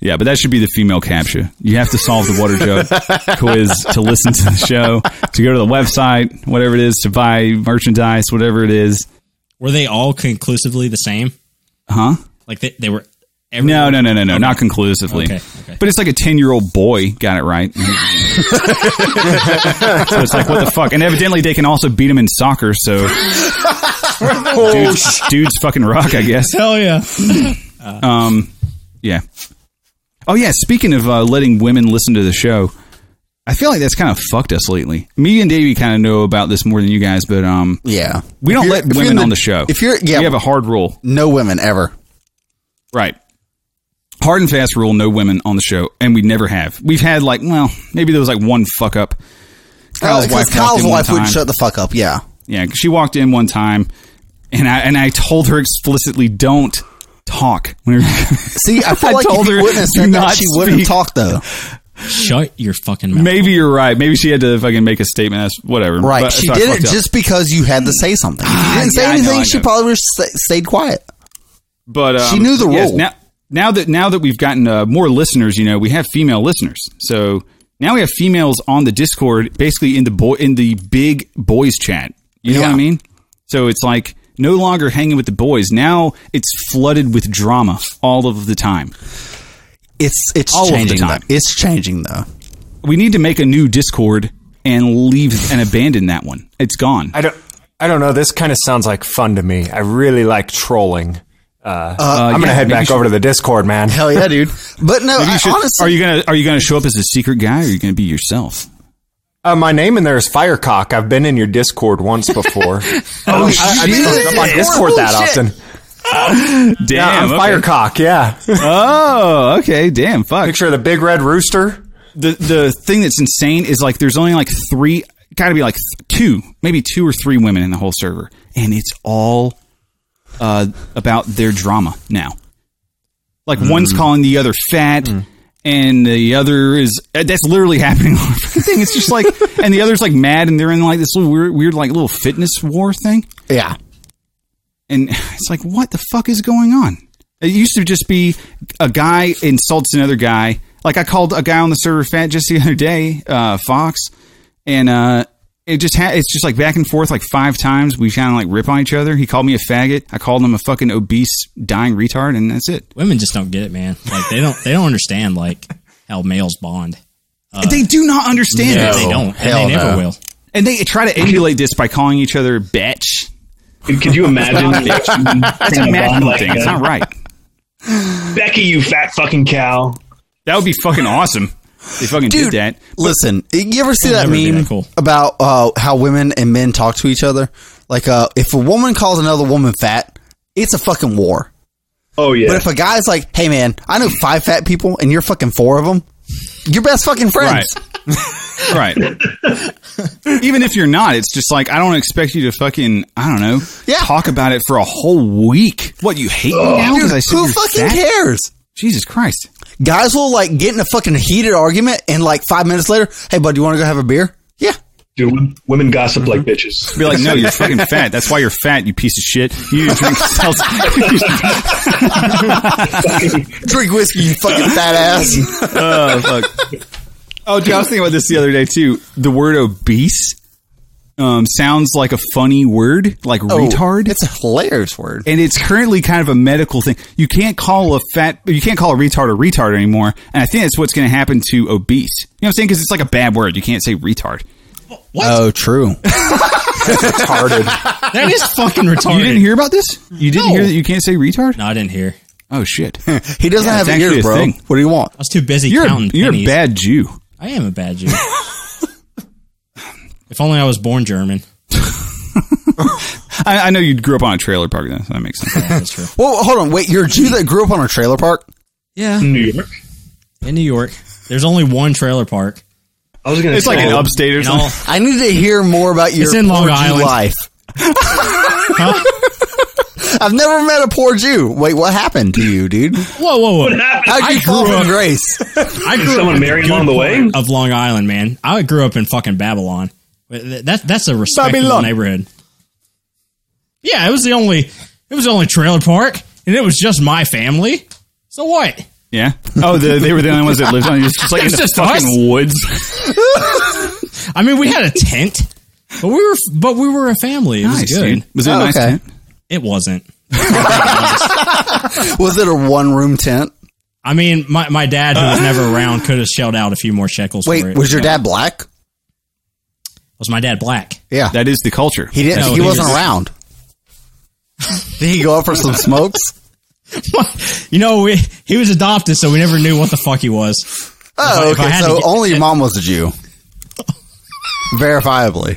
Yeah, but that should be the female capture. You have to solve the water jug quiz to listen to the show, to go to the website, whatever it is, to buy merchandise, whatever it is.
Were they all conclusively the same?
Huh?
Like they, they were. Every,
No, no, no, no, no, not conclusively.
Okay, okay.
But it's like a 10 year old boy got it right. so it's like, what the fuck? And evidently they can also beat him in soccer, so. dudes, dudes fucking rock, I guess.
Hell yeah.
Yeah. Oh yeah. Speaking of uh, letting women listen to the show, I feel like that's kind of fucked us lately. Me and Davey kind of know about this more than you guys, but um,
Yeah.
we
If
don't
you're-
let
if you're
women
in
on the show.
If you're yeah,
we have a hard rule,
no women ever.
right? Hard and fast rule: no women on the show, and we never have. We've had like, well, maybe there was like one fuck up Kyle's wife. walked
Kyle's
in one
wife wouldn't
time.
shut the fuck
[LAUGHS]
up. Yeah.
Yeah, 'cause she walked in one time, and I and I told her explicitly, don't talk. [LAUGHS] When you're-
See, I feel
I
like
told
if you
her,
wouldn't have
"Do
said that,
not
she wouldn't have
speak." [LAUGHS]
talked though.
Shut your fucking mouth.
Maybe you're right. Maybe she had to fucking make a statement. That's whatever.
Right.
But-
she
so I
did it
fucked up. Ah,
just because you had to say something. If you didn't say
yeah, I know,
anything,
I
she
know.
probably would have sta- stayed quiet.
But um,
She knew the
yes,
rule.
now, now that now that we've gotten uh, more listeners, you know, we have female listeners. So now we have females on the Discord, basically in the boy in the big boys chat. You know what
Yeah.
I mean? So it's like no longer hanging with the boys. Now it's flooded with drama all of the time.
It's it's
All of the
changing. Though.
time.
It's changing though.
We need to make a new Discord and leave and abandon that one. It's gone.
I don't. I don't know. This kind of sounds like fun to me. I really like trolling. Uh, I'm
yeah,
gonna head
maybe
back
you
over to the Discord, man.
Hell yeah, dude. But no,
Maybe
I,
you should-
honestly,
are you gonna are you gonna show up as a secret guy or are you gonna be yourself?
Uh, my name in there is Firecock. I've been in your Discord once before. oh, I, don't- I, I
shit.
don't come on Discord that
Holy shit.
often.
Damn,
Yeah, I'm
okay.
Firecock. Yeah,
Oh, okay. Damn, fuck.
picture of the big red rooster.
the the thing that's insane is like there's only like three got to be like th- two maybe two or three women in the whole server and it's all uh, about their drama now like one's calling the other fat and the other is uh, that's literally [LAUGHS] happening on the thing it's just like and the other's like mad and they're in like this little weird, weird like little fitness war thing
yeah.
and [SIGHS] it's like what the fuck is going on it used to just be a guy insults another guy like i called a guy on the server fat just the other day uh, fox and uh, it just ha- it's just like back and forth like five times we kind of like rip on each other he called me a faggot i called him a fucking obese dying retard and that's it
Women just don't get it, man. Like they don't they don't understand like how males bond.
they do not understand
Yeah,
it
Uh, they don't.
hell
And they never
no.
will.
and they try to emulate this by calling each other
[LAUGHS]
bitch
Could, could you imagine?
[LAUGHS]
that's
that's a magical thing it's not right
Becky, you fat fucking cow.
that would be fucking awesome if they fucking
Dude,
did that
Listen, you ever see that
It'll never be
meme
that cool.
about uh, how women and men talk to each other? Like, uh, if a woman calls another woman fat, it's a fucking war.
Oh yeah.
But if a guy's like, "Hey, man, I know five fat people, and you're fucking four of them," you're best fucking
Right.
friends. [LAUGHS]
right. Even if you're not, it's just like I don't expect you to fucking I don't know
Yeah.
talk about it for a whole week. What you hate me now? 'cause I said
Who
you're
fucking
fat?
cares?
Jesus Christ!
Guys will like get in a fucking heated argument, and like five minutes later, "Hey, bud, you want to go have a beer?" Yeah.
Dude, wo- women gossip like
Mm-hmm.
bitches.
Be like, no, you're fucking fat. That's why you're fat, you piece of shit. You need to drink [LAUGHS] seltz-
Drink whiskey, you fucking fat ass.
oh fuck. [LAUGHS] Oh, dude, I was thinking about this the other day too. The word obese um, sounds like a funny word, like [LAUGHS]
Oh.
retard.
It's a hilarious word.
and it's currently kind of a medical thing. You can't call a fat, you can't call a retard a retard anymore. And I think that's what's going to happen to obese. You know what I'm saying? Because it's like a bad word. You can't say retard.
Oh, true.
Retarded.
That
[LAUGHS]
is fucking retarded.
You didn't hear about this? You didn't hear that you can't say retard?
No, I didn't hear. I
Oh shit! you're
He doesn't
Yeah,
have
it's actually
ears,
a
bro.
thing.
What do you want?
was too busy
a,
counting
you're a
pennies.
bad Jew.
I am a bad Jew. if only I was born German.
I, I know you grew up on a trailer park. That, that makes
[LAUGHS]
sense.
That's true.
Well, hold on. Wait, you're a Jew that grew up on a trailer park?
Yeah,
New York.
in New York, there's only one trailer park.
I was gonna.
it's
say,
like an upstate or
And all,
something.
I need to hear more about your
It's in
poor
Long
Jew
Island.
life.
huh?
I've never met a poor Jew. Wait, what happened to you, dude?
Whoa, whoa,
[LAUGHS]
whoa!
How'd you
I
fall
grew
from
up-
grace?
I grew
Someone
in the
married
good
along the way?
part of Long Island, man. I grew up in fucking Babylon. That that's a respectable
Babylon.
neighborhood. Yeah, it was the only it was the only trailer park, and it was just my family. So what?
Yeah. Oh, the, they were the only ones that lived on. It's just like in
It's
the
just
fucking
us?
woods.
I mean, we had a tent, but we were but we were a family. It
Nice,
was good.
dude. Was it a
Oh,
nice
okay.
tent?
It wasn't.
Was it a one room tent?
I mean, my, my dad, who was never around, could have shelled out a few more shekels. for
Uh. Wait,
it.
was your dad black?
was my dad black? [LAUGHS]
Yeah.
That is the culture.
he didn't
No,
he,
he
wasn't
was-
around. [LAUGHS] Did he go up for some
[LAUGHS]
smokes?
you know, we, he was adopted, so we never knew what the fuck he was.
Oh,
If I- if I
okay.
had
So
to get-
only your mom was a Jew.
[LAUGHS]
Verifiably.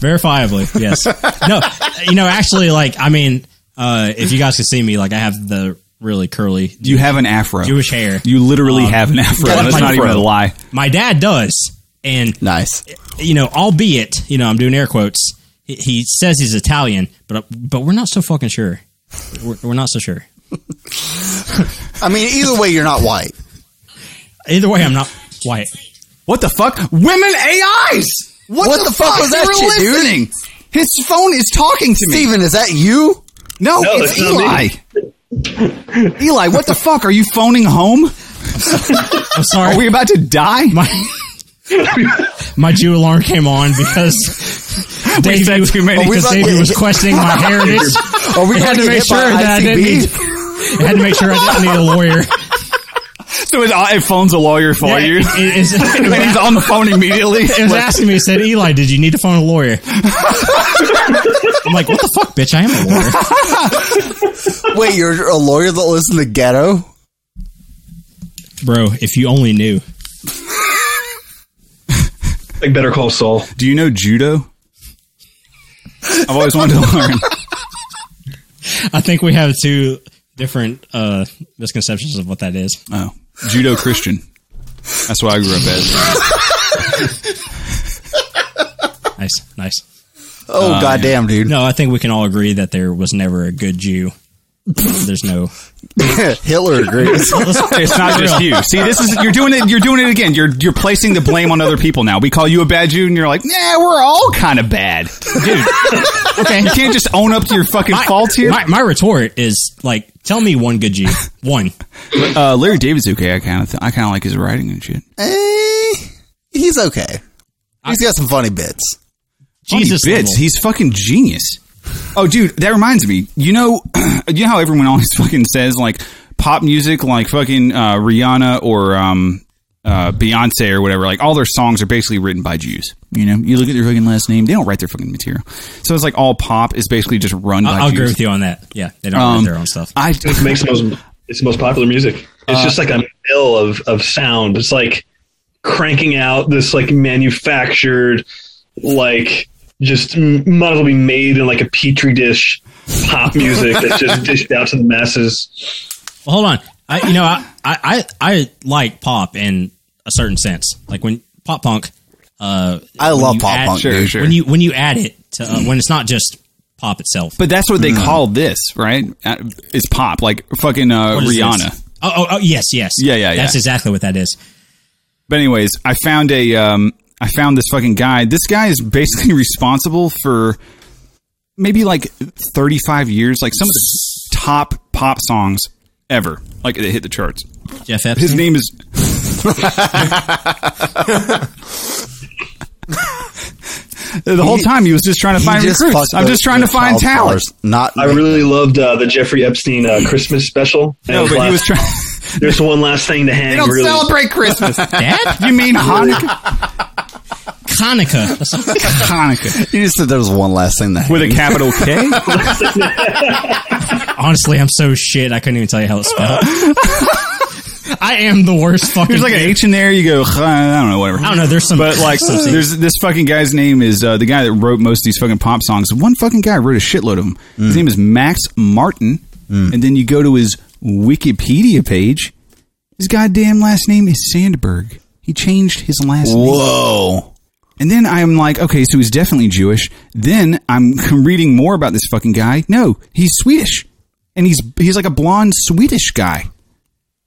Verifiably, yes. no, you know, actually, like, I mean, uh, if you guys can see me, like, I have the really curly
You have an afro.
Jewish hair.
You literally have an afro.
got
That's
my
not even
afro.
a lie.
My dad does. and
Nice.
you know, albeit you know, I'm doing air quotes. He, he says he's Italian, but uh, but we're not so fucking sure. We're, we're not so sure.
I mean, either way, you're not white.
Either way, I'm not white.
What the fuck? Women AIs!
What, the, fuck, was that
You're
shit, dude?
listening. His phone is talking to me.
Steven, is that you?
No,
that's
it's
not
Eli. Eli, what the fuck? Are you phoning home?
I'm sorry.
Are we about to die?
my my Jew alarm came on because Dave,
said too many.
because
Are we
Davey
about-
[LAUGHS]
was questioning my heritage.
Are we
I had
gonna get
to make
hit by
sure that I didn't
ICB? [LAUGHS]
need. I had to make sure I didn't need a lawyer.
[LAUGHS] So it, it phones a lawyer for you. [LAUGHS]
It, it's- it
and he's
was-
on the phone immediately.
[LAUGHS] it was asking me, it said, Eli, did you need to phone a lawyer? [LAUGHS] I'm like, what the fuck, bitch? I am a lawyer.
Wait, you're a lawyer that lives in the ghetto? Oh,
Bro, if you only knew.
Like Better Call Saul.
Do you know judo? I've always wanted to learn.
I think we have two different uh, misconceptions of what that is.
Oh, judo Christian. That's what I grew up as.
Nice, nice.
Oh, goddamn, dude.
No, I think we can all agree that there was never a good Jew. There's no.
[LAUGHS] Hitler agrees.
It's not just you. See, this is you're doing it. You're doing it again. You're you're placing the blame on other people now. We call you a bad Jew, and you're like, nah, we're all kind of bad, dude. okay, you can't just own up to your fucking faults here.
[LAUGHS] My, my retort is like, tell me one good Jew. One.
Uh, Larry David's okay. I kind of th- I kind of like his writing and shit.
Eh, he's okay. He's got some funny bits.
Jesus
Funny bits.
level.
He's fucking genius. Oh, dude, that reminds me. You know, [CLEARS THROAT] you know how everyone always [LAUGHS] fucking says like pop music, like fucking uh, Rihanna or um, uh, Beyonce or whatever. Like all their songs are basically written by Jews. You know, you look at their fucking last name; they don't write their fucking material. So it's like all pop is basically just run by
I'll, I'll
Jews.
agree with you on that. Yeah, they don't write their own stuff.
I
It makes the most. It's the most popular music. It's
Uh,
just like a mill of of sound. It's like cranking out this like manufactured, like just m- might as well be made in like a petri dish pop music
[LAUGHS]
that's just dished out to the masses.
Well, hold on. I, you know, I, I, I, I like pop in a certain sense. Like when pop punk. Uh,
I
when
love
you
pop
add-
punk, dude.
sure.
When you when you add it to uh, when it's not just pop itself.
[LAUGHS] but that's what
Mm.
they call this, right? Uh, It's pop, like fucking uh,
What is
Rihanna.
this? Oh, oh, oh, yes, yes.
Yeah, yeah,
That's
yeah.
exactly what that is.
But anyways, I found a um, I found this fucking guy. This guy is basically [LAUGHS] responsible for maybe like 35 years, like some of the top pop songs ever, like that hit the charts.
Jeff
His
Epstein.
name [LAUGHS] is. the whole time he was just trying to find recruits.
fucked
I'm
the-
just trying to
the
find
child
talent.
stars, Not
I really loved uh, the Jeffrey Epstein uh, Christmas special. And
No,
his
but he
last-
was trying.
There's one last thing to hang.
They don't
really.
celebrate Christmas.
Dad
you mean Hanukkah? [LAUGHS]
Hanukkah. That's not-
Hanukkah
You just said there was one last thing that.
with a capital [LAUGHS] K.
Honestly, I'm so shit. I couldn't even tell you how it's spelled. I am the worst fucking.
There's like an H in there. You go. I don't know. Whatever.
I don't know. There's some.
But
[LAUGHS]
like, there's this fucking guy's name is uh, the guy that wrote most of these fucking pop songs. One fucking guy wrote a shitload of them. His name is Max Martin, and then you go to his Wikipedia page. His goddamn last name is Sandberg. He changed his last name.
Whoa.
And then I'm like, okay, so he's definitely Jewish. Then I'm [LAUGHS] reading more about this fucking guy. No, he's Swedish, and he's he's like a blonde Swedish guy,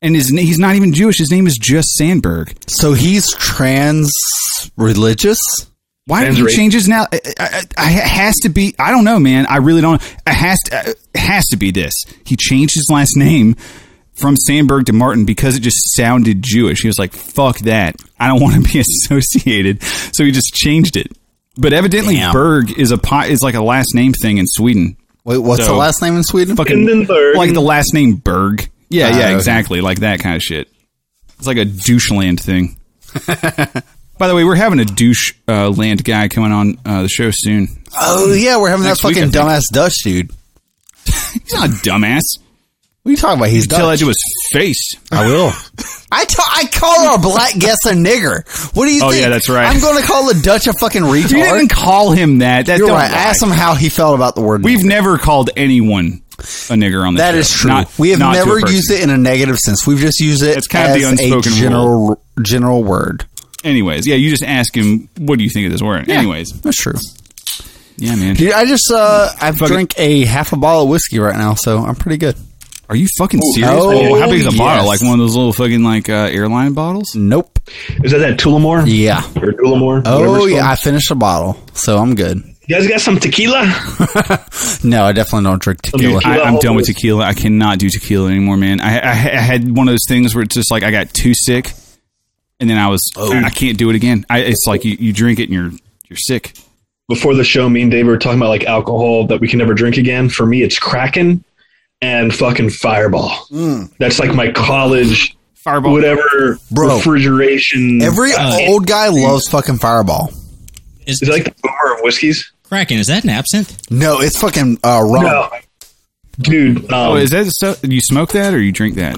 and his na- he's not even Jewish. His name is just Sandberg.
So he's trans religious?
Why did he
Andrew.
change his now? I, I, I, it has to be. I don't know, man. I really don't. It has to. It has to be this. He changed his last name from Sandberg to Martin because it just sounded Jewish. He was like, "Fuck that! I don't want to be [LAUGHS] associated." So he just changed it. But evidently,
Damn.
Berg is a po- is like a last name thing in Sweden.
Wait, what's
So-
the last name in Sweden?
Fucking
Hindenburg.
like the last name Berg. Yeah,
Ah,
yeah,
okay.
exactly. Like that kind of shit. It's like a douche land
[LAUGHS]
thing. By the way, we're having a douche uh, land guy coming on uh, the show soon.
Oh, yeah, we're having that
Next week,
fucking
I think.
dumbass Dutch dude. What
He's not a dumbass.
are you talking about? He's
Tell that
Dutch.
to his face.
I will. [LAUGHS] I ta- I call a black guest a nigger. What do you
Oh,
think?
yeah, that's right.
I'm going to call the Dutch a fucking retard.
You didn't call him that. That
You're
don't
right.
lie.
Ask him how he felt about the word.
We've never called anyone a nigger on this.
That
show.
is true.
Not-
we have
not to a
never
person.
used it in a negative sense. We've just used it
It's kind of the
as
unspoken
a general general word.
Anyways, yeah, you just ask him, what do you think of this word? Anyways,
That's true.
yeah, man.
Dude, I just uh, I've drank a half a bottle of whiskey right now, so I'm pretty good.
Are you fucking serious?
oh,
How big is the bottle? Like
yes.
one of those little fucking like uh, airline bottles?
Nope.
Is that that Tullamore?
Yeah.
Or Tullamore? whatever
Oh
it's
yeah,
called.
I finished a bottle, so I'm good.
You guys got some tequila?
No, I definitely don't drink tequila.
I, I'm
Tequila,
done with
hopefully.
tequila. I cannot do tequila anymore, man. I, I, I had one of those things where it's just like I got too sick, and then I was
Oh.
I, I can't do it again. I, it's like you, you drink it and you're you're sick.
Before the show, me and Dave were talking about like alcohol that we can never drink again. For me, it's Kraken and fucking Fireball. That's like my college
Fireball.
whatever
Mm. Bro.
refrigeration.
Every
Uh,
old guy loves fucking Fireball.
Is,
is it like the boomer of whiskeys?
Kraken, is that an absinthe?
No, it's fucking uh, rum.
No, dude. Um,
Oh, is that stuff? You smoke that or you drink that?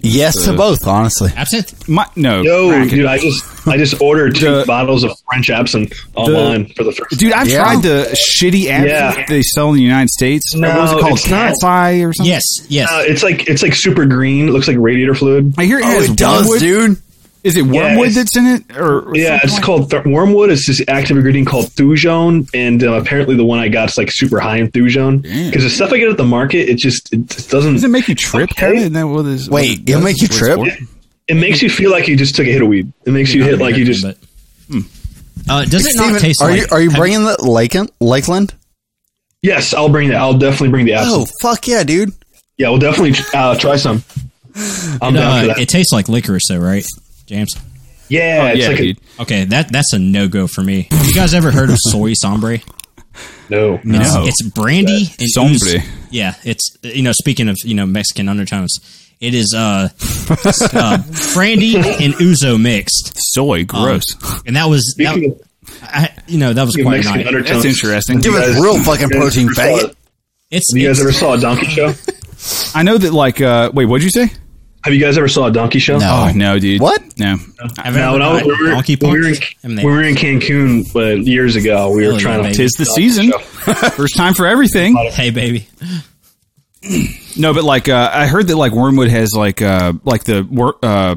Yes to both, honestly.
Absinthe?
My, no,
Yo,
Kraken.
dude, I just I just ordered two bottles of French absinthe online for the first.
Dude, I've
Yeah.
tried the shitty absinthe
Yeah.
they sell in the United States.
No,
what was it called?
it's not.
Catfi or something?
Yes, yes.
Uh, it's like it's like super green. It looks like radiator fluid.
I hear it has wormwood.
Oh, dude.
Is it wormwood
it's-
that's in it? Or or
Yeah,
something
it's
like-
called th- wormwood. It's this active ingredient called thujone, and uh, apparently the one I got is like super high in thujone because the stuff I get at the market, it just it just doesn't.
Does it make you trip?
Okay.
Kind of? Isn't that what is-
Wait,
what
it'll
does?
make you
What it's
trip?
for?
it makes you feel like you just took a hit of weed. It makes you hit like you just.
But, uh, does it not
Steven,
taste
are
like?
you are you bringing the Lakeland? Lakeland?
Yes, I'll bring that. I'll definitely bring the
Oh
absinthe.
fuck yeah, dude.
Yeah, we'll definitely uh, try some.
it,
I'm down for
uh,
that.
it tastes like licorice, though, right, James?
yeah, it's
Yeah,
like
dude.
Okay, that that's a no go for me. You guys ever heard of soy sombre?
a no.
It's,
No.
it's brandy and
Sombre.
ooze. Yeah, it's you know speaking of you know Mexican undertones, it is uh, [LAUGHS] uh brandy and ouzo mixed,
Soy, gross.
Um,
and that was that,
Speaking of-
I, you know that was
speaking of
quite
Mexican
nice.
undertones,
that's interesting.
Give us
guys-
real fucking
you guys
protein
ever saw
faggot.
it?
It's,
You guys
it's-
ever saw a donkey show?
I know that, like, uh, wait, what'd you say?
Have you guys ever saw a donkey show?
No.
Oh, no, dude.
What?
No.
have
No, when I was, when we were,
donkey
when we were in,
punch? I mean, they-
when we were in Cancun uh, years ago, we
Hell
were
yeah,
trying to.
baby.
Tis the season. [LAUGHS] First time for everything.
hey baby,
No, but like uh, I heard that like wormwood has like uh, like the wor- uh,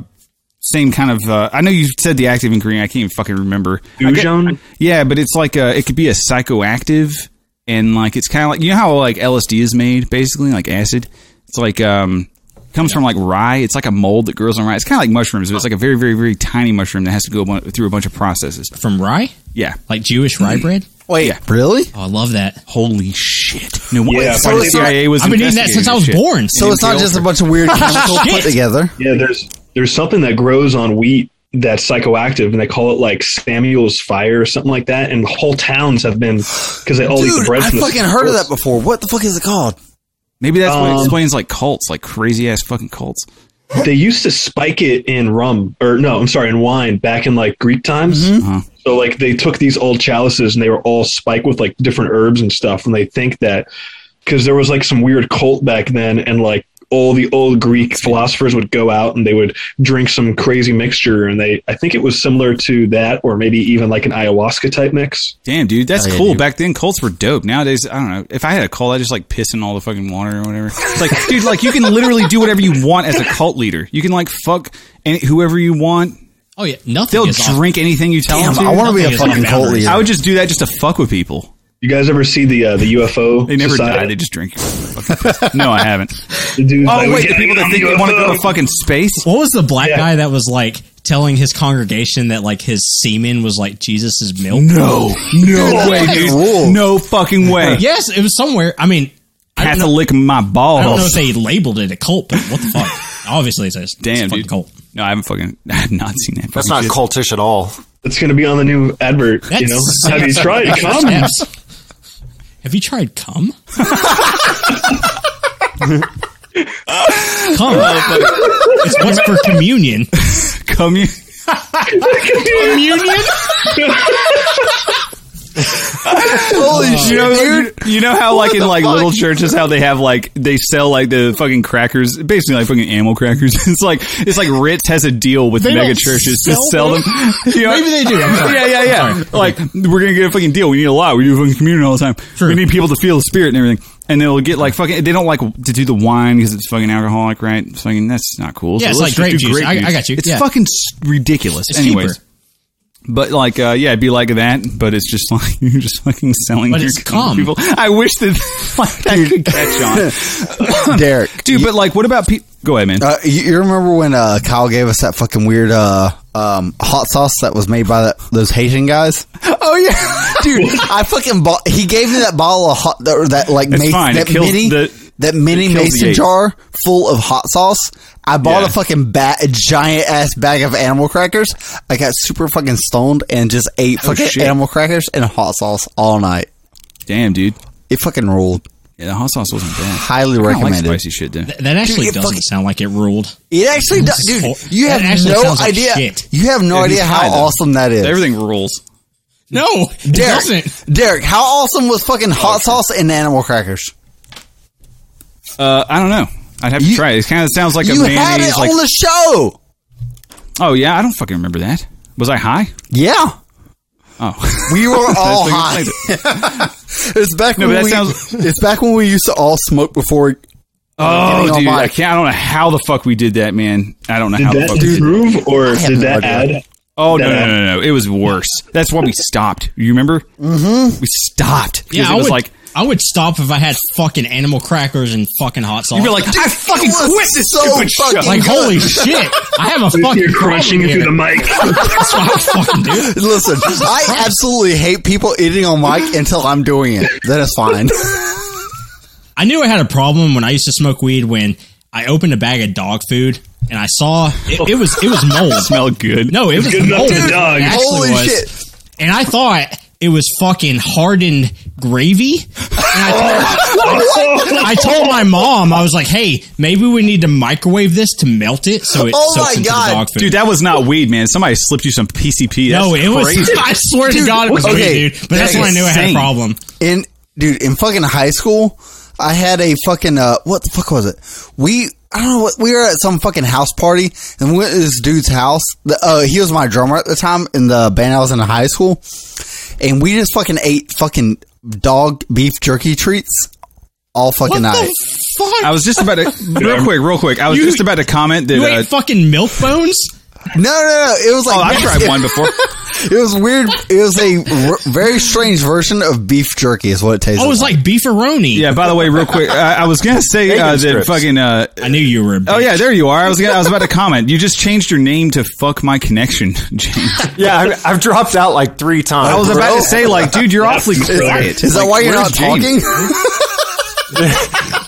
same kind of. Uh, I know you said the active ingredient. I can't even fucking remember. I get-
Gujone?
yeah, but it's like uh, it could be a psychoactive, and like it's kind of like you know how like LSD is made, basically like acid. It's like um comes from like rye. It's like a mold that grows on rye. It's kind of like mushrooms, but it's like a very very very tiny mushroom that has to go bu- through a bunch of processes.
from rye,
Yeah.
like Jewish rye
Hmm.
bread.
Wait, really?
Oh, I love that.
Holy shit! No, why
Yeah,
the
so
fuck
it's
CIA was
I've been eating that since I was
investigating this shit?
born.
So it's not just a bunch of [LAUGHS] weird chemicals put
Shit.
together.
Yeah, there's there's something that grows on wheat that's psychoactive, and they call it like Samuel's fire or something like that. And whole towns have been because they all eat the
Dude,
bread.
I
from the
fucking
same
heard of
source.
that before. What the fuck is it called?
Maybe that's what
Um,
explains like cults, like crazy ass fucking cults.
They used to spike it in rum, or no, I'm sorry, in wine back in like Greek times.
Uh-huh.
So like they took these old chalices and they were all spiked with like different herbs and stuff, and they think that because there was like some weird cult back then, and like all the old Greek philosophers would go out and they would drink some crazy mixture, and they I think it was similar to that, or maybe even like an ayahuasca type mix.
Damn, dude, that's
Oh, yeah,
cool.
dude.
Back then, cults were dope. Nowadays, I don't know. If I had a cult, I just like piss in all the fucking water or
[LAUGHS]
whatever. It's like, dude, like you can literally do whatever you want as a cult leader. You can like fuck any, whoever you want.
Oh yeah, nothing.
They'll
is off-
drink anything you tell
Damn,
them.
I want to be a
nothing is
fucking
fucking
cult
average.
leader.
I would just do that just to fuck with people.
You guys ever see the uh, the
[LAUGHS]
UFO?
They never
Society?
die. They just drink. [LAUGHS] your fucking piss. No, I haven't.
The dude's [LAUGHS]
Oh
like, "We
wait, the
gotta
people
get
that
on
think
the
they want to go
UFO."
to fucking space.
What was the black
Yeah.
guy that was like telling his congregation that like his semen was like Jesus's milk?
No, no way, dude. No fucking way.
Yes, it was somewhere. I mean, I
Have to
don't, know,
lick my balls.
I don't know if they labeled it a cult, but what the fuck? Obviously, it's a, it's a
Damn,
fucking
dude.
cult.
No, I haven't fucking. [LAUGHS] I have not seen that.
That's
fucking
not
shit.
cultish at all.
It's going to be on the new advert.
That's
you know, have you tried cum?
Yes. Um, [LAUGHS] Have you tried cum? cum. it's what's for communion.
Commun-
Communion?
Holy
you know,
dude.
you know how like in like little churches how they have like they sell like the fucking crackers, basically like fucking animal crackers. [LAUGHS] it's like it's like Ritz has a deal with
They
mega
don't
churches to
sell
sell them. [LAUGHS] You know?
Maybe they do. I'm sorry.
Yeah, yeah, yeah. Like we're gonna get a fucking deal. We need a lot. We do fucking communion all the time.
True.
We need people to feel the spirit and everything. And they'll get like fucking. They don't like to do the wine because it's fucking alcoholic, right? It's fucking that's not cool.
Yeah, it's
let's
like
just do
grape juice. I- I got you.
It's
Yeah.
fucking s- ridiculous.
It's
Anyways,
cheaper.
But like, uh, yeah, it'd be like that. But it's just [LAUGHS] like you're just fucking selling
But
your
it's
cum
cum.
to people. I wish that [LAUGHS] like, that could catch on,
Derek,
dude. But like, what about people? Go ahead, man.
Uh, you, you remember when uh, Kyle gave us that fucking weird uh, um, hot sauce that was made by that, those
[LAUGHS]
Haitian guys?
[LAUGHS] oh yeah,
Dude, I fucking bought. He gave me that bottle of hot that, that like
It's
ma-
fine, it
that
kills
mini
the-
that mini
it kills the
mason
ape.
jar full of hot sauce. I bought
Yeah.
a fucking bat, a giant ass bag of animal crackers. I got super fucking stoned and just ate fucking
shit.
animal crackers and hot sauce all night.
damn, dude.
It fucking ruled.
Yeah, the hot sauce wasn't bad.
Highly
I kinda
recommended.
Like spicy shit, dude.
Th- that actually
it
doesn't
fucking-
sound like it ruled.
It actually does,
is
dude.
hor-
you
that
have
actually
no
sounds like
idea.
shit.
You have no
Dude, he's
idea how
high, though.
awesome that is.
Everything rules.
No, it
Derek,
doesn't.
Derek, how awesome was fucking
Oh,
hot sauce and animal crackers?
Uh, I don't know. I'd have to
You-
try it. It kind of sounds like a
you had
mayonnaise.
it
Like,
on the show.
oh yeah, I don't fucking remember that. Was I high?
Yeah,
Oh,
[LAUGHS]
[LAUGHS]
we were all
That's what
high.
you
[LAUGHS] it's back
No,
when
but
we,
that
it's back when we used to all smoke before.
oh
Getting on
dude, I
mic.
can't. I don't know how the fuck we did that, man. I don't know
Did
how the
that
fuck. we did
improve or
have
did
no
that
idea.
add?
Oh no,
that
no,
out.
no, no! It was worse. That's why we stopped. You remember? Mm-hmm. We stopped because
Yeah,
it
I
was
would.
like
I would stop if I had fucking animal crackers and fucking hot sauce.
you were like, I fucking
it was
quit this
so
stupid
fucking-
show.
[LAUGHS]
Like, holy shit! I have a fucking
You're crunching
problem here.
into
[LAUGHS]
the mic.
That's what I fucking do.
Listen, I absolutely hate people eating on mic until I'm doing it. That is fine.
I knew I had a problem when I used to smoke weed when I opened a bag of dog food and I saw it, it was it was mold.
smelled good.
No, it was
Good enough
mold.
to dog.
It actually
Holy
was.
shit.
And I thought it was fucking hardened gravy. And I, told, I told my mom, I was like, "Hey, maybe we need to microwave this to melt it so it
Oh
soaks
my
into
God.
the dog food."
Dude, that was not weed, man. Somebody slipped you some PCP. That's
no, it
crazy.
was. [LAUGHS] I swear to
Dude,
God, it was
okay,
weed, dude. But that's
that
when I
is
knew I had a
insane.
problem.
in dude in fucking high school i had a fucking uh what the fuck was it we i don't know what we were at some fucking house party and we went to this dude's house the, uh he was my drummer at the time in the band i was in high school and we just fucking ate fucking dog beef jerky treats all fucking
What
night
the fuck?
I was just [LAUGHS] about to real quick, real quick. I was
You-
just about to comment that.
you
uh,
ate fucking milk bones?
no no no it was like
oh, I've tried
it,
one before.
was weird it was a r- very strange version of beef jerky is what it tastes
Oh, it was like beefaroni.
Yeah. By the way, real quick, I, I was gonna say uh,
Bacon
that
strips.
fucking. Uh,
I knew you were. A bitch.
oh yeah, there you are. I was gonna, I was about to comment. You just changed your name to "fuck my connection," [LAUGHS] James.
Yeah, I've, I've dropped out like three times.
I was
Bro.
about to say, like, dude, you're awfully quiet.
is that
Like,
why you're
where's
not
James?
talking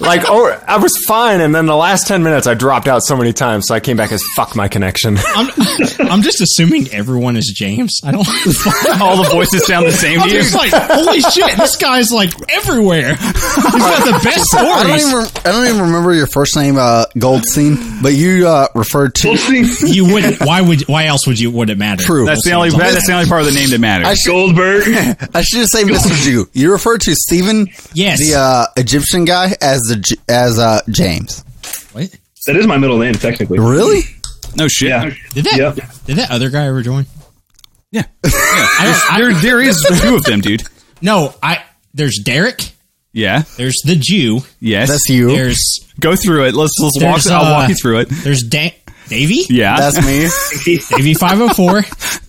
like, oh, I was fine, and then the last ten minutes I dropped out so many times, so I came back as fuck my connection.
I'm, I'm [LAUGHS] just assuming everyone is James. I don't.
All the voices sound the same to
I'm
you.
just like, holy shit, this guy's like everywhere. He's got the best
I don't, even,
stories.
I don't even remember your first name, uh, Goldstein, but you uh, referred to.
Goldstein,
You wouldn't. Why would? Why else would you? Would it matter?
True.
That's the only. That's the only part of the name that matters.
I should,
Goldberg.
I should just say Mr. Jew. You referred to Stephen,
Yes.
the uh, Egyptian guy, as the J- as uh, James.
What?
That is my middle name, technically.
Really?
no shit.
Yeah.
Did that?
Yep.
Did that other guy ever join? [LAUGHS]
Yeah.
I don't. I,
There, there is two of them, dude.
no. I. There's Derek.
Yeah.
There's the Jew.
Yes.
That's you.
There's.
Go through it. Let's let's walk.
There's,
I'll
uh,
walk you through it.
There's da- Davy.
Yeah.
That's
[LAUGHS]
me.
Davy five hundred
[LAUGHS]
four.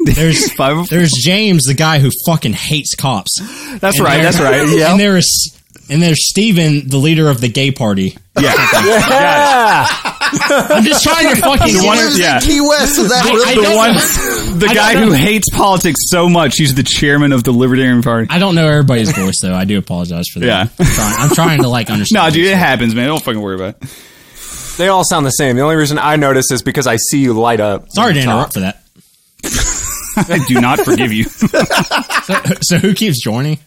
There's
504.
There's James, the guy who fucking hates cops.
[LAUGHS] that's
And
right.
there-
That's right.
[LAUGHS]
Yeah.
And there's and there's Steven, the leader of the gay party. [LAUGHS]
Yeah.
yeah,
I'm just trying
[LAUGHS]
to fucking.
He
one-
lives
yeah.
in Key West, so that
I- I
really
don't-
The one. The
I
guy
don't
who
know.
hates politics so much. He's the chairman of the Libertarian Party.
I don't know everybody's voice though. I do apologize for that.
Yeah.
I'm trying, I'm trying to like
No,
understand.
dude, it happens, man. Don't fucking worry about it.
they all sound the same. The only reason I notice is because I see you light up.
Sorry to interrupt for that. [LAUGHS]
I do not forgive you. [LAUGHS]
So who keeps joining?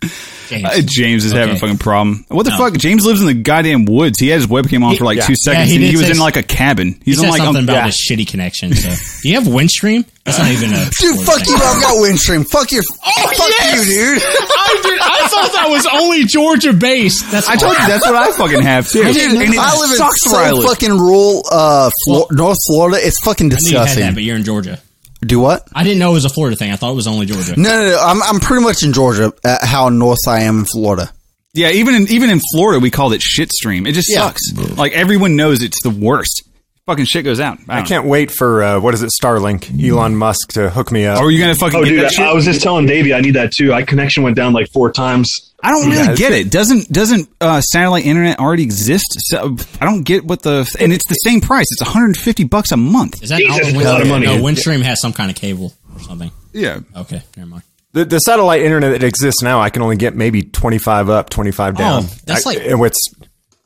James.
Uh, James is having a
Okay.
fucking problem. What the fuck? James lives in the goddamn woods. He had his webcam on for like
yeah.
two seconds,
he
and
did
he was
say
in
s-
like a cabin.
he
He's
said
on like
something
um,
about
yeah.
a shitty connection. So do you have Windstream? That's not
[LAUGHS]
even a
Dude, fuck you. I've got Windstream. Fuck your. fuck you, dude.
[LAUGHS] I, did, I thought that was only Georgia based. That's
I told you that's what I fucking have too.
Dude,
And it
I live in
sucks where I
so
live.
fucking rural uh, Flo- North Florida. It's fucking
I knew you had that,
disgusting.
but you're in Georgia.
Do what?
I didn't know it was a Florida thing. I thought it was only Georgia.
No, no, no. I'm, I'm pretty much in Georgia. Uh, how north I am in Florida.
Yeah, even in even in Florida, we called it shit stream. It just
Yeah.
sucks. Like everyone knows it's the worst. fucking shit goes out. I,
I
don't
can't wait for uh, what is it, Starlink? Elon Musk to hook me up.
know. Are you gonna fucking
Oh,
get
dude,
that shit?
I, I was just telling Davey I need that too. I connection went down like four times.
I don't really
Yeah.
get it. Doesn't doesn't uh, satellite internet already exist? So I don't get what the and it's the same price. It's 150 bucks a month.
Is that
Jesus,
not
it's a lot of money.
No, Windstream has some kind of cable or something.
Yeah.
Okay, never mind.
the, the satellite internet that exists now, I can only get maybe twenty five up, twenty five
Oh,
down.
that's
I-
like-
and what's-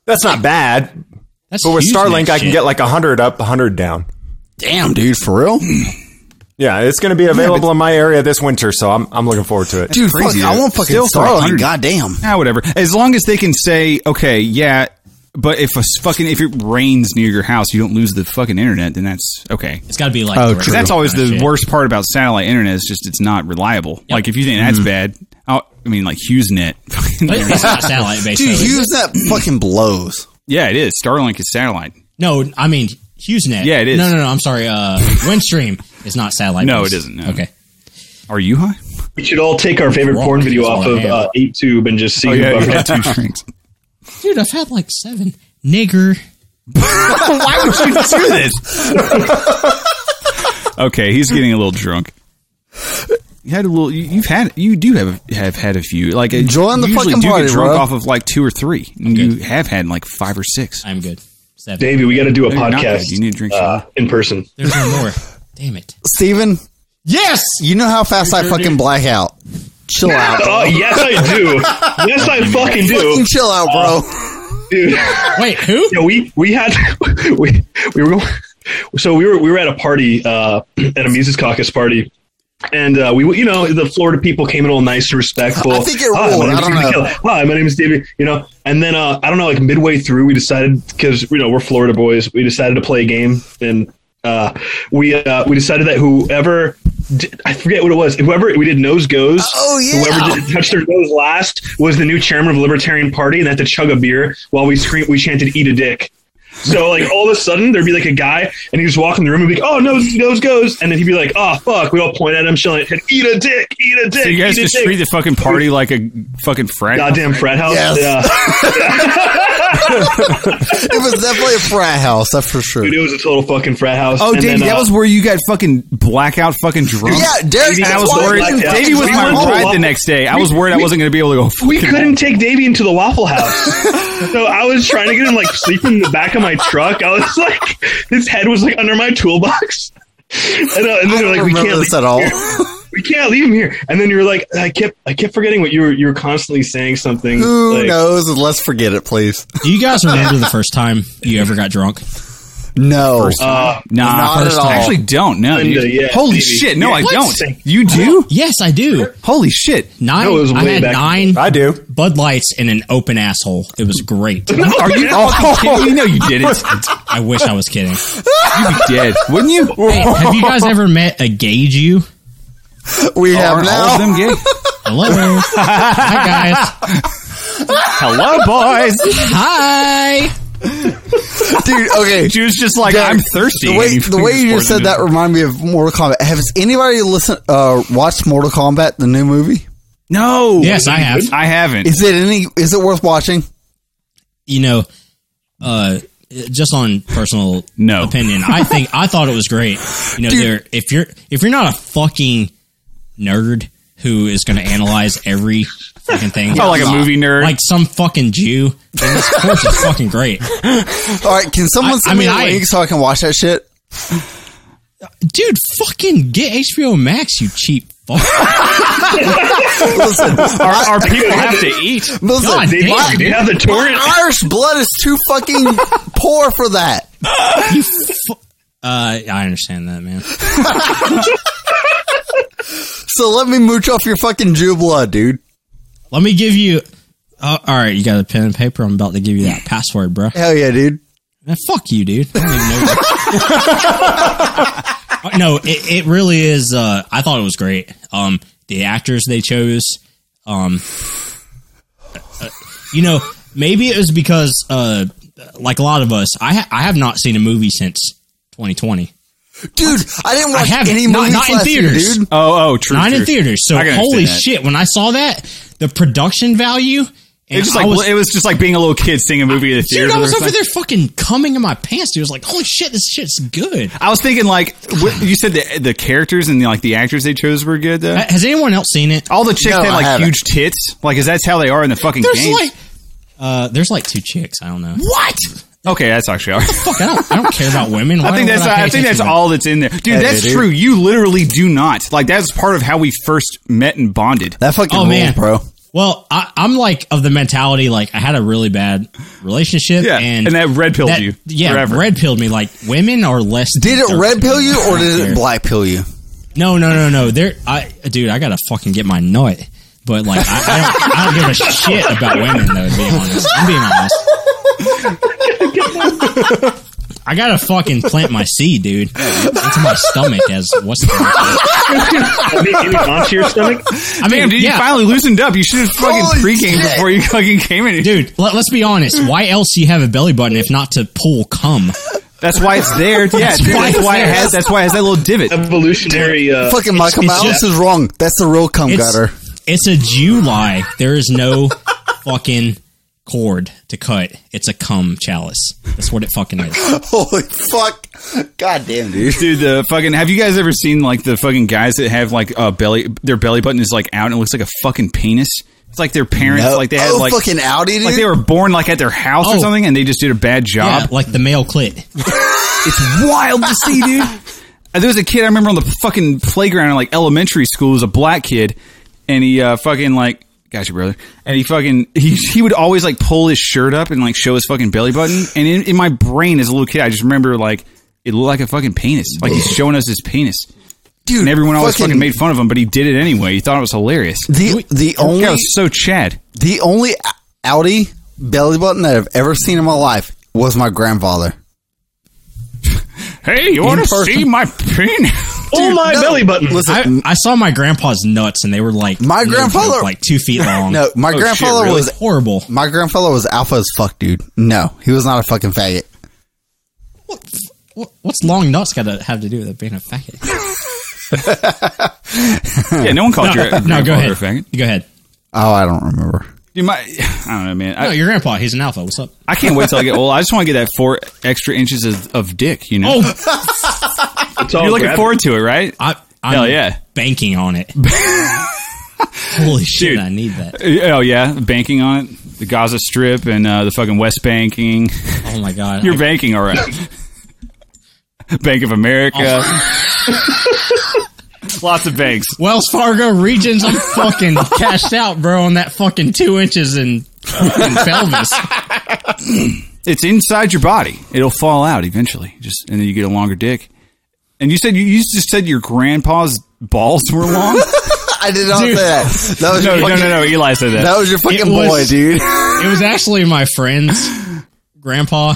that's not bad.
That's
But with
huge
Starlink,
next
I can
gen.
get like hundred up, hundred down.
Damn, dude, for real?
Yeah, it's going to be available in my area this winter, so I'm I'm looking forward to it.
Dude, fuck,
crazy,
I
dude.
want fucking
Still for
Starlink.
100.
Goddamn.
Ah, whatever. As long as they can say, okay, yeah, but if a s- fucking if it rains near your house, you don't lose the fucking internet. Then that's okay.
It's got to be like.
Oh,
direct
true.
That's
kind
always
of
the
shit.
worst part about satellite internet is just it's not reliable. Like if you think that's bad, I'll, I mean like HughesNet. [LAUGHS] Oh,
But it's not satellite based.
Dude, Hughes that fucking blows.
yeah, it is. Starlink is satellite.
No, I mean HughesNet.
Yeah, it is.
No, no, no. I'm sorry. Uh, Windstream is not satellite.
No,
based.
it isn't, no.
Okay.
Are you high?
We should all take our favorite
Wrong.
porn video
It's all
off
I
of
have.
uh, tube and just see. who
you
buffers.
had [LAUGHS] two drinks.
Dude, I've had like seven nigger.
Why would you do this? [LAUGHS] okay, he's getting a little drunk. You had a little. You, you've had. You do have have had a few. Like
Join the
you usually
fucking
do
party,
get drunk
bro.
off of like two or three. And You have had like five or six.
I'm good. Seven.
Davey, we got to do a
No, you're not
podcast.
good. You need to drink
uh, in person.
There's no more. Damn it.
Steven,
Yes.
you know how fast I fucking black out. Chill out. bro.
Oh yes, I do. yes, I fucking do, Oh.
Fucking chill out, bro.
dude.
Wait, who?
Yeah, we we had [LAUGHS] we we were going, so we were we were at a party uh, [CLEARS THROAT] at a Mises Caucus party. And uh, we, you know, the Florida people came in all nice and respectful. Ah,
I think it
Hi,
ruled.
my
I
name's
don't
David
know.
Kelly. Hi, my name is David. You know, and then uh, I don't know, like midway through, we decided because you know we're Florida boys, we decided to play a game, and uh, we uh, we decided that whoever did, I forget what it was, whoever we did nose goes,
Oh, yeah.
whoever did, touched their nose last was the new chairman of the Libertarian Party, and had to chug a beer while we screamed, we chanted "Eat a dick." So like all of a sudden there'd be like a guy and he just walk in the room and be like, oh nose nose goes, and then he'd be like, oh fuck, we all point at him, shilling, and eat a dick, eat a dick.
So you guys
eat a
just
dick."
treat the fucking party like a fucking frat.
goddamn frat house.
Yes.
Yeah,
[LAUGHS] It was definitely a frat house, that's for sure.
dude, it was a total fucking frat house.
Oh,
And
Davey,
then,
that
uh,
was where you got fucking blackout, fucking drunk.
Yeah, Derek,
And I
that's
was
why I
worried.
blacked out.
Davey was
We
my
went
bride
all-
the next day. I was worried I
we-
wasn't going to be able to go.
We
fucking-
couldn't take Davey into the
[LAUGHS]
Waffle House, so I was trying to get him like sleeping in the back of my truck. I was like, his head was like under my toolbox, [LAUGHS] and, uh, and then
I
they're
don't
like, we
remember
can't
this
leave
at all.
we can't leave him here. And then you're like, I kept, I kept forgetting what you were, you were constantly saying something.
Who
like,
knows? Let's forget it, please.
Do you guys remember the first time you ever got drunk?
No. [LAUGHS]
Uh,
Nah,
Not
first
at all.
I actually don't. No,
Kinda,
dude.
yeah,
holy
maybe.
shit! No,
Yeah.
I
What?
don't. You do?
Yes, I do.
Holy shit!
Nine.
No, it was
I
way
had
back-
nine
I do.
Bud Lights in an open asshole. It was great.
Are you
[LAUGHS]
fucking
[LAUGHS]
kidding me? No, you didn't.
I wish I was kidding.
You'd be dead, wouldn't you?
Hey, have you guys ever met a gauge you?
we have
Aren't all of
now.
them gay?
Hello. Hi guys.
Hello, boys.
[LAUGHS]
Hi.
Dude, okay.
She was just like,
Derek,
I'm thirsty.
The way, the way you just said that reminded me of Mortal Kombat. Has anybody listen, uh, watched Mortal Kombat, the new movie?
No.
Yes, I have.
I haven't.
Is it any? Is it worth watching?
you know, uh, just on personal
No.
opinion, I think I thought it was great. You know, there if you're if you're not a fucking nerd who is going to analyze every fucking thing,
Oh, like a movie nerd.
like some fucking Jew, then this course is fucking great,
All right, can someone
I-
send
I
me
mean,
a
I-
link so I can watch that shit?
dude. Fucking get HBO Max, you cheap fuck.
Listen,
our, our
[LAUGHS]
people have to eat.
listen,
God
Davey,
damn,
you didn't have the torrent. [LAUGHS]
my Irish blood is too
[LAUGHS]
fucking poor for that.
Uh, I understand that, man.
So let me mooch off your fucking Jew blood, dude.
Let me give you. Uh, all right, you got a pen and paper. I'm about to give you that password, bro.
Hell yeah, dude.
Man, fuck you, dude. I don't even know. [LAUGHS] Uh, no, it, it really is. Uh, I thought it was great. Um, the actors they chose. Um, uh, you know, maybe it was because, uh, like a lot of us, I ha- I have not seen a movie since 2020.
Dude, I didn't watch
haven't.
any
Not-
movies
not in
last year,
theaters.
dude.
Oh, oh, true.
Not
true.
in theaters. So
I can
holy
understand that.
shit! When I saw that, the production value And
It just
I
like
was-
it was just like being a little kid seeing a movie at a theater.
Dude, I
for the
was
first
over
time.
there fucking coming in my pants. Dude, I was like, "Holy shit, this shit's good."
I was thinking like what, you said the the characters and like the actors they chose were good though.
Ha- Has anyone else seen it?
All the chicks
No,
had
I
like
haven't.
huge tits. Like is that's how they are in the fucking
There's
game?
like, uh, there's like two chicks. I don't know. What?
okay, that's actually all right.
Fuck, I don't. I don't care about women.
[LAUGHS]
Why
I think
would
that's
pay
I, think
attention
that's
to them?
all that's in there, dude.
Hey,
that's
dude.
true. You literally do not like that's part of how we first met and bonded.
That fucking
Oh,
rules,
man.
bro.
Well, I, I'm like of the mentality like I had a really bad relationship.
Yeah,
and,
and that red pilled you
Yeah,
forever.
red pilled me. Like women are less.
Did it
deserving.
red pill you or did
Fair.
it black pill you?
No, no, no, no. There, I dude, I gotta fucking get my nut. But like, I, I, don't, I don't give a shit about women though. To be honest, I'm being honest. I gotta fucking plant my seed, dude, into my stomach. As what's the?
Maybe, maybe onto your
[LAUGHS]
stomach.
I mean,
Damn, dude,
yeah,
you finally loosened up. You should have fucking pregame before you fucking came in.
dude. Let, let's be honest. Why else do you have a belly button if not to pull cum?
That's why it's there. Yeah, dude,
why
that's
it's
why it
there.
has. That's why it has that little divot.
Evolutionary. Uh,
Fucking Michael
it's
Mouse
just-
is wrong. That's the real cum
It's-
gutter.
It's a July. There is no fucking cord to cut. It's a cum chalice. That's what it fucking is.
Holy fuck. God damn, dude.
Dude, the fucking have you guys ever seen like the fucking guys that have like a belly their belly button is like out and it looks like a fucking penis? It's like their parents
No.
like they had
Oh,
like
fucking Audi, dude.
like they were born like at their house or
Oh.
something and they just did a bad job.
Yeah, [LAUGHS] like the male clit.
It's wild to see, dude. Uh, [LAUGHS] There was a kid I remember on the fucking playground in like elementary school. It was a black kid, and he uh, fucking like got your brother, and he fucking he he would always like pull his shirt up and like show his fucking belly button. And in, in my brain as a little kid, I just remember like it looked like a fucking penis, like he's showing us his penis.
Dude,
And everyone always fucking made fun of him, but he did it anyway. He thought it was hilarious.
the the only
That was so Chad.
the only Audi belly button that I've ever seen in my life was my grandfather.
Hey, you want to
person.
see my penis?
oh my
no.
belly
Hmm.
button.
Listen,
I, I saw my grandpa's nuts, and they were like
My
no
grandfather-
joke, like two
[LAUGHS]
feet long.
no, my
Oh, shit,
grandfather
really?
was
horrible.
my grandfather was alpha as fuck, dude. No, he was not a fucking faggot.
What, what's long nuts got to have to do with it being
[LAUGHS]
a faggot?
yeah, no one called your
[LAUGHS] no, go
grandfather
ahead.
a faggot.
Go ahead.
Oh, I don't remember.
You might, I don't know, man. I-
No, your grandpa. He's an alpha. What's up?
I can't wait till I get old. I just want to get that four extra inches of, of dick. You [LAUGHS] know,
Oh,
It's all
you're looking
grab-
forward to it, right?
I, I'm
Hell yeah.
banking
[LAUGHS]
on it. Holy shit!
Dude.
I need that.
Oh yeah, banking on it, the Gaza Strip and uh, the fucking West Banking. [LAUGHS]
Oh my god.
You're banking, all right. [LAUGHS] Bank of America. Lots of banks.
Wells Fargo Regions, I'm
[LAUGHS]
fucking cashed out, bro, on that fucking two inches in, fucking pelvis.
It's inside your body. It'll fall out eventually. Just and then you get a longer dick. And you said you, you just said your grandpa's balls were long.
I did not say
[LAUGHS]
that. That was
no, [LAUGHS]
your
no, no,
fucking,
no. Eli said that.
That was your fucking
was-
[LAUGHS]
boy, dude.
It was actually my friend's grandpa.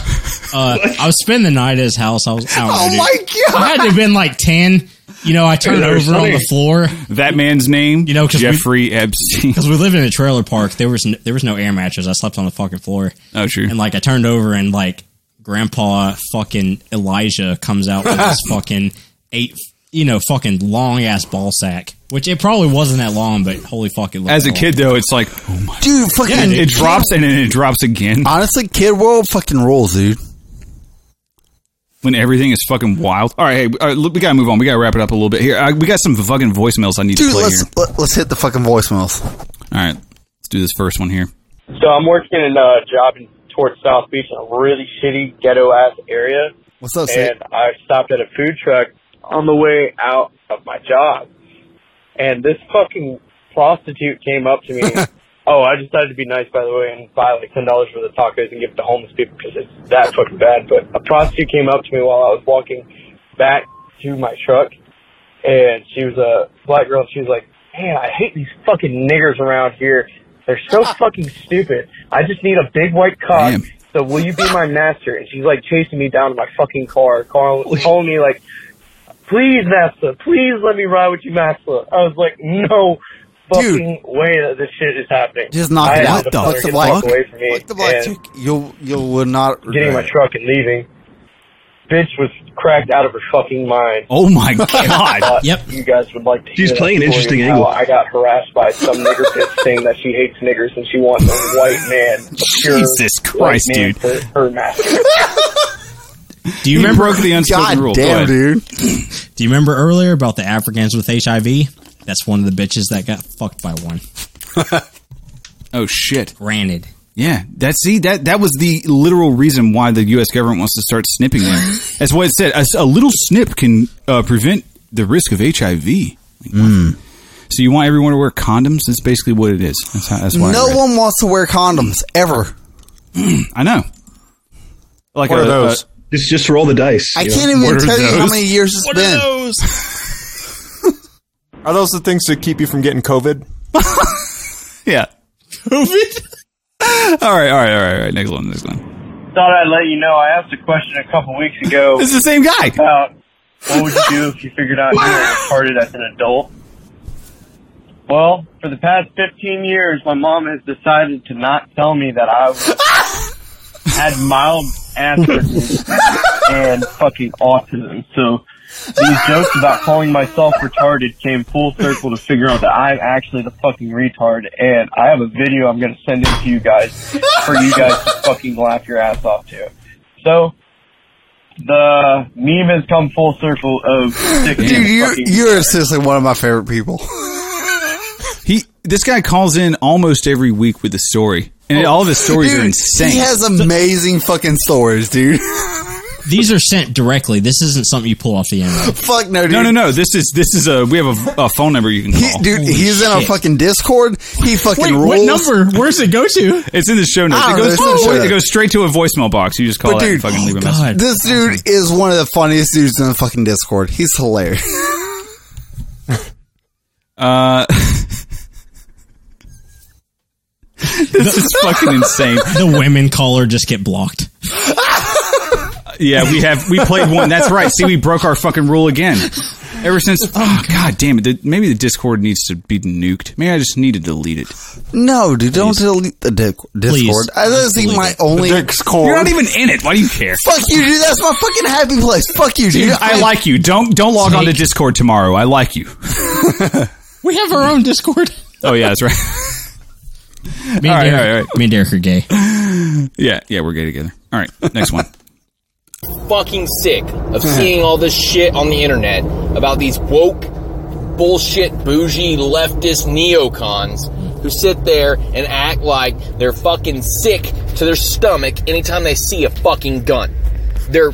Uh, I was spending the night at his house. I was, I don't know,
Oh
dude.
my God.
I had to have been like 10. You know, I turned
Hey,
over
there's
on the
something-
floor
that man's name, you
know, 'cause we-
Jeffrey Epstein.
because we lived in a trailer park. There was no, there was no air mattress. I slept on the fucking floor.
Oh, true.
And like I turned over and like Grandpa fucking Elijah comes out with
[LAUGHS]
his fucking eight, you know, fucking long ass ball sack. Which it probably wasn't that long, but holy fuck, it looked
As a
long.
kid, though, it's like oh my.
Dude, fucking
it drops and then it drops again [LAUGHS]
Honestly, Kid World fucking rules, dude.
when everything is fucking wild. All right, hey, all right, look, we gotta move on. We gotta wrap it up a little bit here. Uh, we got some fucking voicemails I need to
Dude,
play
let's
here.
let, let's hit the fucking voicemails.
All right, let's do this first one here.
So I'm working in a job in towards South Beach in a really shitty ghetto ass area,
What's up, Sid?
and I stopped at a food truck on the way out of my job, and this fucking prostitute came up to me. oh, I decided to be nice by the way and buy like ten dollars worth of tacos and give it to homeless people because it's that fucking bad. But a prostitute came up to me while I was walking back to my truck, and she was a black girl. And she was like, "Man, I hate these fucking niggers around here. They're
[LAUGHS]
so fucking stupid. I just need a big white cock.
Damn.
So will you be my master?" And she's like chasing me down to my fucking car, call, calling me like, "Please, master, please let me ride with you, master." I was like, "No." Fucking way that this shit is happening.
Just knock
I
it
had
out.
to
What
fucking
the fuck?
walk away from me
What the black
and
chick? You'll you will not
getting my
regret it.
truck and leaving. bitch was cracked out of her fucking mind.
Oh my [LAUGHS]
I
god!
thought
Yep.
You guys would like to
She's
hear
playing
that story
interesting
of how
angle.
I got harassed by some
[LAUGHS]
nigger bitch saying that she hates niggers and she wants a white man. a pure
Jesus
white
Christ,
man
dude.
For her master.
Do
You
you remember?
broke the unspoken rule. Go
God damn,
ahead.
dude.
Do you remember earlier about the Africans with HIV? That's one of the bitches that got fucked by one.
Oh shit!
Granted,
Yeah, that see that that was the literal reason why the U.S. government wants to start snipping
[LAUGHS]
them. That's what it said. A, a little snip can uh, prevent the risk of HIV. Like, what?
Hmm.
So you want everyone to wear condoms? That's basically what it is. That's, how, that's why. I
No
read it.
one wants to wear condoms ever.
I know. Like
What
a-
are those?
a-
Just just roll the dice.
I
you know?
can't even
are
tell you how
those?
many years it's been.
Are those the things to keep you from getting COVID?
yeah. COVID. all right, all right, all right, all right. Next one, next one.
Thought I'd let you know. I asked a question a couple weeks ago
It's the same guy.
about what would you do if you figured out you were retarded as an adult. Well, for the past 15 years, my mom has decided to not tell me that I was,
[LAUGHS]
had mild Asperger's and fucking autism. So these jokes about calling myself retarded came full circle to figure out that I'm actually the fucking retard. And I have a video I'm going to send in to you guys for you guys to fucking laugh your ass off to. So the meme has come full circle of sticking
Dude,
to
you're,
fucking
you're seriously one of my favorite people.
He this guy calls in almost every week with a story, and all of his stories
Dude,
are insane.
He has amazing fucking stories, dude. [LAUGHS]
these are sent directly. This isn't something you pull off the internet.
Fuck no, dude.
no, no, no. This is this is a we have a, a phone number you can
He,
call.
dude,
Holy
he's in a
shit.
fucking Discord. He fucking rules.
Where's it go
[LAUGHS]
to?
It's in the show notes.
I
It goes,
don't know, it's
to a
in the
voi-
show
it goes straight to a voicemail box. You just call
But
that and
dude-
fucking leave a message.
oh, God,
This dude is one of the funniest dudes in the fucking Discord. He's hilarious. [LAUGHS]
Uh, this is fucking insane.
the women caller just get blocked.
Yeah, we have we played one. That's right. See, we broke our fucking rule again. Ever since, oh god damn it! The, maybe the Discord needs to be nuked. Maybe I just need to delete it.
No, dude, don't delete the dic- Discord. I don't
Please
think my
delete
only.
Dick's cord.
You're not even in it. Why do you care?
Fuck you, dude. That's my fucking happy place. Fuck you, dude.
Dude, I like you. Don't don't log on to
Snake.
Discord tomorrow. I like you.
We have our own Discord.
Oh yeah, that's right. [LAUGHS]
Me and,
right,
Derek,
all right, all right.
me and Derek are gay.
Yeah, yeah, we're gay together. All right, next one.
fucking sick of seeing all this shit on the internet about these woke, bullshit, bougie, leftist neocons who sit there and act like they're fucking sick to their stomach anytime they see a fucking gun. They're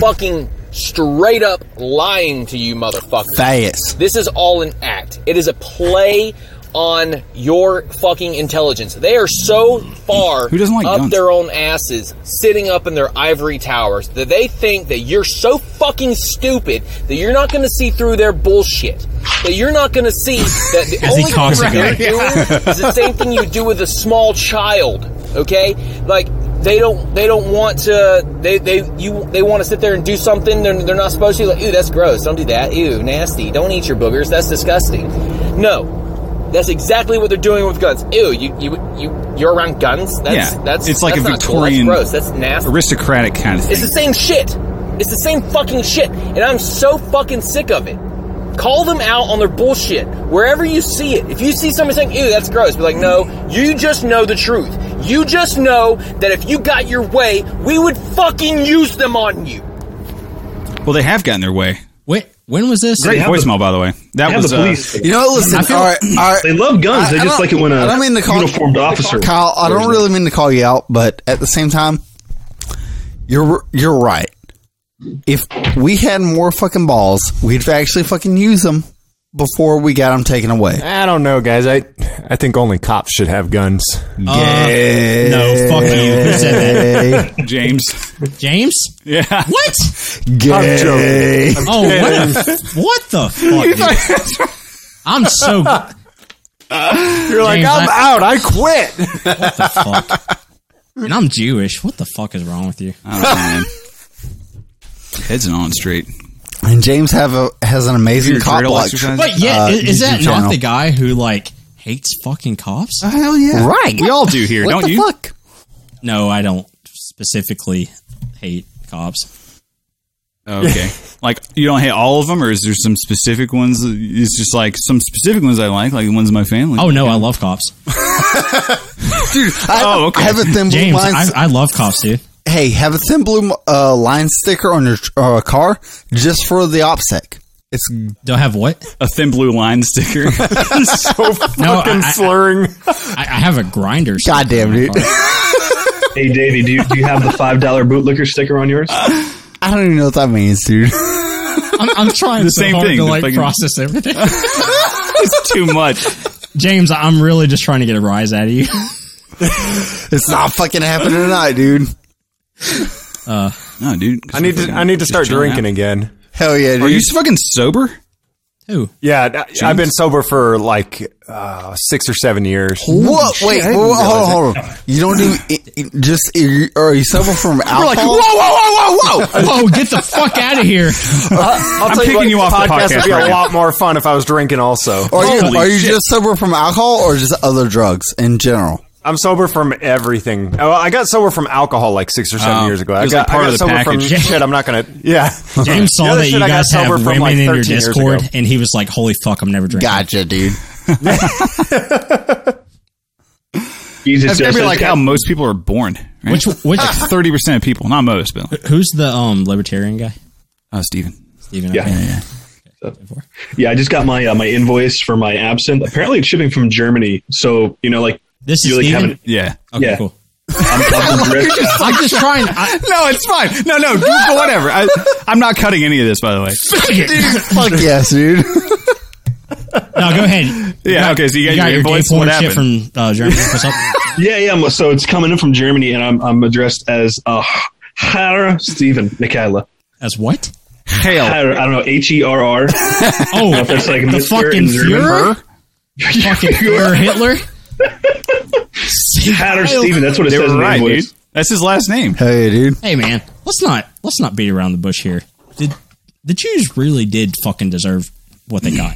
fucking straight up lying to you, motherfuckers.
Fast.
This is all an act. It is a play on your fucking intelligence. They are so far
Who doesn't like
up
guns?
their own asses, sitting up in their ivory towers, that they think that you're so fucking stupid that you're not going to see through their bullshit. That you're not going to see that the
he
only thing
cocks it
you're doing is the same thing you do with a small child. Okay, like they don't they don't want to they they you they want to sit there and do something they're, they're not supposed to like ew that's gross don't do that ew nasty don't eat your boogers that's disgusting no that's exactly what they're doing with guns ew you you you you're around guns that's
Yeah,
that's
it's like
that's
a
not cool.
Victorian-
that's gross that's nasty
Aristocratic kind of thing.
it's the same shit. It's the same fucking shit. And I'm so fucking sick of it. Call them out on their bullshit. Wherever you see it. If you see somebody saying, ew, that's gross, be like, no, you just know the truth. You just know that if you got your way, we would fucking use them on you.
Well, they have gotten their way.
Wait, when was this?
Great
have the-
voicemail, by the way.
They
That
have
was uh,
the police.
[LAUGHS]
You know, listen. all right, all right.
They love guns.
I-
they
I
just
don't-
like it when a
I don't mean to call-
uniformed officer.
Kyle, I don't really mean to call you out, but at the same time, you're you're right. If we had more fucking balls, we'd actually fucking use them before we got them taken away.
I don't know, guys. I I think only cops should have guns.
Uh, no, fuck you. Who said
Gay.
uh, James.
that? James?
Yeah.
What?
I'm joking.
Oh, what, a, what the fuck? Dude? I'm so.
You're like,
James,
I'm
I-
out. I quit.
What the fuck? And I'm Jewish. What the fuck is wrong with you?
Oh, man. Heads on straight.
and James have a has an amazing
Your
cop
dreidel
block.
exercise?
Wait, yeah,
Uh,
is, is that
YouTube
not
channel.
the guy who like hates fucking
Uh,
cops?
Hell yeah.
Right.
We all do here,
What
don't
the
you?
fuck?
Mm,
No, I don't specifically hate cops.
[LAUGHS]
Okay. like you don't hate all of them, or is there some specific ones? that- It's just like some specific ones I like, like the ones in my family.
Oh no, I love
[LAUGHS]
cops,
Dude, I,
Oh, okay.
I have a thin blue
James.
line.
I, I love cops, dude.
hey, have a thin blue uh, line sticker on your uh, car just for the opsec. It's
Do I have what?
a thin blue line sticker. [LAUGHS]
So
No, I-
fucking
I-
Oh, slurring.
I, I have a grinder. sticker
goddamn,
on my
dude.
car.
[LAUGHS] Hey, Davey, do you, do you have the $5 bootlicker sticker on yours?
I don't even know what that means, dude. [LAUGHS]
[LAUGHS] I'm, I'm trying
The
so
same
hard
thing,
to
the
like
fucking-
process everything. [LAUGHS]
it's too much.
James, I'm really just trying to get a rise out of you. [LAUGHS]
It's not fucking happening tonight, dude.
No, dude. 'cause
I need
we're
to.
fucking
I need to
just
start
chilling
drinking
out.
again.
Hell yeah, dude.
Are you fucking sober?
Who?
Yeah, I- I've been sober for like uh, six or seven years.
what? Wait, whoa, whoa, hold on, hold on. You don't do it, it- just. you- Are you sober from alcohol?
whoa, whoa, whoa, whoa!
Oh, get the fuck out
[LAUGHS]
of here!
I'll
I'm
tell
kicking
what,
you off the podcast
would be
right
a
now.
lot more fun if I was drinking. Also,
[LAUGHS] Are you,
Holy
are you
shit.
just sober from alcohol or just other drugs in general?
I'm sober from everything. Oh, I got sober from alcohol like six or seven
Oh,
years ago.
it
I
was
got,
like part
I got
of the
sober
package.
from shit. I'm not
[LAUGHS]
gonna. Yeah,
James
The
saw
other
that
shit
you
I got
guys have
sober from,
women
like,
in your
13 years
Discord,
ago.
and he was like, "Holy fuck, I'm never drinking."
Gotcha, dude.
Jesus,
That's gotta be
Justin.
like how most people are born. Right?
Which which
Ah.
Thirty percent of people, not most, but like,
who's the um libertarian guy?
oh, Steven.
Steven,
[LAUGHS] Yeah.
okay.
Yeah, I just got my uh, my invoice for my absinthe. Apparently, it's shipping from Germany. So you know, like
This
you
is
like
Steven?
haven't.
Yeah.
Okay,
yeah.
cool.
I'm,
[LAUGHS]
I'm the drift.
[LAUGHS] I'm just trying. I,
[LAUGHS] No, it's fine. No, no, whatever. I, I'm not cutting any of this, by the way. [LAUGHS]
Fuck yes, dude. [LAUGHS]
no, go ahead.
Yeah, okay, so you got your
your
invoice,
gay porn
what
shit from uh, Germany. What's up?
[LAUGHS] Yeah, yeah. I'm- So it's coming in from Germany, and I'm I'm addressed as uh, Hara Stephen Mikhaila.
[LAUGHS] As what?
Hail.
Hara, I don't know H E R R.
Oh, [LAUGHS]
That's like
the
Mr.
fucking
in German.
Fuhrer, fucking Fuhrer Hitler.
Hara Stephen. That's what it
They
says
were
in the
right, dude.
invoice.
That's his last name.
Hell yeah, dude.
Hey man, let's not let's not beat around the bush here. Did the Jews really did fucking deserve what they got?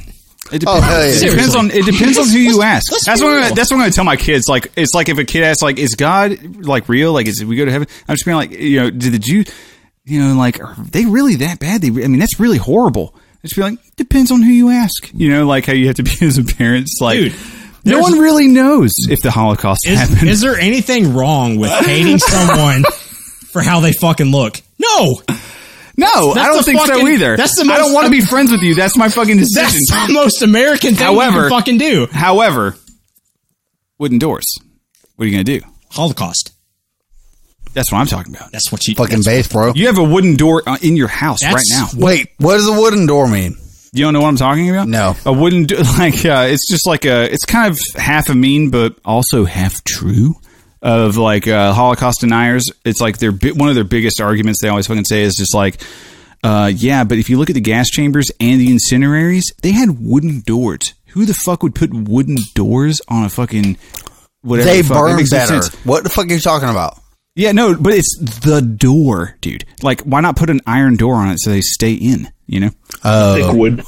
It
Oh,
depends.
hell yeah.
It
dude.
depends on it depends on who you ask.
let's
That's
be
what I'm,
real.
gonna- that's what I'm going to tell my kids. Like it's like if a kid asks like, "Is God like real? Like is we go to heaven?" I'm just being like, you know, did the Jew, you know, like are they really that bad? They, re- I mean, that's really horrible. I just be like, depends on who you ask. You know, like how you have to be [LAUGHS] as a parent. It's like,
Dude,
no
there's-
one really knows if the Holocaust
Is,
happened.
is there anything wrong [LAUGHS] with hating someone for how they fucking look? No,
no, I
that's
don't
the
think so
fucking-
either.
that's the
I don't
most-
want to be friends with you. That's my fucking
that's
decision.
the most American thing you
However-
can fucking do.
However, wooden doors. What are you going to do?
Holocaust.
That's what I'm talking about.
That's what you
Fucking base, bro.
You have a wooden door uh, in your house
That's-
right now.
Wait, what does a wooden door mean?
You don't know what I'm talking about?
No.
A wooden do- [LAUGHS] like uh, it's just like a it's kind of half a mean but also half true of like uh, Holocaust deniers. It's like their bi- one of their biggest arguments they always fucking say is just like. Uh, yeah, but if you look at the gas chambers and the incineraries, they had wooden doors. Who the fuck would put wooden doors on a fucking whatever?
They
the fuck? That
burn
makes no
better.
sense.
What the fuck are you talking about?
Yeah, no, but it's the door, dude. Like, why not put an iron door on it so they stay in? You know.
Thick wood.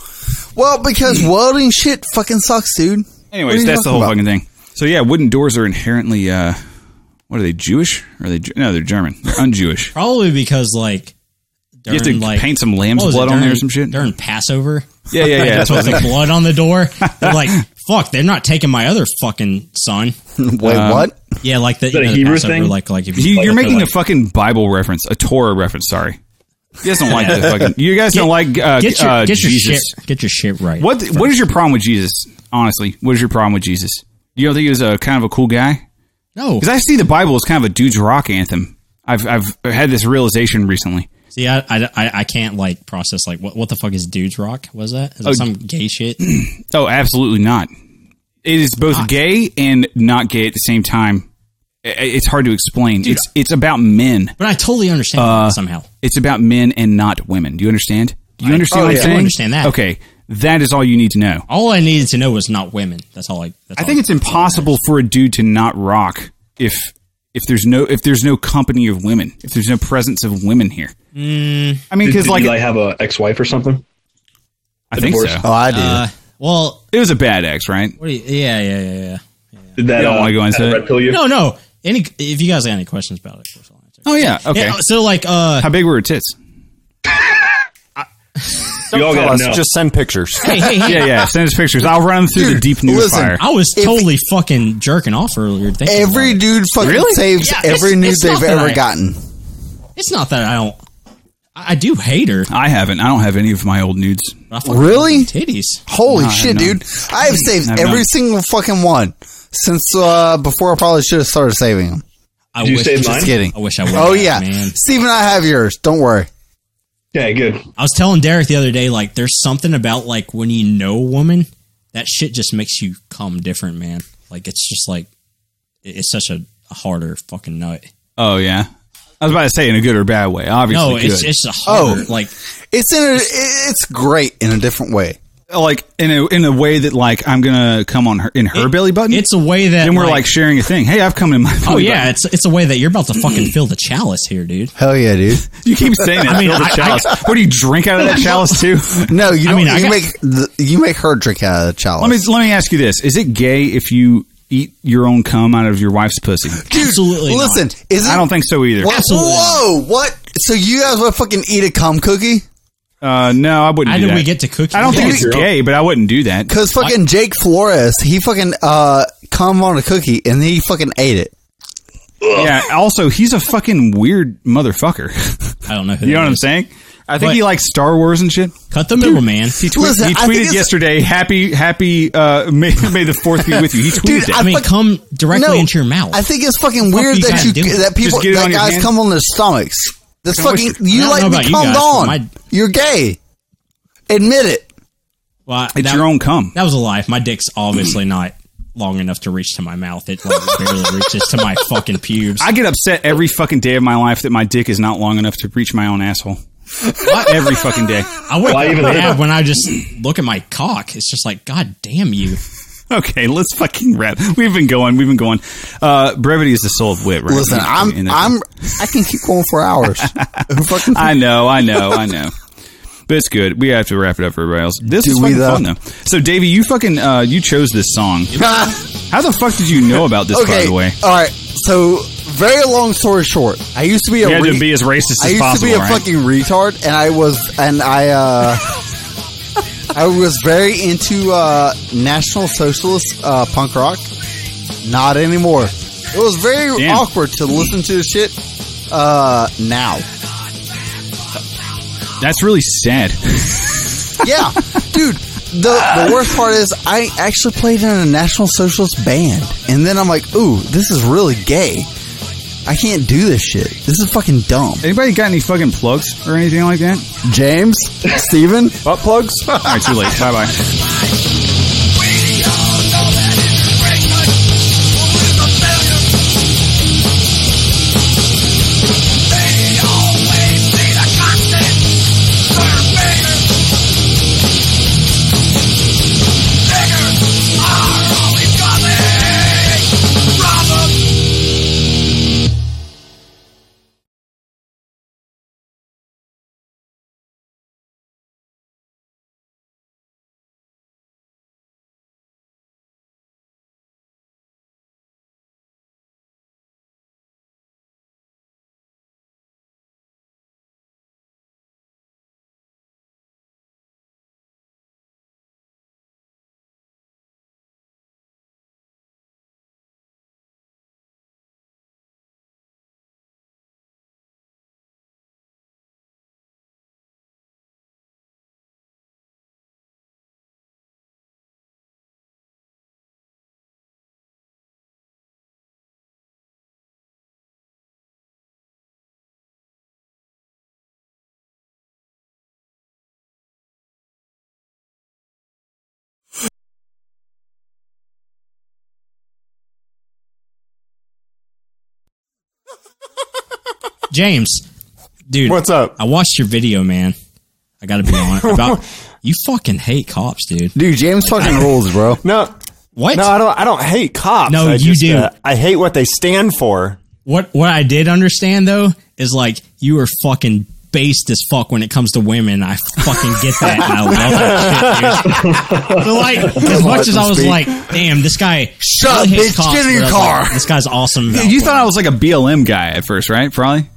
Well, because welding shit fucking sucks, dude. What are
Anyways,
you
that's the
talking
whole
about?
fucking thing. So yeah, wooden doors are inherently uh, what are they Jewish? Or are they Ju- no? They're German. They're un-Jewish.
probably because like
You have to
during, like,
paint some lamb's
what was it,
blood on there or
during-
some shit.
during Passover.
Yeah, yeah, yeah. That's
That's
what I
like
was
blood on the door. They're like, fuck, they're not taking my other fucking son.
[LAUGHS] Wait, what?
Yeah, like the, you
that a
know, the
Hebrew
Passover,
thing?
Like, like if you,
you,
like,
you're making
like,
a fucking Bible reference, a Torah reference. Sorry, you guys don't like the fucking. You guys don't like uh,
get your
uh,
get your
Jesus.
shit get your shit right.
What What is your problem with Jesus? Honestly, what is your problem with Jesus? You don't think he was a kind of a cool guy?
No,
Because I see the Bible as kind of a dude's rock anthem. I've I've had this realization recently.
see, I, I I I can't like process like what what the fuck is dudes rock? Was that is that some gay shit?
Oh, absolutely not. It is both gay and not gay at the same time. I- I- It's hard to explain. it's it's about men.
But I totally understand
Uh,
that somehow.
It's about men and not women. Do you understand? Do you understand
oh,
what I'm
yeah. I
saying?
understand that.
Okay, that is all you need to know.
All I needed to know was not women. That's all I. That's
I
all
think it's impossible for a dude to not rock if if there's no if there's no company of women if there's no presence of women here. I mean,
Did, did
because like
Eli have a ex-wife or something?
I think
divorce?
so.
Oh, I do.
Uh, well,
It was a bad ex, right?
what do you, yeah, yeah, yeah, yeah.
Did that?
You don't
uh,
wanna go into
that
it?
red pill you?
No, no. Any if you guys have any questions about it, of course I'll answer.
Oh yeah. Okay. [LAUGHS]
Yeah, so like, uh,
How big were her tits?
We all
Tell
got
us,
to know.
Just send pictures.
Hey, hey, hey.
Yeah, yeah. Send us pictures. I'll run them through the deep news
listen,
fire.
I was totally fucking jerking off earlier. Thinking
Every
about
dude fucking
Really?
saves
Yeah,
every
it's-
nude
it's
they've
nothing
ever
I-
gotten.
it. it's not that I don't. I I do hate her.
I haven't. I don't have any of my old nudes.
but I fucking
Really?
love her Titties.
Holy
No, I
shit,
have none.
dude! I have saved
I have
every
none.
single fucking one since uh, before I probably should have started saving them.
I
Did you
wish,
save
just
mine?
kidding. I wish I would.
Oh yeah,
man.
Steve and I have yours. Don't worry.
[LAUGHS]
Yeah, good.
I was telling Derek the other day, like, there's something about like when you know a woman, that shit just makes you come different, man. Like, it's just like it- it's such a, a harder fucking nut.
Oh yeah. I was about to say in a good or bad way. Obviously,
No, it's
good.
it's a harder.
Oh.
Like,
It's in a, it's great in a different way.
like in a in a way that like I'm gonna come on her in her belly button.
it's a way that
and we're like, sharing a thing. Hey, I've come in my.
oh
belly
yeah,
button.
it's it's a way that you're about to fucking fill the chalice here, dude.
Hell yeah, dude!
you keep
[LAUGHS]
saying that. I mean, the chalice. what do you drink out of that chalice too?
No, you don't,
mean, I
you
got-
make the, you make her drink out of the chalice.
Let me let me ask you this: Is it gay if you eat your own cum out of your wife's pussy?
Absolutely. not.
listen. Is it?
I don't think so either.
What,
Absolutely not.
whoa! What? So you guys would fucking eat a cum cookie?
Uh, no, I wouldn't.
How
do
did
that.
we get to cookies?
I don't think
Yeah.
it's gay, but I wouldn't do that.
Because fucking Jake Flores, he fucking uh come on a cookie and he fucking ate it.
Yeah. Also, he's a fucking weird motherfucker.
I don't know. Who
You know
that
what I'm
is.
saying? I think
But-
he likes Star Wars and shit.
Cut the middle, man.
He, tweet,
Listen,
he
I think
tweeted
it's-
yesterday, "Happy, happy, uh, [LAUGHS] may, may the fourth be with you." He tweeted
Dude,
that.
I mean,
fuck-
come directly into your mouth.
I think it's fucking
fuck
weird
you
that
guys
you
doing?
that people
Just get it
that
on your
guys
hand?
come on their stomachs. That's fucking you
I don't
like
know
to
about
be
you
cummed
guys, but
on.
my-
You're gay. Admit it.
well, I-
it's
that-
your own cum.
That was a lie. My dick's obviously not long enough to reach to my mouth. It like, [LAUGHS] barely reaches to my fucking pubes.
I get upset every fucking day of my life that my dick is not long enough to reach my own asshole. every fucking
[LAUGHS]
day.
I went
Why even
mad
live?
when I just look at my cock. It's just like, God damn you!
Okay, let's fucking wrap. We've been going. We've been going. Uh, brevity is the soul of wit. Right?
Listen,
We've been in
I'm
that-
I'm I can keep going for
[LAUGHS]
hours. Who fucking [LAUGHS]
I know. I know. I know. But it's good. We have to wrap it up for everybody else. This
Do
is
we,
fucking
though?
fun though. So, Davey, you fucking uh, you chose this song. How the fuck did you know about this?
Okay.
By the way,
All right. So very long story short, I used to be a
you had
re-
to be as racist
I
as
used
possible.
to be a
right?
fucking retard, and I was, and I, uh, I was very into uh, National Socialist uh, punk rock. Not anymore. It was very
Damn.
awkward to listen to this shit uh, now.
That's really sad.
Yeah, dude. The, the worst part is I actually played in a National Socialist band, and then I'm like, ooh, this is really gay. I can't do this shit. This is fucking dumb.
Anybody got any fucking plugs or anything like that?
James, Steven,
Butt plugs?
[LAUGHS] All right, too late. Bye bye. [LAUGHS]
James,
[LAUGHS]
dude,
What's up?
I watched your video, man. I got to be honest about you. Fucking hate cops, dude.
dude, James fucking rules, bro.
No.
What?
No, I don't. I don't hate cops.
No,
I
you
just,
do.
uh, I hate what they stand for.
What what I did understand though is like you were fucking based as fuck when it comes to women. I fucking get
[LAUGHS]
that. and I love that shit, dude. So like as much as I was
speak.
like, damn, this guy
Shut
really
up,
hates
bitch, get in
but
your
I was
car.
like, this guy's awesome. about
You
women.
thought I was like a BLM guy at first, right? Probably.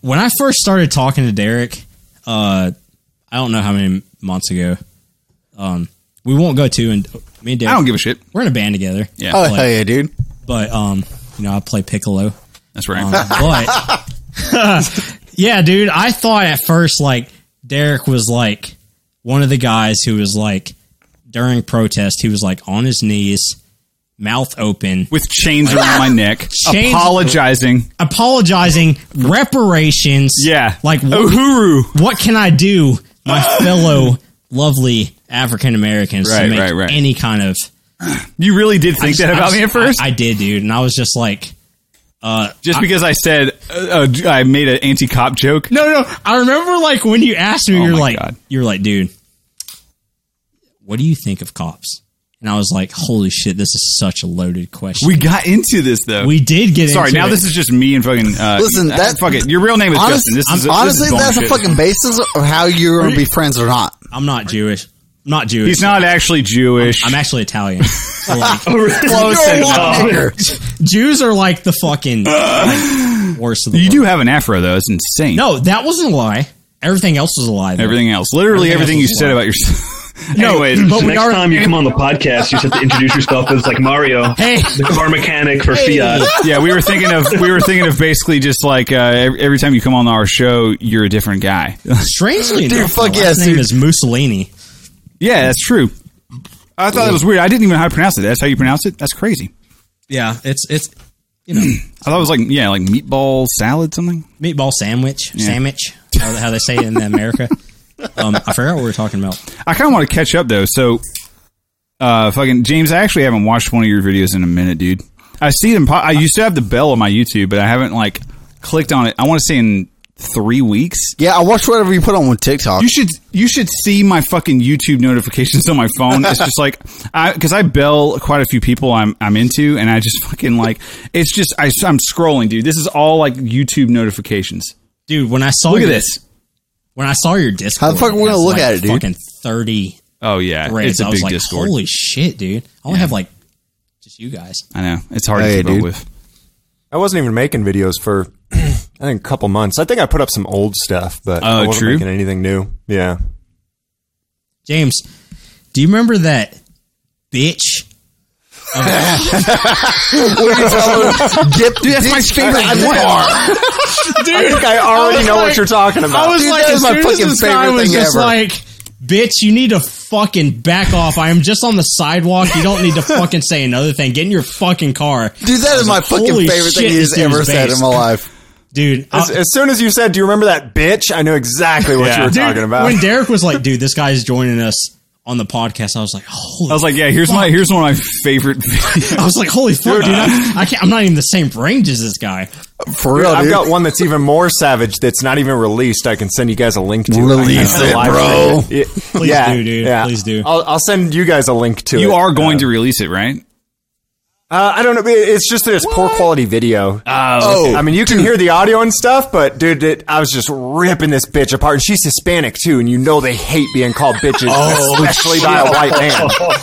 when I first started talking to Derek, uh, I don't know how many months ago. Um, we won't go to and me and Dave.
I don't give a shit.
We're in a band together.
Yeah.
Oh,
Like,
hell yeah, dude.
But um, you know, I play piccolo.
That's right.
Um, but [LAUGHS] yeah, dude, I thought at first like Derek was like one of the guys who was like during protest, he was like on his knees, mouth open,
With chains around [LAUGHS] my neck,
Chains-
apologizing.
apologizing, reparations.
Yeah. Oh,
like what,
Uhuru.
what can I do,
[LAUGHS]
my fellow lovely African Americans,
Right,
to make
right, right.
any kind of
You really did think that
I
about
was-
me at first?
I, I did, dude, and I was just like, uh,
just because I said uh, uh, I made an anti cop joke.
no, no. I remember like when you asked me,
Oh
you're
my
like,
God.
you're like, dude, what do you think of cops? And I was like, holy shit, this is such a loaded question.
We got into this though.
We did get
Sorry,
into
now
it.
this is just me and fucking. Uh,
Listen,
uh,
that-
fuck it. Your real name is
Honest-
Justin. This is
I'm- honestly,
this is
that's
bullshit.
a fucking basis of how you're going to be friends or not.
I'm not Jewish. I'm not Jewish.
He's not actually Jewish.
I'm actually Italian. So, like,
close enough.
[LAUGHS] Jews are like the fucking like,
[LAUGHS]
worst of the
You
world.
do have an afro though. It's insane.
No, that wasn't a lie. Everything else was a lie. though.
everything else, literally everything,
Everything
you
else is
said
wrong.
about yourself. [LAUGHS]
No,
Anyways,
but we
Next
are.
time you come on the podcast, you just have to introduce yourself as like Mario,
Hey.
the car mechanic for
Hey.
Fiat.
yeah, we were thinking of we were thinking of basically just like uh, every, every time you come on our show, you're a different guy.
Strangely
Dude,
enough,
fuck
my last
yes,
name
dude.
is Mussolini.
yeah, that's true. I thought that was weird. I didn't even know how to pronounce it. That's how you pronounce it. That's crazy.
Yeah, it's it's you know
I thought it was like yeah, like meatball salad something.
meatball sandwich, sandwich, how, how they say it
[LAUGHS]
in America. Um, I forgot what we were talking about.
I kind of want to catch up though. So, uh, fucking James, I actually haven't watched one of your videos in a minute, dude. I see them. Po- I used to have the bell on my YouTube, but I haven't like clicked on it. I want to say in three weeks.
Yeah, I watch whatever you put on with TikTok.
You should you should see my fucking YouTube notifications [LAUGHS] on my phone. It's just like I because I bell quite a few people I'm I'm into, and I just fucking like it's just I, I'm scrolling, dude. This is all like YouTube notifications.
Dude, when I saw
Look at
your-
this.
when I saw your Discord,
How the fuck are we gonna
it has,
look at it, dude?
Fucking thirty
Oh yeah,
threads.
it's a
I
big
was like,
Discord.
holy shit, dude! I only have like just you guys.
I know it's hard to
Hey,
keep up
dude.
with.
I wasn't even making videos for [CLEARS THROAT] I think a couple months. I think I put up some old stuff, but
Oh,
I wasn't
true.
making anything new. Yeah.
James, do you remember that bitch?
Dip, that's my
[LAUGHS]
favorite
I think I already know what you're talking about.
I was
Dude,
like,
that
as
is my
soon as
fucking
this guy
favorite
was
thing
just
ever.
like, bitch, you need to fucking back off. I am just on the sidewalk. You don't need [LAUGHS] to fucking say another thing. Get in your fucking car,
Dude, that is my fucking
holy
favorite
shit,
thing he's
this dude
ever
is
said in
based.
my life.
dude. I-
as, as soon as you said, "Do you remember that bitch?" I knew exactly what you were
Dude,
talking about.
When Derek was like, "Dude, this guy's joining us on the podcast," I was like, "Holy!"
I was like, yeah, here's my here's one of my [LAUGHS] favorite. videos.
I was like, "Holy fuck, dude! I, I can't. I'm not even the same range as this guy."
For real,
I've
dude.
got one that's even more savage. That's not even released. I can send you guys a link to.
Release
I can
it,
live
bro.
stream it. Yeah.
Please
yeah,
do, dude.
yeah.
Please do.
I'll, I'll send you guys a link to.
you
it.
are going to release it, right?
Uh, I don't know. it- It's just that it's poor quality video.
Oh,
I mean, you can hear the audio and stuff, but dude, it, I was just ripping this bitch apart. And she's Hispanic too, and you know they hate being called bitches,
Oh.
especially by
[LAUGHS]
a white man.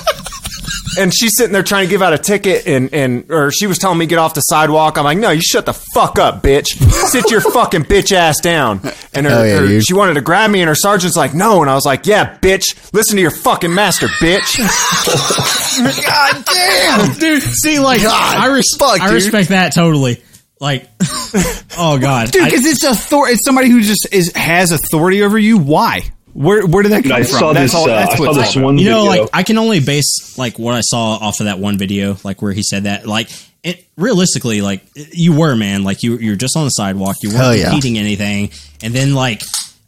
And she's sitting there trying to give out a ticket, and and or she was telling me get off the sidewalk. I'm like, no, you shut the fuck up, bitch. Sit your fucking bitch ass down. And
Hell
her,
yeah,
her-
dude.
she wanted to grab me, and her sergeant's like, no. And I was like, yeah, bitch, listen to your fucking master,
[LAUGHS]
bitch.
god damn.
[LAUGHS] Dude, see, like,
God,
I, res-
fuck,
I
dude.
respect that totally.
[LAUGHS]
Like, oh god,
Dude,
I-
because it's author- It's somebody who just is has authority over you. Why? Where where did that come
I
from?
saw
that's
this.
all.
uh,
That's
I
what
saw
it's
this
all about.
one.
you know,
video.
like I can only base like what I saw off of that one video, like where he said that. Like, it, realistically, like you were man, like you you're just on the sidewalk, you
Hell
weren't
yeah.
competing anything, and then like,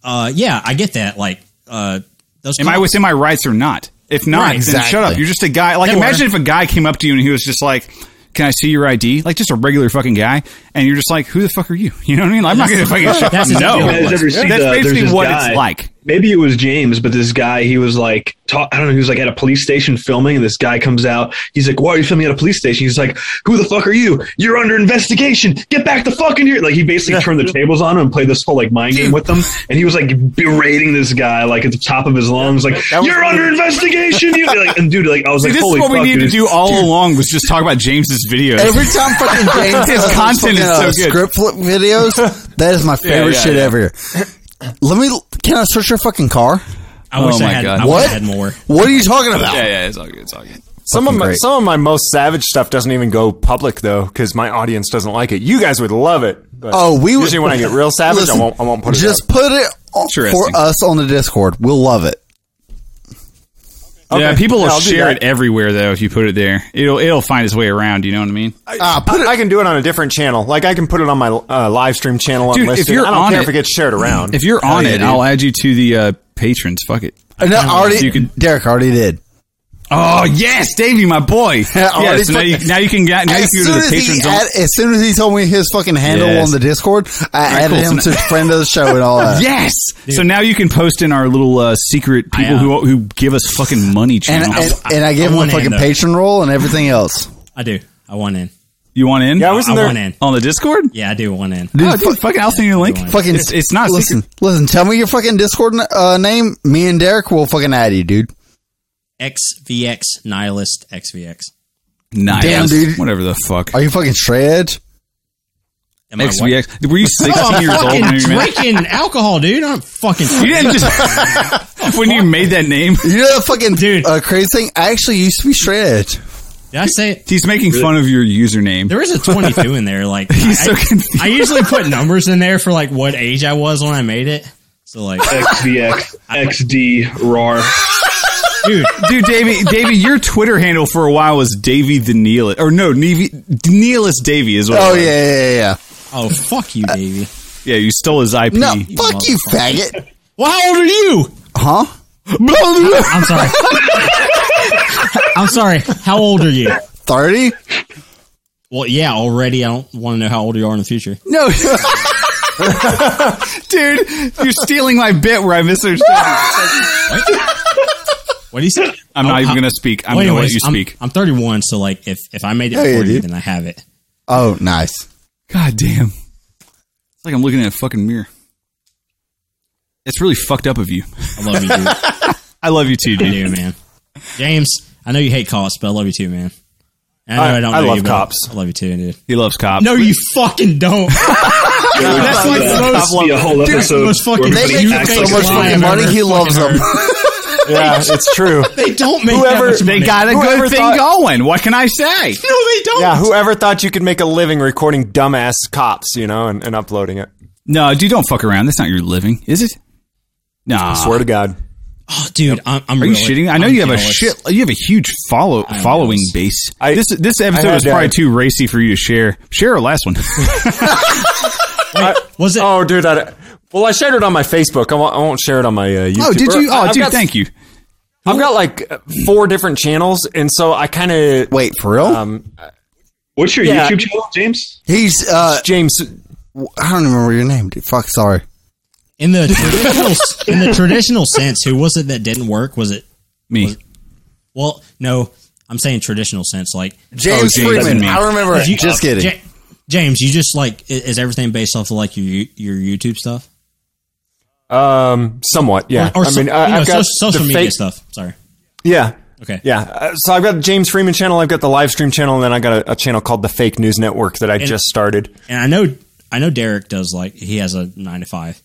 uh, yeah, I get that. Like, uh, those
Am I
cops-
within my rights or not? If not,
Right,
then
exactly.
shut up. You're just a guy. Like,
They were.
imagine if a guy came up to you and he was just like, "Can I see your ID?" Like, just a regular fucking guy, and you're just like, "Who the fuck are you?" [LAUGHS] You know what I mean? Like, I'm not gonna fucking shut
that's
up. No,
exactly
You guys ever see
Oh, that's
the- there's
basically
this
what
guy-
it's like.
Maybe it was James, but this guy, he was like, ta- I don't know, he was like at a police station filming, and this guy comes out. He's like, Why are you filming at a police station? He's like, Who the fuck are you? You're under investigation. Get back the fuck in here. Like, he basically turned the tables on him and played this whole like mind game with them. And he was like berating this guy, like at the top of his lungs, like,
was-
You're under investigation. You like, and dude, like, I was
See,
like,
this
Holy
is what
fuck,
we needed to do
dude.
all along was just talk about James's videos.
Every time fucking James
His
does
content
fucking,
is so
uh,
good.
script flip videos, that is my favorite
yeah,
shit
yeah.
ever. Let me Can I search your fucking car?
I wish
Oh
I
my
had.
God.
I wish
What?
I had more.
What are you talking about?
Yeah, yeah, it's all good. It's all good.
Some of
Fucking
my
great.
some of my most savage stuff doesn't even go public though, because my audience doesn't like it. You guys would love it. but
Oh, we would-
usually when I get real savage,
Listen,
I won't. I won't put it.
Just
up.
put it on-
Interesting.
for us on the Discord. We'll love it.
Okay.
Yeah, people will
I'll do
share
that.
it everywhere though. If you put it there, it'll it'll find its way around. You know what I mean?
Ah, put it.
I can do it on a different channel. Like I can put it on my uh, live stream channel.
Dude, if
unlisted.
you're
I don't
on
care
it-
if it gets shared around.
If you're on
yeah,
it,
dude.
I'll add you to the uh, patrons. Fuck it.
Uh, No, I already.
You can-
Derek already did.
Oh yes, Davey, my boy.
already
yes, so now, you, now you can get now you
As
can
soon,
go to the
as he
patrons. on-
add- as soon as he told me his fucking handle
Yes.
on the Discord, I
right,
added
cool.
him
So
to friend of the show and
[LAUGHS]
all that.
yes. So now you can post in our little uh, secret people
am.
who who give us fucking money
And,
channel.
and, and I gave
I
him a
want in,
fucking
though.
patron role and everything else.
I do. I want in.
you want in?
yeah, I
I,
wasn't there.
I want in.
on the Discord?
Yeah, I do want in.
Dude,
Oh, dude,
fuck-
fucking, I'll send you a link.
fucking,
it's, it's not
Listen,
secret.
listen. Tell me your fucking Discord uh, name. Me and Derek will fucking add you, dude.
XVX nihilist XVX.
Nice.
Damn, dude.
Whatever the fuck.
Are you fucking shred?
Am I white?
XVX. Were you 16 years old when
Fucking
you met?
drinking alcohol, dude. I'm fucking.
You didn't just [LAUGHS] when you made that name.
You know the fucking
Dude.
uh, crazy thing. I actually used to be shred.
Did I say it?
He's making fun of your username.
There is a 22 in there.
[LAUGHS]
Like
He's so
I,
confused.
I usually put numbers in there for like what age I was when I made it. So like,
XVX, XD, RAR.
dude,
Dude, Davey, Davey, your Twitter handle for a while was Davey the Nihilist, or no, Nevi, Nihilist Davey is what. it
Oh
was.
yeah, yeah, yeah.
oh fuck you, baby.
yeah. You stole his IP.
No, fuck you, faggot.
Well, how old are you?
Huh?
I'm sorry. [LAUGHS] I'm sorry. How old are you?
Thirty?
Well, yeah, already. I don't want to know how old you are in the future.
No. [LAUGHS]
dude. You're stealing my bit where I misunderstood. you.
What do you say?
I'm not even gonna speak. I'm gonna let you
I'm,
speak.
I'm 31, so like if if I made it
Hell yeah,
40,
dude.
then I have it.
oh, nice.
God damn. It's like I'm looking at a fucking mirror. That's really fucked up of you.
I love you, dude. I
I love you too, dude.
do, man. James, I know you hate cops, but I love you too, man. And I know I,
I-
don't
I
know
love
you, but
cops.
I love you too, dude.
He loves cops.
No, you fucking [LAUGHS] don't. That's like
Yeah,
the most,
that'd be a whole episode.
most
where
fucking.
They
everybody
make
acts
so much
like they're
fucking
lying.
money, he loves
them.
[LAUGHS]
yeah, it's true.
They don't make
Whoever-
that much money.
They got a
Whoever
good thing
thought-
going. What can I say?
No, they don't.
Yeah, whoever thought you could make a living recording dumbass cops, you know, and, and uploading it?
No, dude, don't fuck around. That's not your living, is it? Nah.
Swear to God.
Oh, dude, I'm. I'm
Are you
really-
shitting? me? I know
I'm
you have a
jealous.
shit. You have a huge follow
I'm
following
jealous.
base.
I-
this this episode
had,
was probably
uh,
too racy for you to share. Share our last one.
Was it?
Oh, dude. I, well, I shared it on my Facebook. I won't, I won't share it on my uh,
[LAUGHS]
YouTube.
oh, did you?
Or-
Oh,
I've
dude,
got-
thank you.
I've got like uh, four different channels, and so I kind of
Wait, for real?
Um,
What's your
Yeah.
YouTube channel, James?
He's uh,
James,
I don't remember your name, dude. Fuck, sorry.
in the traditional in the traditional sense, who was it that didn't work? Was it?
Me.
Well, no, I'm saying traditional sense. Like, oh,
James,
Oh, James,
Freeman.
that's me.
I remember it.
you-
uh,
uh,
Just kidding.
Ja- James, you just like i- is everything based off of like your your YouTube stuff
um, somewhat, yeah.
or
I
so-
mean, I,
you know,
I've got
social, social
the
media
fake-
stuff? Sorry.
Yeah.
Okay.
Yeah. Uh, so I've got the James Freeman channel, I've got the live stream channel, and then I got a, a channel called the Fake News Network that I just started.
And I know I know Derek does like he has a nine to five.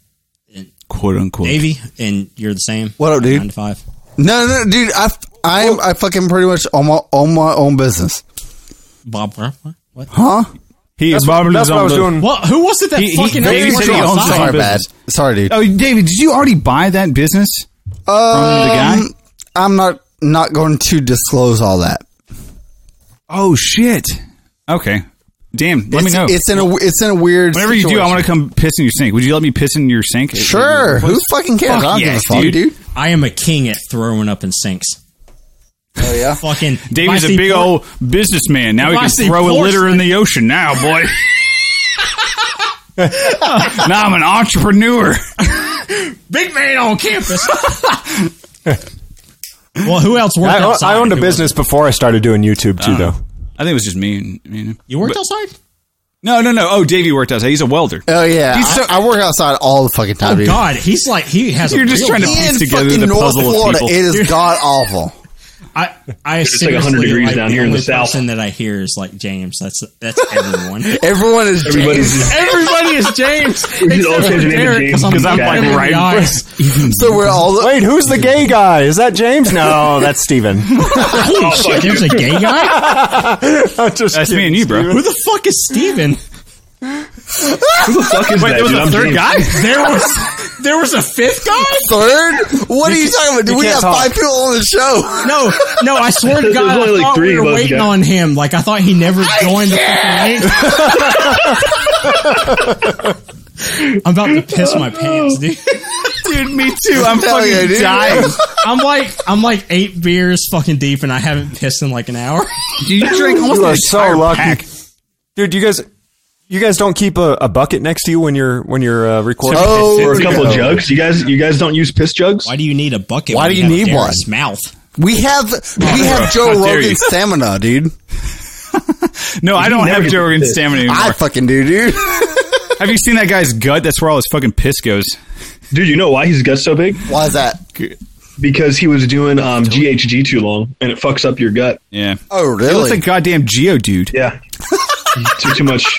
Quote unquote.
Davey, and you're the same.
What up, dude?
Nine to five.
No, no, dude. I, I am I fucking pretty much on my on my own business.
Bob. What? what?
Huh?
He is bobbing
That's
his
what I
own
was
business.
doing.
Well, who was it that
He- he-
fucking?
Davey
everyone
said he
was
owns
on?
his own
Sorry, bad.
business.
Sorry, dude.
Oh, David, did you already buy that business from the guy?
I'm not not going to disclose all that.
Oh shit. Okay. Damn. Let
it's,
me know.
It's in a it's in a weird.
Whenever you do, I want to come piss in your sink. Would you let me piss in your sink?
Sure. Who fucking cares?
Fuck
I don't give a
yes,
fuck,
dude.
dude.
I am a king at throwing up in sinks.
Oh yeah.
Fucking
Davey's
if I
a
see
big
por-
old businessman. Now he
If I
can
see
throw a
porcelain-
litter in the ocean now, boy. [LAUGHS] now I'm an entrepreneur.
big man on campus. [LAUGHS] well, who else worked
I, o-
outside?
I owned a
Who
business before I started doing YouTube,
Ah.
too, though.
I think it was just me. And, me and him.
was- You worked outside?
No, no, no. Oh, Davey worked outside. He's a welder.
Oh yeah.
He's
I,
so-
I work outside all the fucking time,
Oh
dude.
God, he's like he has. a
You're just
real
trying to
job.
piece
In
together
fucking
the [LAUGHS]
North
puzzle of
Florida,
people.
it is god awful.
I I
It's like 100
seriously,
degrees
like,
down
the
here in
only
the south.
person that I hear is like James. That's that's everyone.
[LAUGHS]
Everyone is
Everybody's
James.
Everybody is
[LAUGHS]
James.
should all
except for
change the name to
Derek,
James,
'cause
because
I'm
I'm like
like
right
right
[LAUGHS]
in
eyes.
So we're all
Wait, who's the gay guy? Is that James? No, that's
[LAUGHS]
Steven.
Oh, fuck you.
There's a gay guy.
I'm just
That's me
kidding,
and you, bro.
Steven.
Who the fuck is Steven?
Fuck is that, dude? I'm James.
There was there was a fifth guy.
third. What are you talking about? Dude, we got
can't
five people on the show.
No, no, I swear to
There's
God,
only,
I
like,
thought
three
we
of
were
us
waiting
guys.
on him. Like I thought he never joined the fucking league. I'm about to piss my pants, dude.
Dude, [LAUGHS] me too. I'm
Hell yeah, dude.
I'm like I'm like eight beers fucking deep, and I haven't pissed in like an hour.
Dude, you drank almost
You
an
are so
entire
lucky.
pack.
Dude, you guys you guys don't keep a, a bucket next to you when you're when you're uh, recording.
Oh,
Or a couple of jugs. You guys, you guys don't use piss jugs.
Why do you need a bucket?
Why
when
do you
have
need
a bear in
one?
his Mouth.
[LAUGHS] We have we have Joe
How dare you.
Rogan stamina, [LAUGHS] dude.
No, I don't
never
have
get
Joe
to
Rogan's
piss.
stamina anymore.
I fucking do, dude.
have you seen that guy's gut? That's where all his fucking piss goes.
Dude, you know why his gut's so big?
Why is that?
Because he was doing um, GHG too long, and it fucks up your gut.
Yeah.
Oh,
It looks
really?
like goddamn Geo dude.
[LAUGHS] Yeah, too too much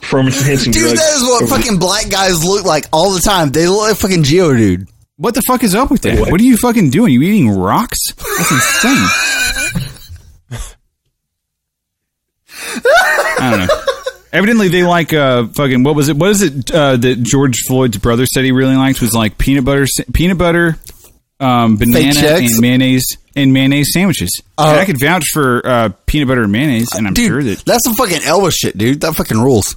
performance enhancing
Dude,
drugs.
that is what fucking black guys look like all the time. They look like fucking Geo, dude.
What the fuck is up with that? What? are you fucking doing? You eating rocks? That's insane. I don't know. Evidently, they like uh, fucking what was it? What is it uh, that George Floyd's brother said he really liked was like peanut butter, sa- peanut butter, um, banana, and
checks? Uh,
mayonnaise and mayonnaise sandwiches. and I could vouch for uh, peanut butter and mayonnaise, and I'm
Dude,
sure that
that's some fucking Elvis shit, dude. That fucking rules.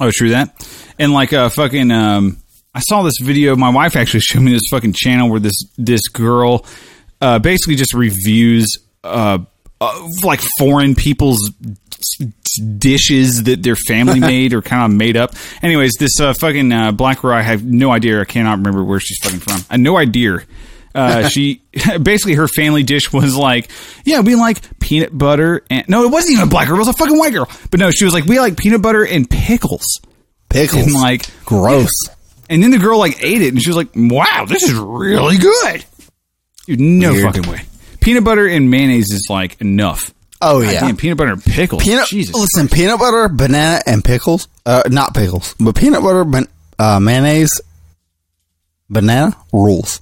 Oh, true that. And like uh, fucking, um, I saw this video. My wife actually [LAUGHS] showed me this fucking channel where this this girl uh, basically just reviews uh, uh, like foreign people's s- s- dishes that their family made or kind of made up. Anyways, this uh, fucking uh, black girl, I have no idea. I cannot remember where she's fucking from. I have no idea. Uh, she [LAUGHS] basically her family dish was like, yeah, we like peanut butter and no, it wasn't even a black girl, it was a fucking white girl. But no, she was like, we like peanut butter and pickles,
Pickles.
and like,
Gross.
and then the girl like ate it and she was like, wow, this is really good. Dude, no
Weird.
fucking way. Peanut butter and mayonnaise is like enough.
Oh, yeah.
Damn, peanut butter and pickles.
Peanut,
Jesus.
listen, peanut butter, banana, and pickles. Uh, not pickles, but peanut butter, ban- uh, mayonnaise, banana rules.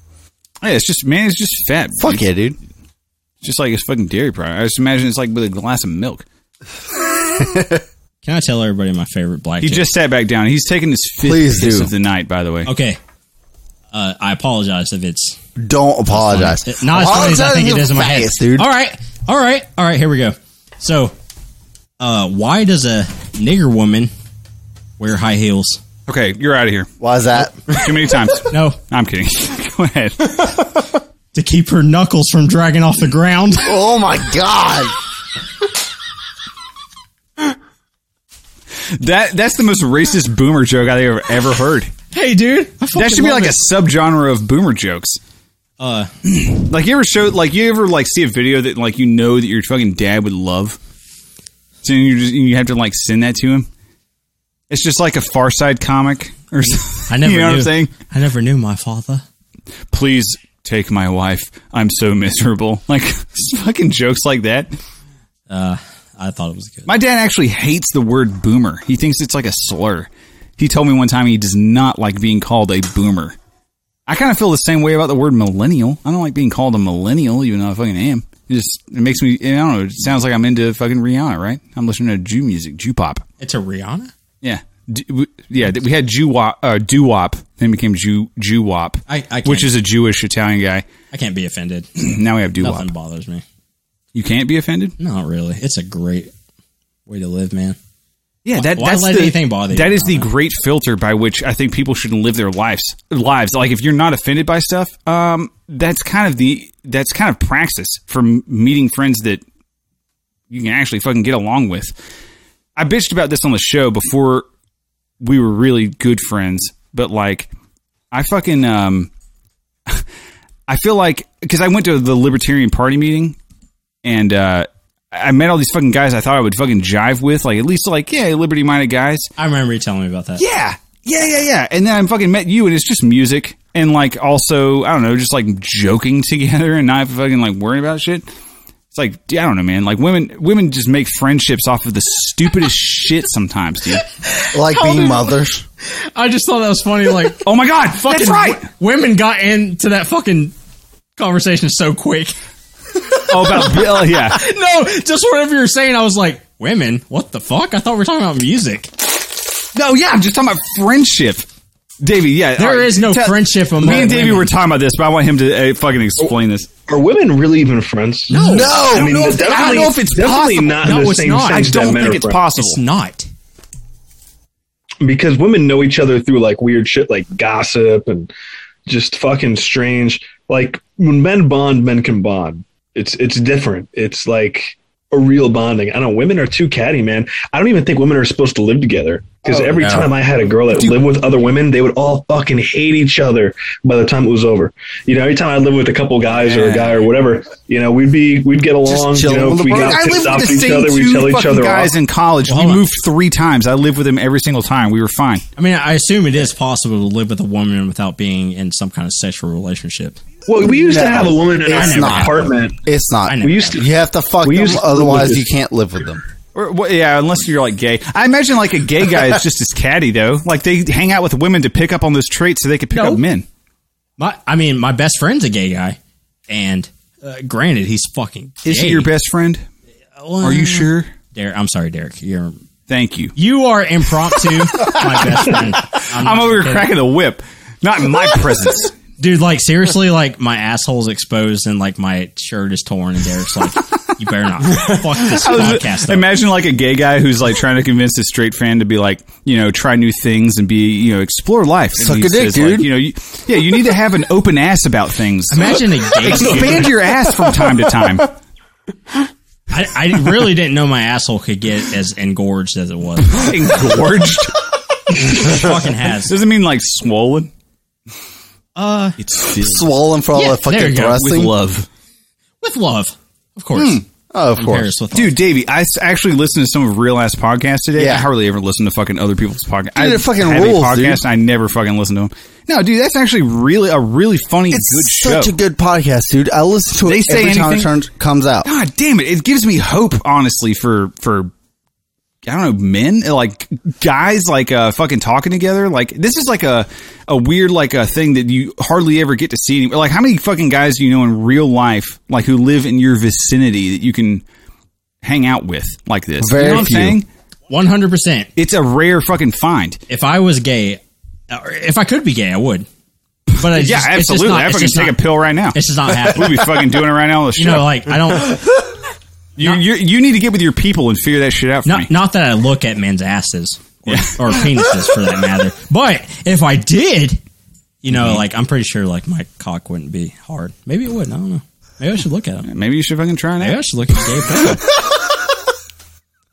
Yeah, it's just mayonnaise, is just fat.
Fuck
dude.
yeah, dude.
just like it's fucking dairy product. I just imagine it's like with a glass of milk.
Can I tell everybody my favorite black?
He
chick?
just sat back down. He's taking his fifth
Please
piss
do.
of the night. By the way,
okay. Uh, I apologize if it's
Don't apologize.
Not as funny as I
Apologize
think it
your
is in my head.
face, dude.
All right, all right, all right. Here we go. So, uh, why does a nigger woman wear high heels?
okay, you're out of here.
Why is that?
Too many
[LAUGHS]
times.
No,
I'm kidding. [LAUGHS] Go ahead.
to keep her knuckles from dragging off the ground. [LAUGHS]
oh my god.
That that's the most racist boomer joke I think I've ever heard.
hey, dude,
That should be like a subgenre of boomer jokes.
Uh.
[CLEARS THROAT] like you ever show like you ever like see a video that like you know that your fucking dad would love, so you just you have to like send that to him. It's just like a Far Side comic or
I
something. [LAUGHS]
never
you know
knew.
what I'm saying.
I never knew my father.
please take my wife. I'm so miserable. [LAUGHS] Like fucking jokes like that.
Uh, I thought it was good.
My dad actually hates the word boomer. He thinks it's like a slur. He told me one time he does not like being called a boomer. I kind of feel the same way about the word millennial. I don't like being called a millennial, even though I fucking am. It just it makes me. I don't know. It sounds like I'm into fucking Rihanna, right? I'm listening to Jew music, Jew pop.
It's a Rihanna.
Yeah, D- we- yeah. th- We had Jew wop, uh, doo wop, then became Jew Jew wop,
I- I can't-
which is a Jewish Italian guy. [CLEARS THROAT]
I can't be offended.
Now we have doo wop.
Nothing bothers me.
You can't be offended.
Not really. It's a great way to live, man.
Yeah, that,
why
that's
let
the,
anything bother you?
That is the great filter by which I think people should live their lives. Lives like if you're not offended by stuff, um, that's kind of the that's kind of praxis for m- meeting friends that you can actually fucking get along with. I bitched about this on the show before we were really good friends, but like I fucking um, [LAUGHS] I feel like because I went to the Libertarian Party meeting and uh, I met all these fucking guys I thought I would fucking jive with, like at least like yeah, liberty minded guys.
I remember you telling me about that.
Yeah, yeah, yeah, yeah. And then I fucking met you, and it's just music [LAUGHS] and like also I don't know, just like joking together and not fucking like worrying about shit. It's like yeah, I don't know, man. Like women, women just make friendships off of the stupidest [LAUGHS] shit sometimes, dude.
Like
How
being
did-
mothers.
I just thought that was funny. Like
Oh my god,
fucking
that's right.
w- women got into that fucking conversation so quick. [LAUGHS]
Oh, [LAUGHS] about Bill, yeah.
no, just whatever you were saying, I was like, women? What the fuck? I thought we were talking about music.
No, yeah, I'm just talking about friendship. Davey, yeah,
There
all
is no friendship among
Me and Davey
women.
were talking about this, but I want him to uh, fucking explain this.
Are women really even friends? No,
No, I don't know if-
I don't know if it's
definitely
possible.
not
No,
in the
it's
same
not.
sense.
I
I
that
don't
men
think
are
it's
friends.
possible.
It's not.
because women know each other through like weird shit like gossip and just fucking strange like when men bond men can bond it's it's different it's like a real bonding i don't know women are too catty man i don't even think women are supposed to live together because
Oh,
every time i had a girl that lived with other women they would all fucking hate each other by the time it was over you know every time i lived with a couple guys or a guy or whatever you know we'd be we'd get along you know if we got
I
pissed
lived
off
with
at
the
each
same
other we'd tell
two
each
fucking
other off.
guys in college.
Well,
we
hold on.
moved three times. I lived with him every single time. We were fine.
I mean, I assume it is possible to live with a woman without being in some kind of sexual relationship.
well we used
No,
to have a woman in
it's
our
not.
apartment
It's not.
I know.
we used to
You have to fuck
We
them,
used to live with
otherwise
this-
you can't live with them.
Or, wha- yeah, unless you're like gay. I imagine like a gay guy is just as catty though. Like they hang out with women to pick up on those traits so they could pick
No.
up men.
My, I mean, my best friend's a gay guy, and uh, granted, he's fucking.
Is he
gay.
your best friend? Are
Uh.
you sure?
Derek, I'm sorry, Derek. You're
Thank you.
you are
[LAUGHS]
impromptu, my best friend. I'm,
I'm
not
over here
kidding.
cracking a whip. Not in
[LAUGHS]
my presence.
dude. Like seriously, like my asshole's exposed and like my shirt is torn, and Derek's like, "You better not fuck
[LAUGHS]
this podcast." up."
Imagine like a gay guy who's like trying to convince his straight fan to be like, you know, try new things and be, you know, explore life. And
Suck
he
a dick,
says, like,
dude.
you know, you, yeah, you need to have an open ass about things. [LAUGHS]
Imagine a gay
Expand your ass from time to
[LAUGHS]
time.
I, I really didn't know my asshole could get as engorged as it was.
Engorged
It fucking has.
doesn't mean like swollen.
Uh,
It's filled
Swollen for all
Yeah,
that
there
fucking
you go. With
with
thrusting.
love.
with love, of course.
Oh, of course.
Paris with love.
Hmm. Dude, Davey, I s- actually listened to some of Real Ass podcast today.
Yeah.
I hardly ever listen to fucking other people's podcast. I
it fucking
have a
rules,
podcast
dude.
and I never fucking listen to them. No, dude, that's actually really a really funny, good
It's
show.
such a good podcast, dude. I listen to it
They say
every time it
anything?
turns, comes out.
God damn it! It gives me hope, honestly, for for I don't know men like guys like uh, fucking talking together. Like this is like a a weird like a thing that you hardly ever get to see. Like how many fucking guys do you know in real life like who live in your vicinity that you can hang out with like this? you
Very
know what I'm
few.
saying?
One hundred percent.
It's a rare fucking find.
If I was gay, or if I could be gay, I would. But I
Yeah,
just, It's just
absolutely.
not,
I
it's
fucking
just
take
not,
a pill right now.
It's
[LAUGHS]
just not
We'll
happening.
be fucking doing it right now. on The
[LAUGHS] you
show.
know, like I don't.
you, you, you need to get with your people and figure that shit out for me.
Not not that I look at men's asses or, or penises for that matter.
[LAUGHS]
But if I did,
Mm-hmm.
you know, like I'm pretty sure like my cock wouldn't be hard. Maybe it would. I don't know. Maybe I should look at him.
Maybe you should fucking try
Maybe I
that.
should look at gay
[LAUGHS]
porn.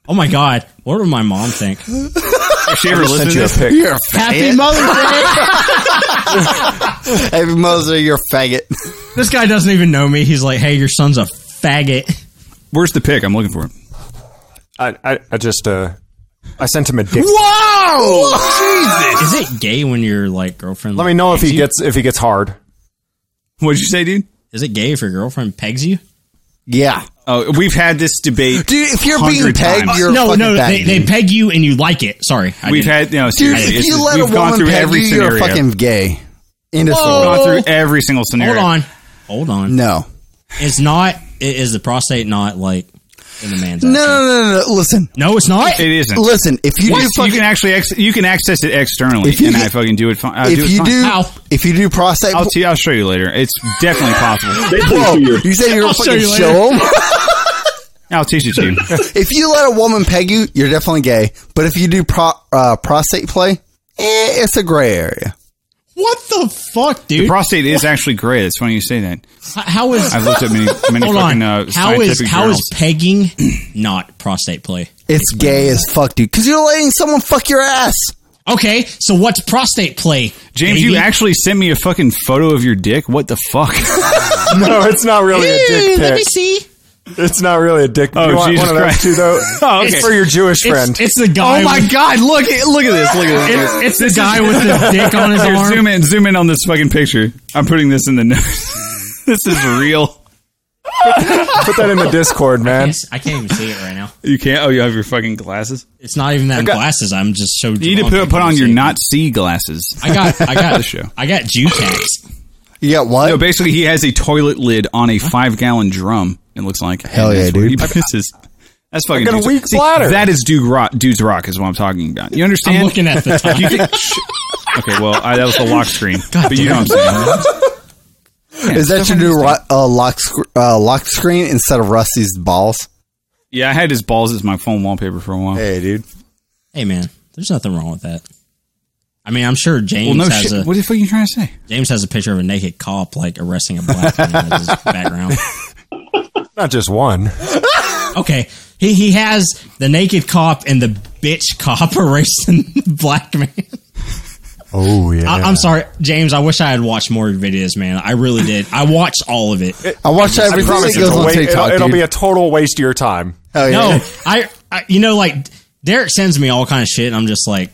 oh my god, what would my mom think?
If she ever listened to this,
You're
[LAUGHS]
a
Happy
faggot. [LAUGHS]
Mother's [LAUGHS] Day.
Happy Mother's Day, you're a faggot.
this guy doesn't even know me. He's like, hey, your son's a faggot.
where's the pick? I'm looking for it.
I, I, I just uh, I sent him a dick.
Is it gay when your like girlfriend?
Let me know if he gets if he gets hard.
What'd you say, dude?
Is it gay if your girlfriend pegs you?
Yeah.
Oh, we've had this debate.
Dude, if you're being
100
pegged,
times.
you're a
no,
fucking
no, they,
faggot,
they
dude.
peg you and you like it. Sorry, I
We've
didn't-
had no.
Dude,
seriously,
if
it's
you
just-
let a
we've gone
woman
through
peg
every
you, you're
scenario.
a fucking gay. End of
We've
story.
gone through every single
Hold
scenario.
on, hold on.
No.
It's not. i- Is the prostate not like in the man's?
No,
ass?
no, no, no, no. Listen.
no, it's not.
It isn't.
Listen, if you do
Yes, you
fucking,
can actually ex- you can access it externally,
If you
and I
get-
fucking do it. Fine. I do
if
it
you
fine.
do,
How?
if you do prostate,
I'll see. I'll show you later. It's definitely possible.
They play for your-
you say you're
I'll
gonna
show
fucking
you later.
show 'em? [LAUGHS]
I'll teach it to you.
if you let a woman peg you, you're definitely gay. But if you do pro, uh, prostate play, eh, it's a gray area.
What the fuck, dude? [LAUGHS]
Prostate is actually gray. It's funny you say that.
H- how is?
I've looked at many, many
Hold
fucking
on.
uh,
how is
scientific
how
journals.
is pegging [CLEARS THROAT] not prostate play?
It's gay as fuck, dude. Because you're letting someone fuck your ass.
Okay, so what's prostate play?
James, you
baby?
actually sent me a fucking photo of your dick. What the fuck?
[LAUGHS] No, it's not really a
Ew,
dick
Let me
pic.
see.
It's not really a dick.
Oh,
you want
Jesus
one of
Christ.
those two though?
Oh, okay.
It's for your Jewish friend.
It's, it's the
Oh
guy. with,
god! Look at look at this! Look at this!
It's, it's the guy with
[LAUGHS]
the dick on his
Here,
arm.
zoom in, zoom in on this fucking picture. I'm putting this in the notes. this is real.
Put that in the Discord, man.
Yes, I can't even see it right now.
You can't. Oh, you have your fucking glasses.
It's not even that in
got-
glasses. I'm just so.
You need to
drunk, I
put, put
can't
on your
see it.
not see glasses.
I
[LAUGHS]
got. I got
the show.
I got Jutax.
You got what?
No, basically, he has a toilet lid on a five gallon drum. It looks like
Hell
And
yeah,
that's where
dude.
He pisses. That's fucking.
got a
dude's-
weak
See,
bladder.
That is dude rock. Dude's rock is what I'm talking about. You understand?
I'm looking at the
[LAUGHS]
time.
You think- okay, well, I, that was the lock screen. but you know what I'm saying?
Is that your new ro- uh, lock sc- uh, lock screen instead of Rusty's balls?
Yeah, I had his balls as my phone wallpaper for a while.
Hey, dude.
hey man, there's nothing wrong with that. I mean, I'm sure
well,
James
no
has
shit.
a
what the fuck are you trying to say?
James has a picture of a naked cop like arresting a black man
[LAUGHS]
as his background.
Not just one.
Okay, he he has the naked cop and the bitch cop [LAUGHS] erasing the black man.
Oh yeah.
I, I'm sorry, James. I wish I had watched more of your videos, man. I really did. I watched all of it.
I watch everything that
it's
goes
a
on
wa-
TikTok,
it'll, it'll
dude.
be a total waste of your time.
Hell yeah.
No, I, I, you know, like Derek sends me all kind of shit, and I'm just like,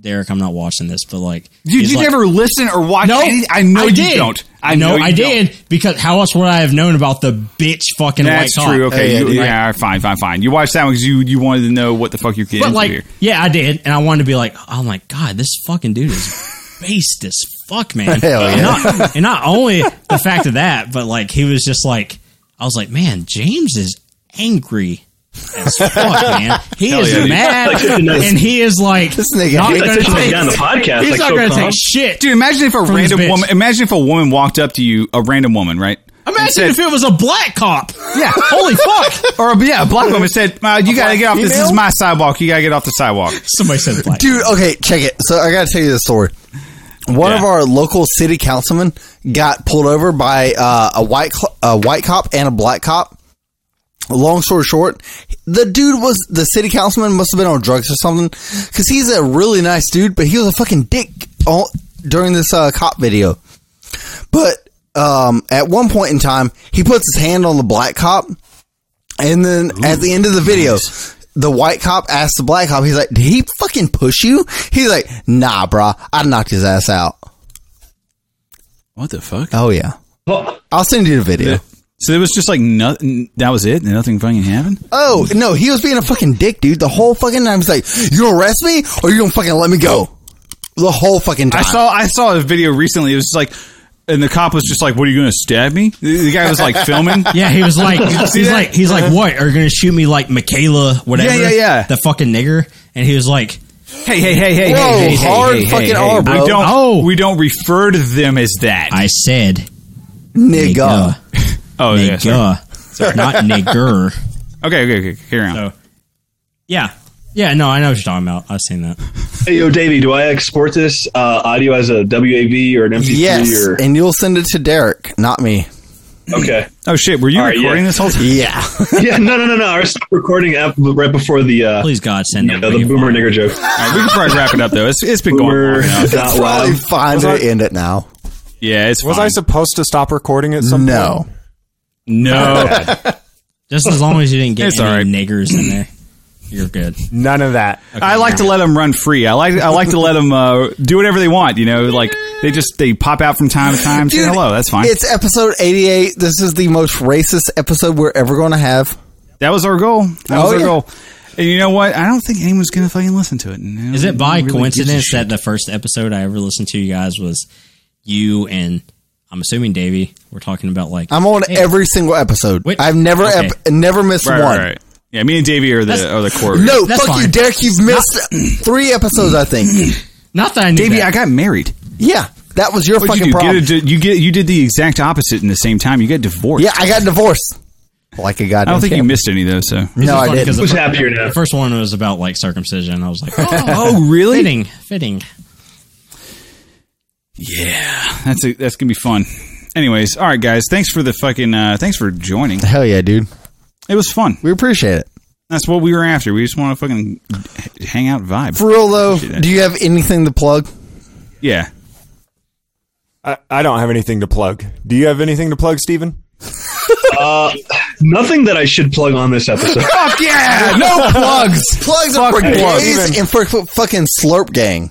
Derek, I'm not watching this, but like,
Dude,
he's
you
like,
never listen or watch
No,
any- I know you
did.
don't.
I know, I did because how else would I have known about the bitch fucking
That's
white cop?
true. Okay,
Yeah,
you,
dude.
yeah, fine, fine, fine. You watched that one because you, you wanted to know what the fuck you're getting
But
into
like,
here.
yeah, I did, and I wanted to be like, oh my god, this fucking dude is
[LAUGHS]
based as fuck, man.
Hell
and,
yeah.
not, and not only the fact of that, but like he was just like, I was like, man, James is angry. As fuck, man. He is
yeah, dude.
mad, and he is like
This nigga
not
hates
gonna
That's
take-
it on the podcast.
He's
like,
not
so
going to
calm.
take shit.
Dude, imagine if a
From this
random
bitch.
woman. Imagine if a woman walked up to you, a random woman, right?
Imagine
said-
if it was a black cop.
Yeah.
Holy fuck. [LAUGHS]
Or yeah, a black [LAUGHS] woman said, uh, "You gotta get off. This is my sidewalk. You gotta get off the sidewalk."
Somebody said black.
Dude, okay, check it. So I got to tell you the story. One of
Yeah.
our local city councilmen got pulled over by uh, a white cl- a white cop and a black cop. Long story short, the dude was the city councilman must have been on drugs or something because he's a really nice dude, but he was a fucking dick all, during this uh, cop video. But um, at one point in time, he puts his hand on the black cop, and then at the end of the video, the white cop asks the black cop, he's like, Did he fucking push you? He's like, Nah, brah, I knocked his ass out.
What the fuck?
Oh, yeah.
Well,
I'll send you the video.
Uh, So it was just like nothing. That was it. Nothing fucking happened.
Oh, no, he was being a fucking dick, dude. The whole fucking time. He's like, You gonna arrest me or you gonna fucking let me go? The whole fucking time.
I saw. I saw a video recently. It was just like, and the cop was just like, "What are you gonna stab me?" The, the guy was like filming.
Yeah, he
[LAUGHS]
was like, he's
that? Uh-huh.
like, he's like, what? Are you gonna shoot me like Michaela, whatever?
Yeah, yeah, yeah.
The fucking nigger. And he was like,
Hey, hey, hey, hey,
Whoa,
hey, hey,
hard
hey, hey,
fucking
hey,
R,
hey.
bro.
We don't.
Oh.
We don't refer to them as that.
I said,
Nigga.
nigga,
oh yeah.
nigga,
sorry.
not nigger.
Okay, okay, okay. Carry on.
So, yeah, yeah, no, I know what you're talking about. I've seen that.
hey, yo, Davey, do I export this uh, audio as a WAV or an MP3?
Yes.
Or,
And you'll send it to Derek, not me.
okay.
oh shit, were you
All right,
recording
yeah.
this
[LAUGHS]
whole time?
Yeah.
yeah, no, no, no, no. I stopped recording app right before the uh,
Please God, send
uh,
them.
the boomer nigger joke.
All right, we can probably wrap it up though. It's, it's been
Boomer.
going. On.
[LAUGHS]
dot
Probably
wow.
fine to end it now.
Yeah, it's
Was
fine.
I supposed to stop recording at some
No.
no.
Just as long as you didn't get
It's
any
all right.
niggers in there, you're good.
point? None of that.
[LAUGHS] I like to let them run free. I like I like to let them uh, do whatever they want. You know, like they just they pop out from time to time. say
Dude,
hello. That's fine.
It's episode 88. This is the most racist episode we're ever going to have.
That was our goal. That was
Oh,
our
yeah.
goal. And you know what? I don't think anyone's gonna fucking listen to it. No
Is it
one
by
really gives a
coincidence
shit.
that the first episode I ever listened to you guys was you and I'm assuming Davey were talking about like
I'm on
Hey.
every single episode.
Wait.
I've never
Okay.
ep- never missed
Right,
one.
right, right. Yeah, me and Davey are the are the core.
No,
That's
fuck you,
fine.
Derek. You've missed three episodes, I think.
[CLEARS THROAT] not that I knew
Davey,
that.
I got married.
Yeah, that was your
What
fucking
you do? Get
problem.
a di- you get you did the exact opposite in the same time. You got divorced.
yeah, I got divorced. Like a
I
goddamn.
don't think you
champ.
missed any though. So
No, I
Funny 'cause
didn't.
The,
Who's
fir-
happier now?
the first one was about like circumcision. I was
[LAUGHS]
like, oh,
oh really?
fitting, fitting.
Yeah, that's a, that's gonna be fun. Anyways, all right, guys. Thanks for the fucking. Uh, thanks for joining.
Hell yeah, dude.
It was fun.
We appreciate it.
That's what we were after. We just want to fucking h- hang out, and vibe.
For real though,
Appreciate it.
do you have anything to plug?
yeah.
I, I don't have anything to plug. Do you have anything to plug, Steven?
Nothing that I should plug on this
[LAUGHS]
episode.
Fuck yeah, no plugs. plugs are for
it.
gays
Even-
and for fu- fucking slurp gang.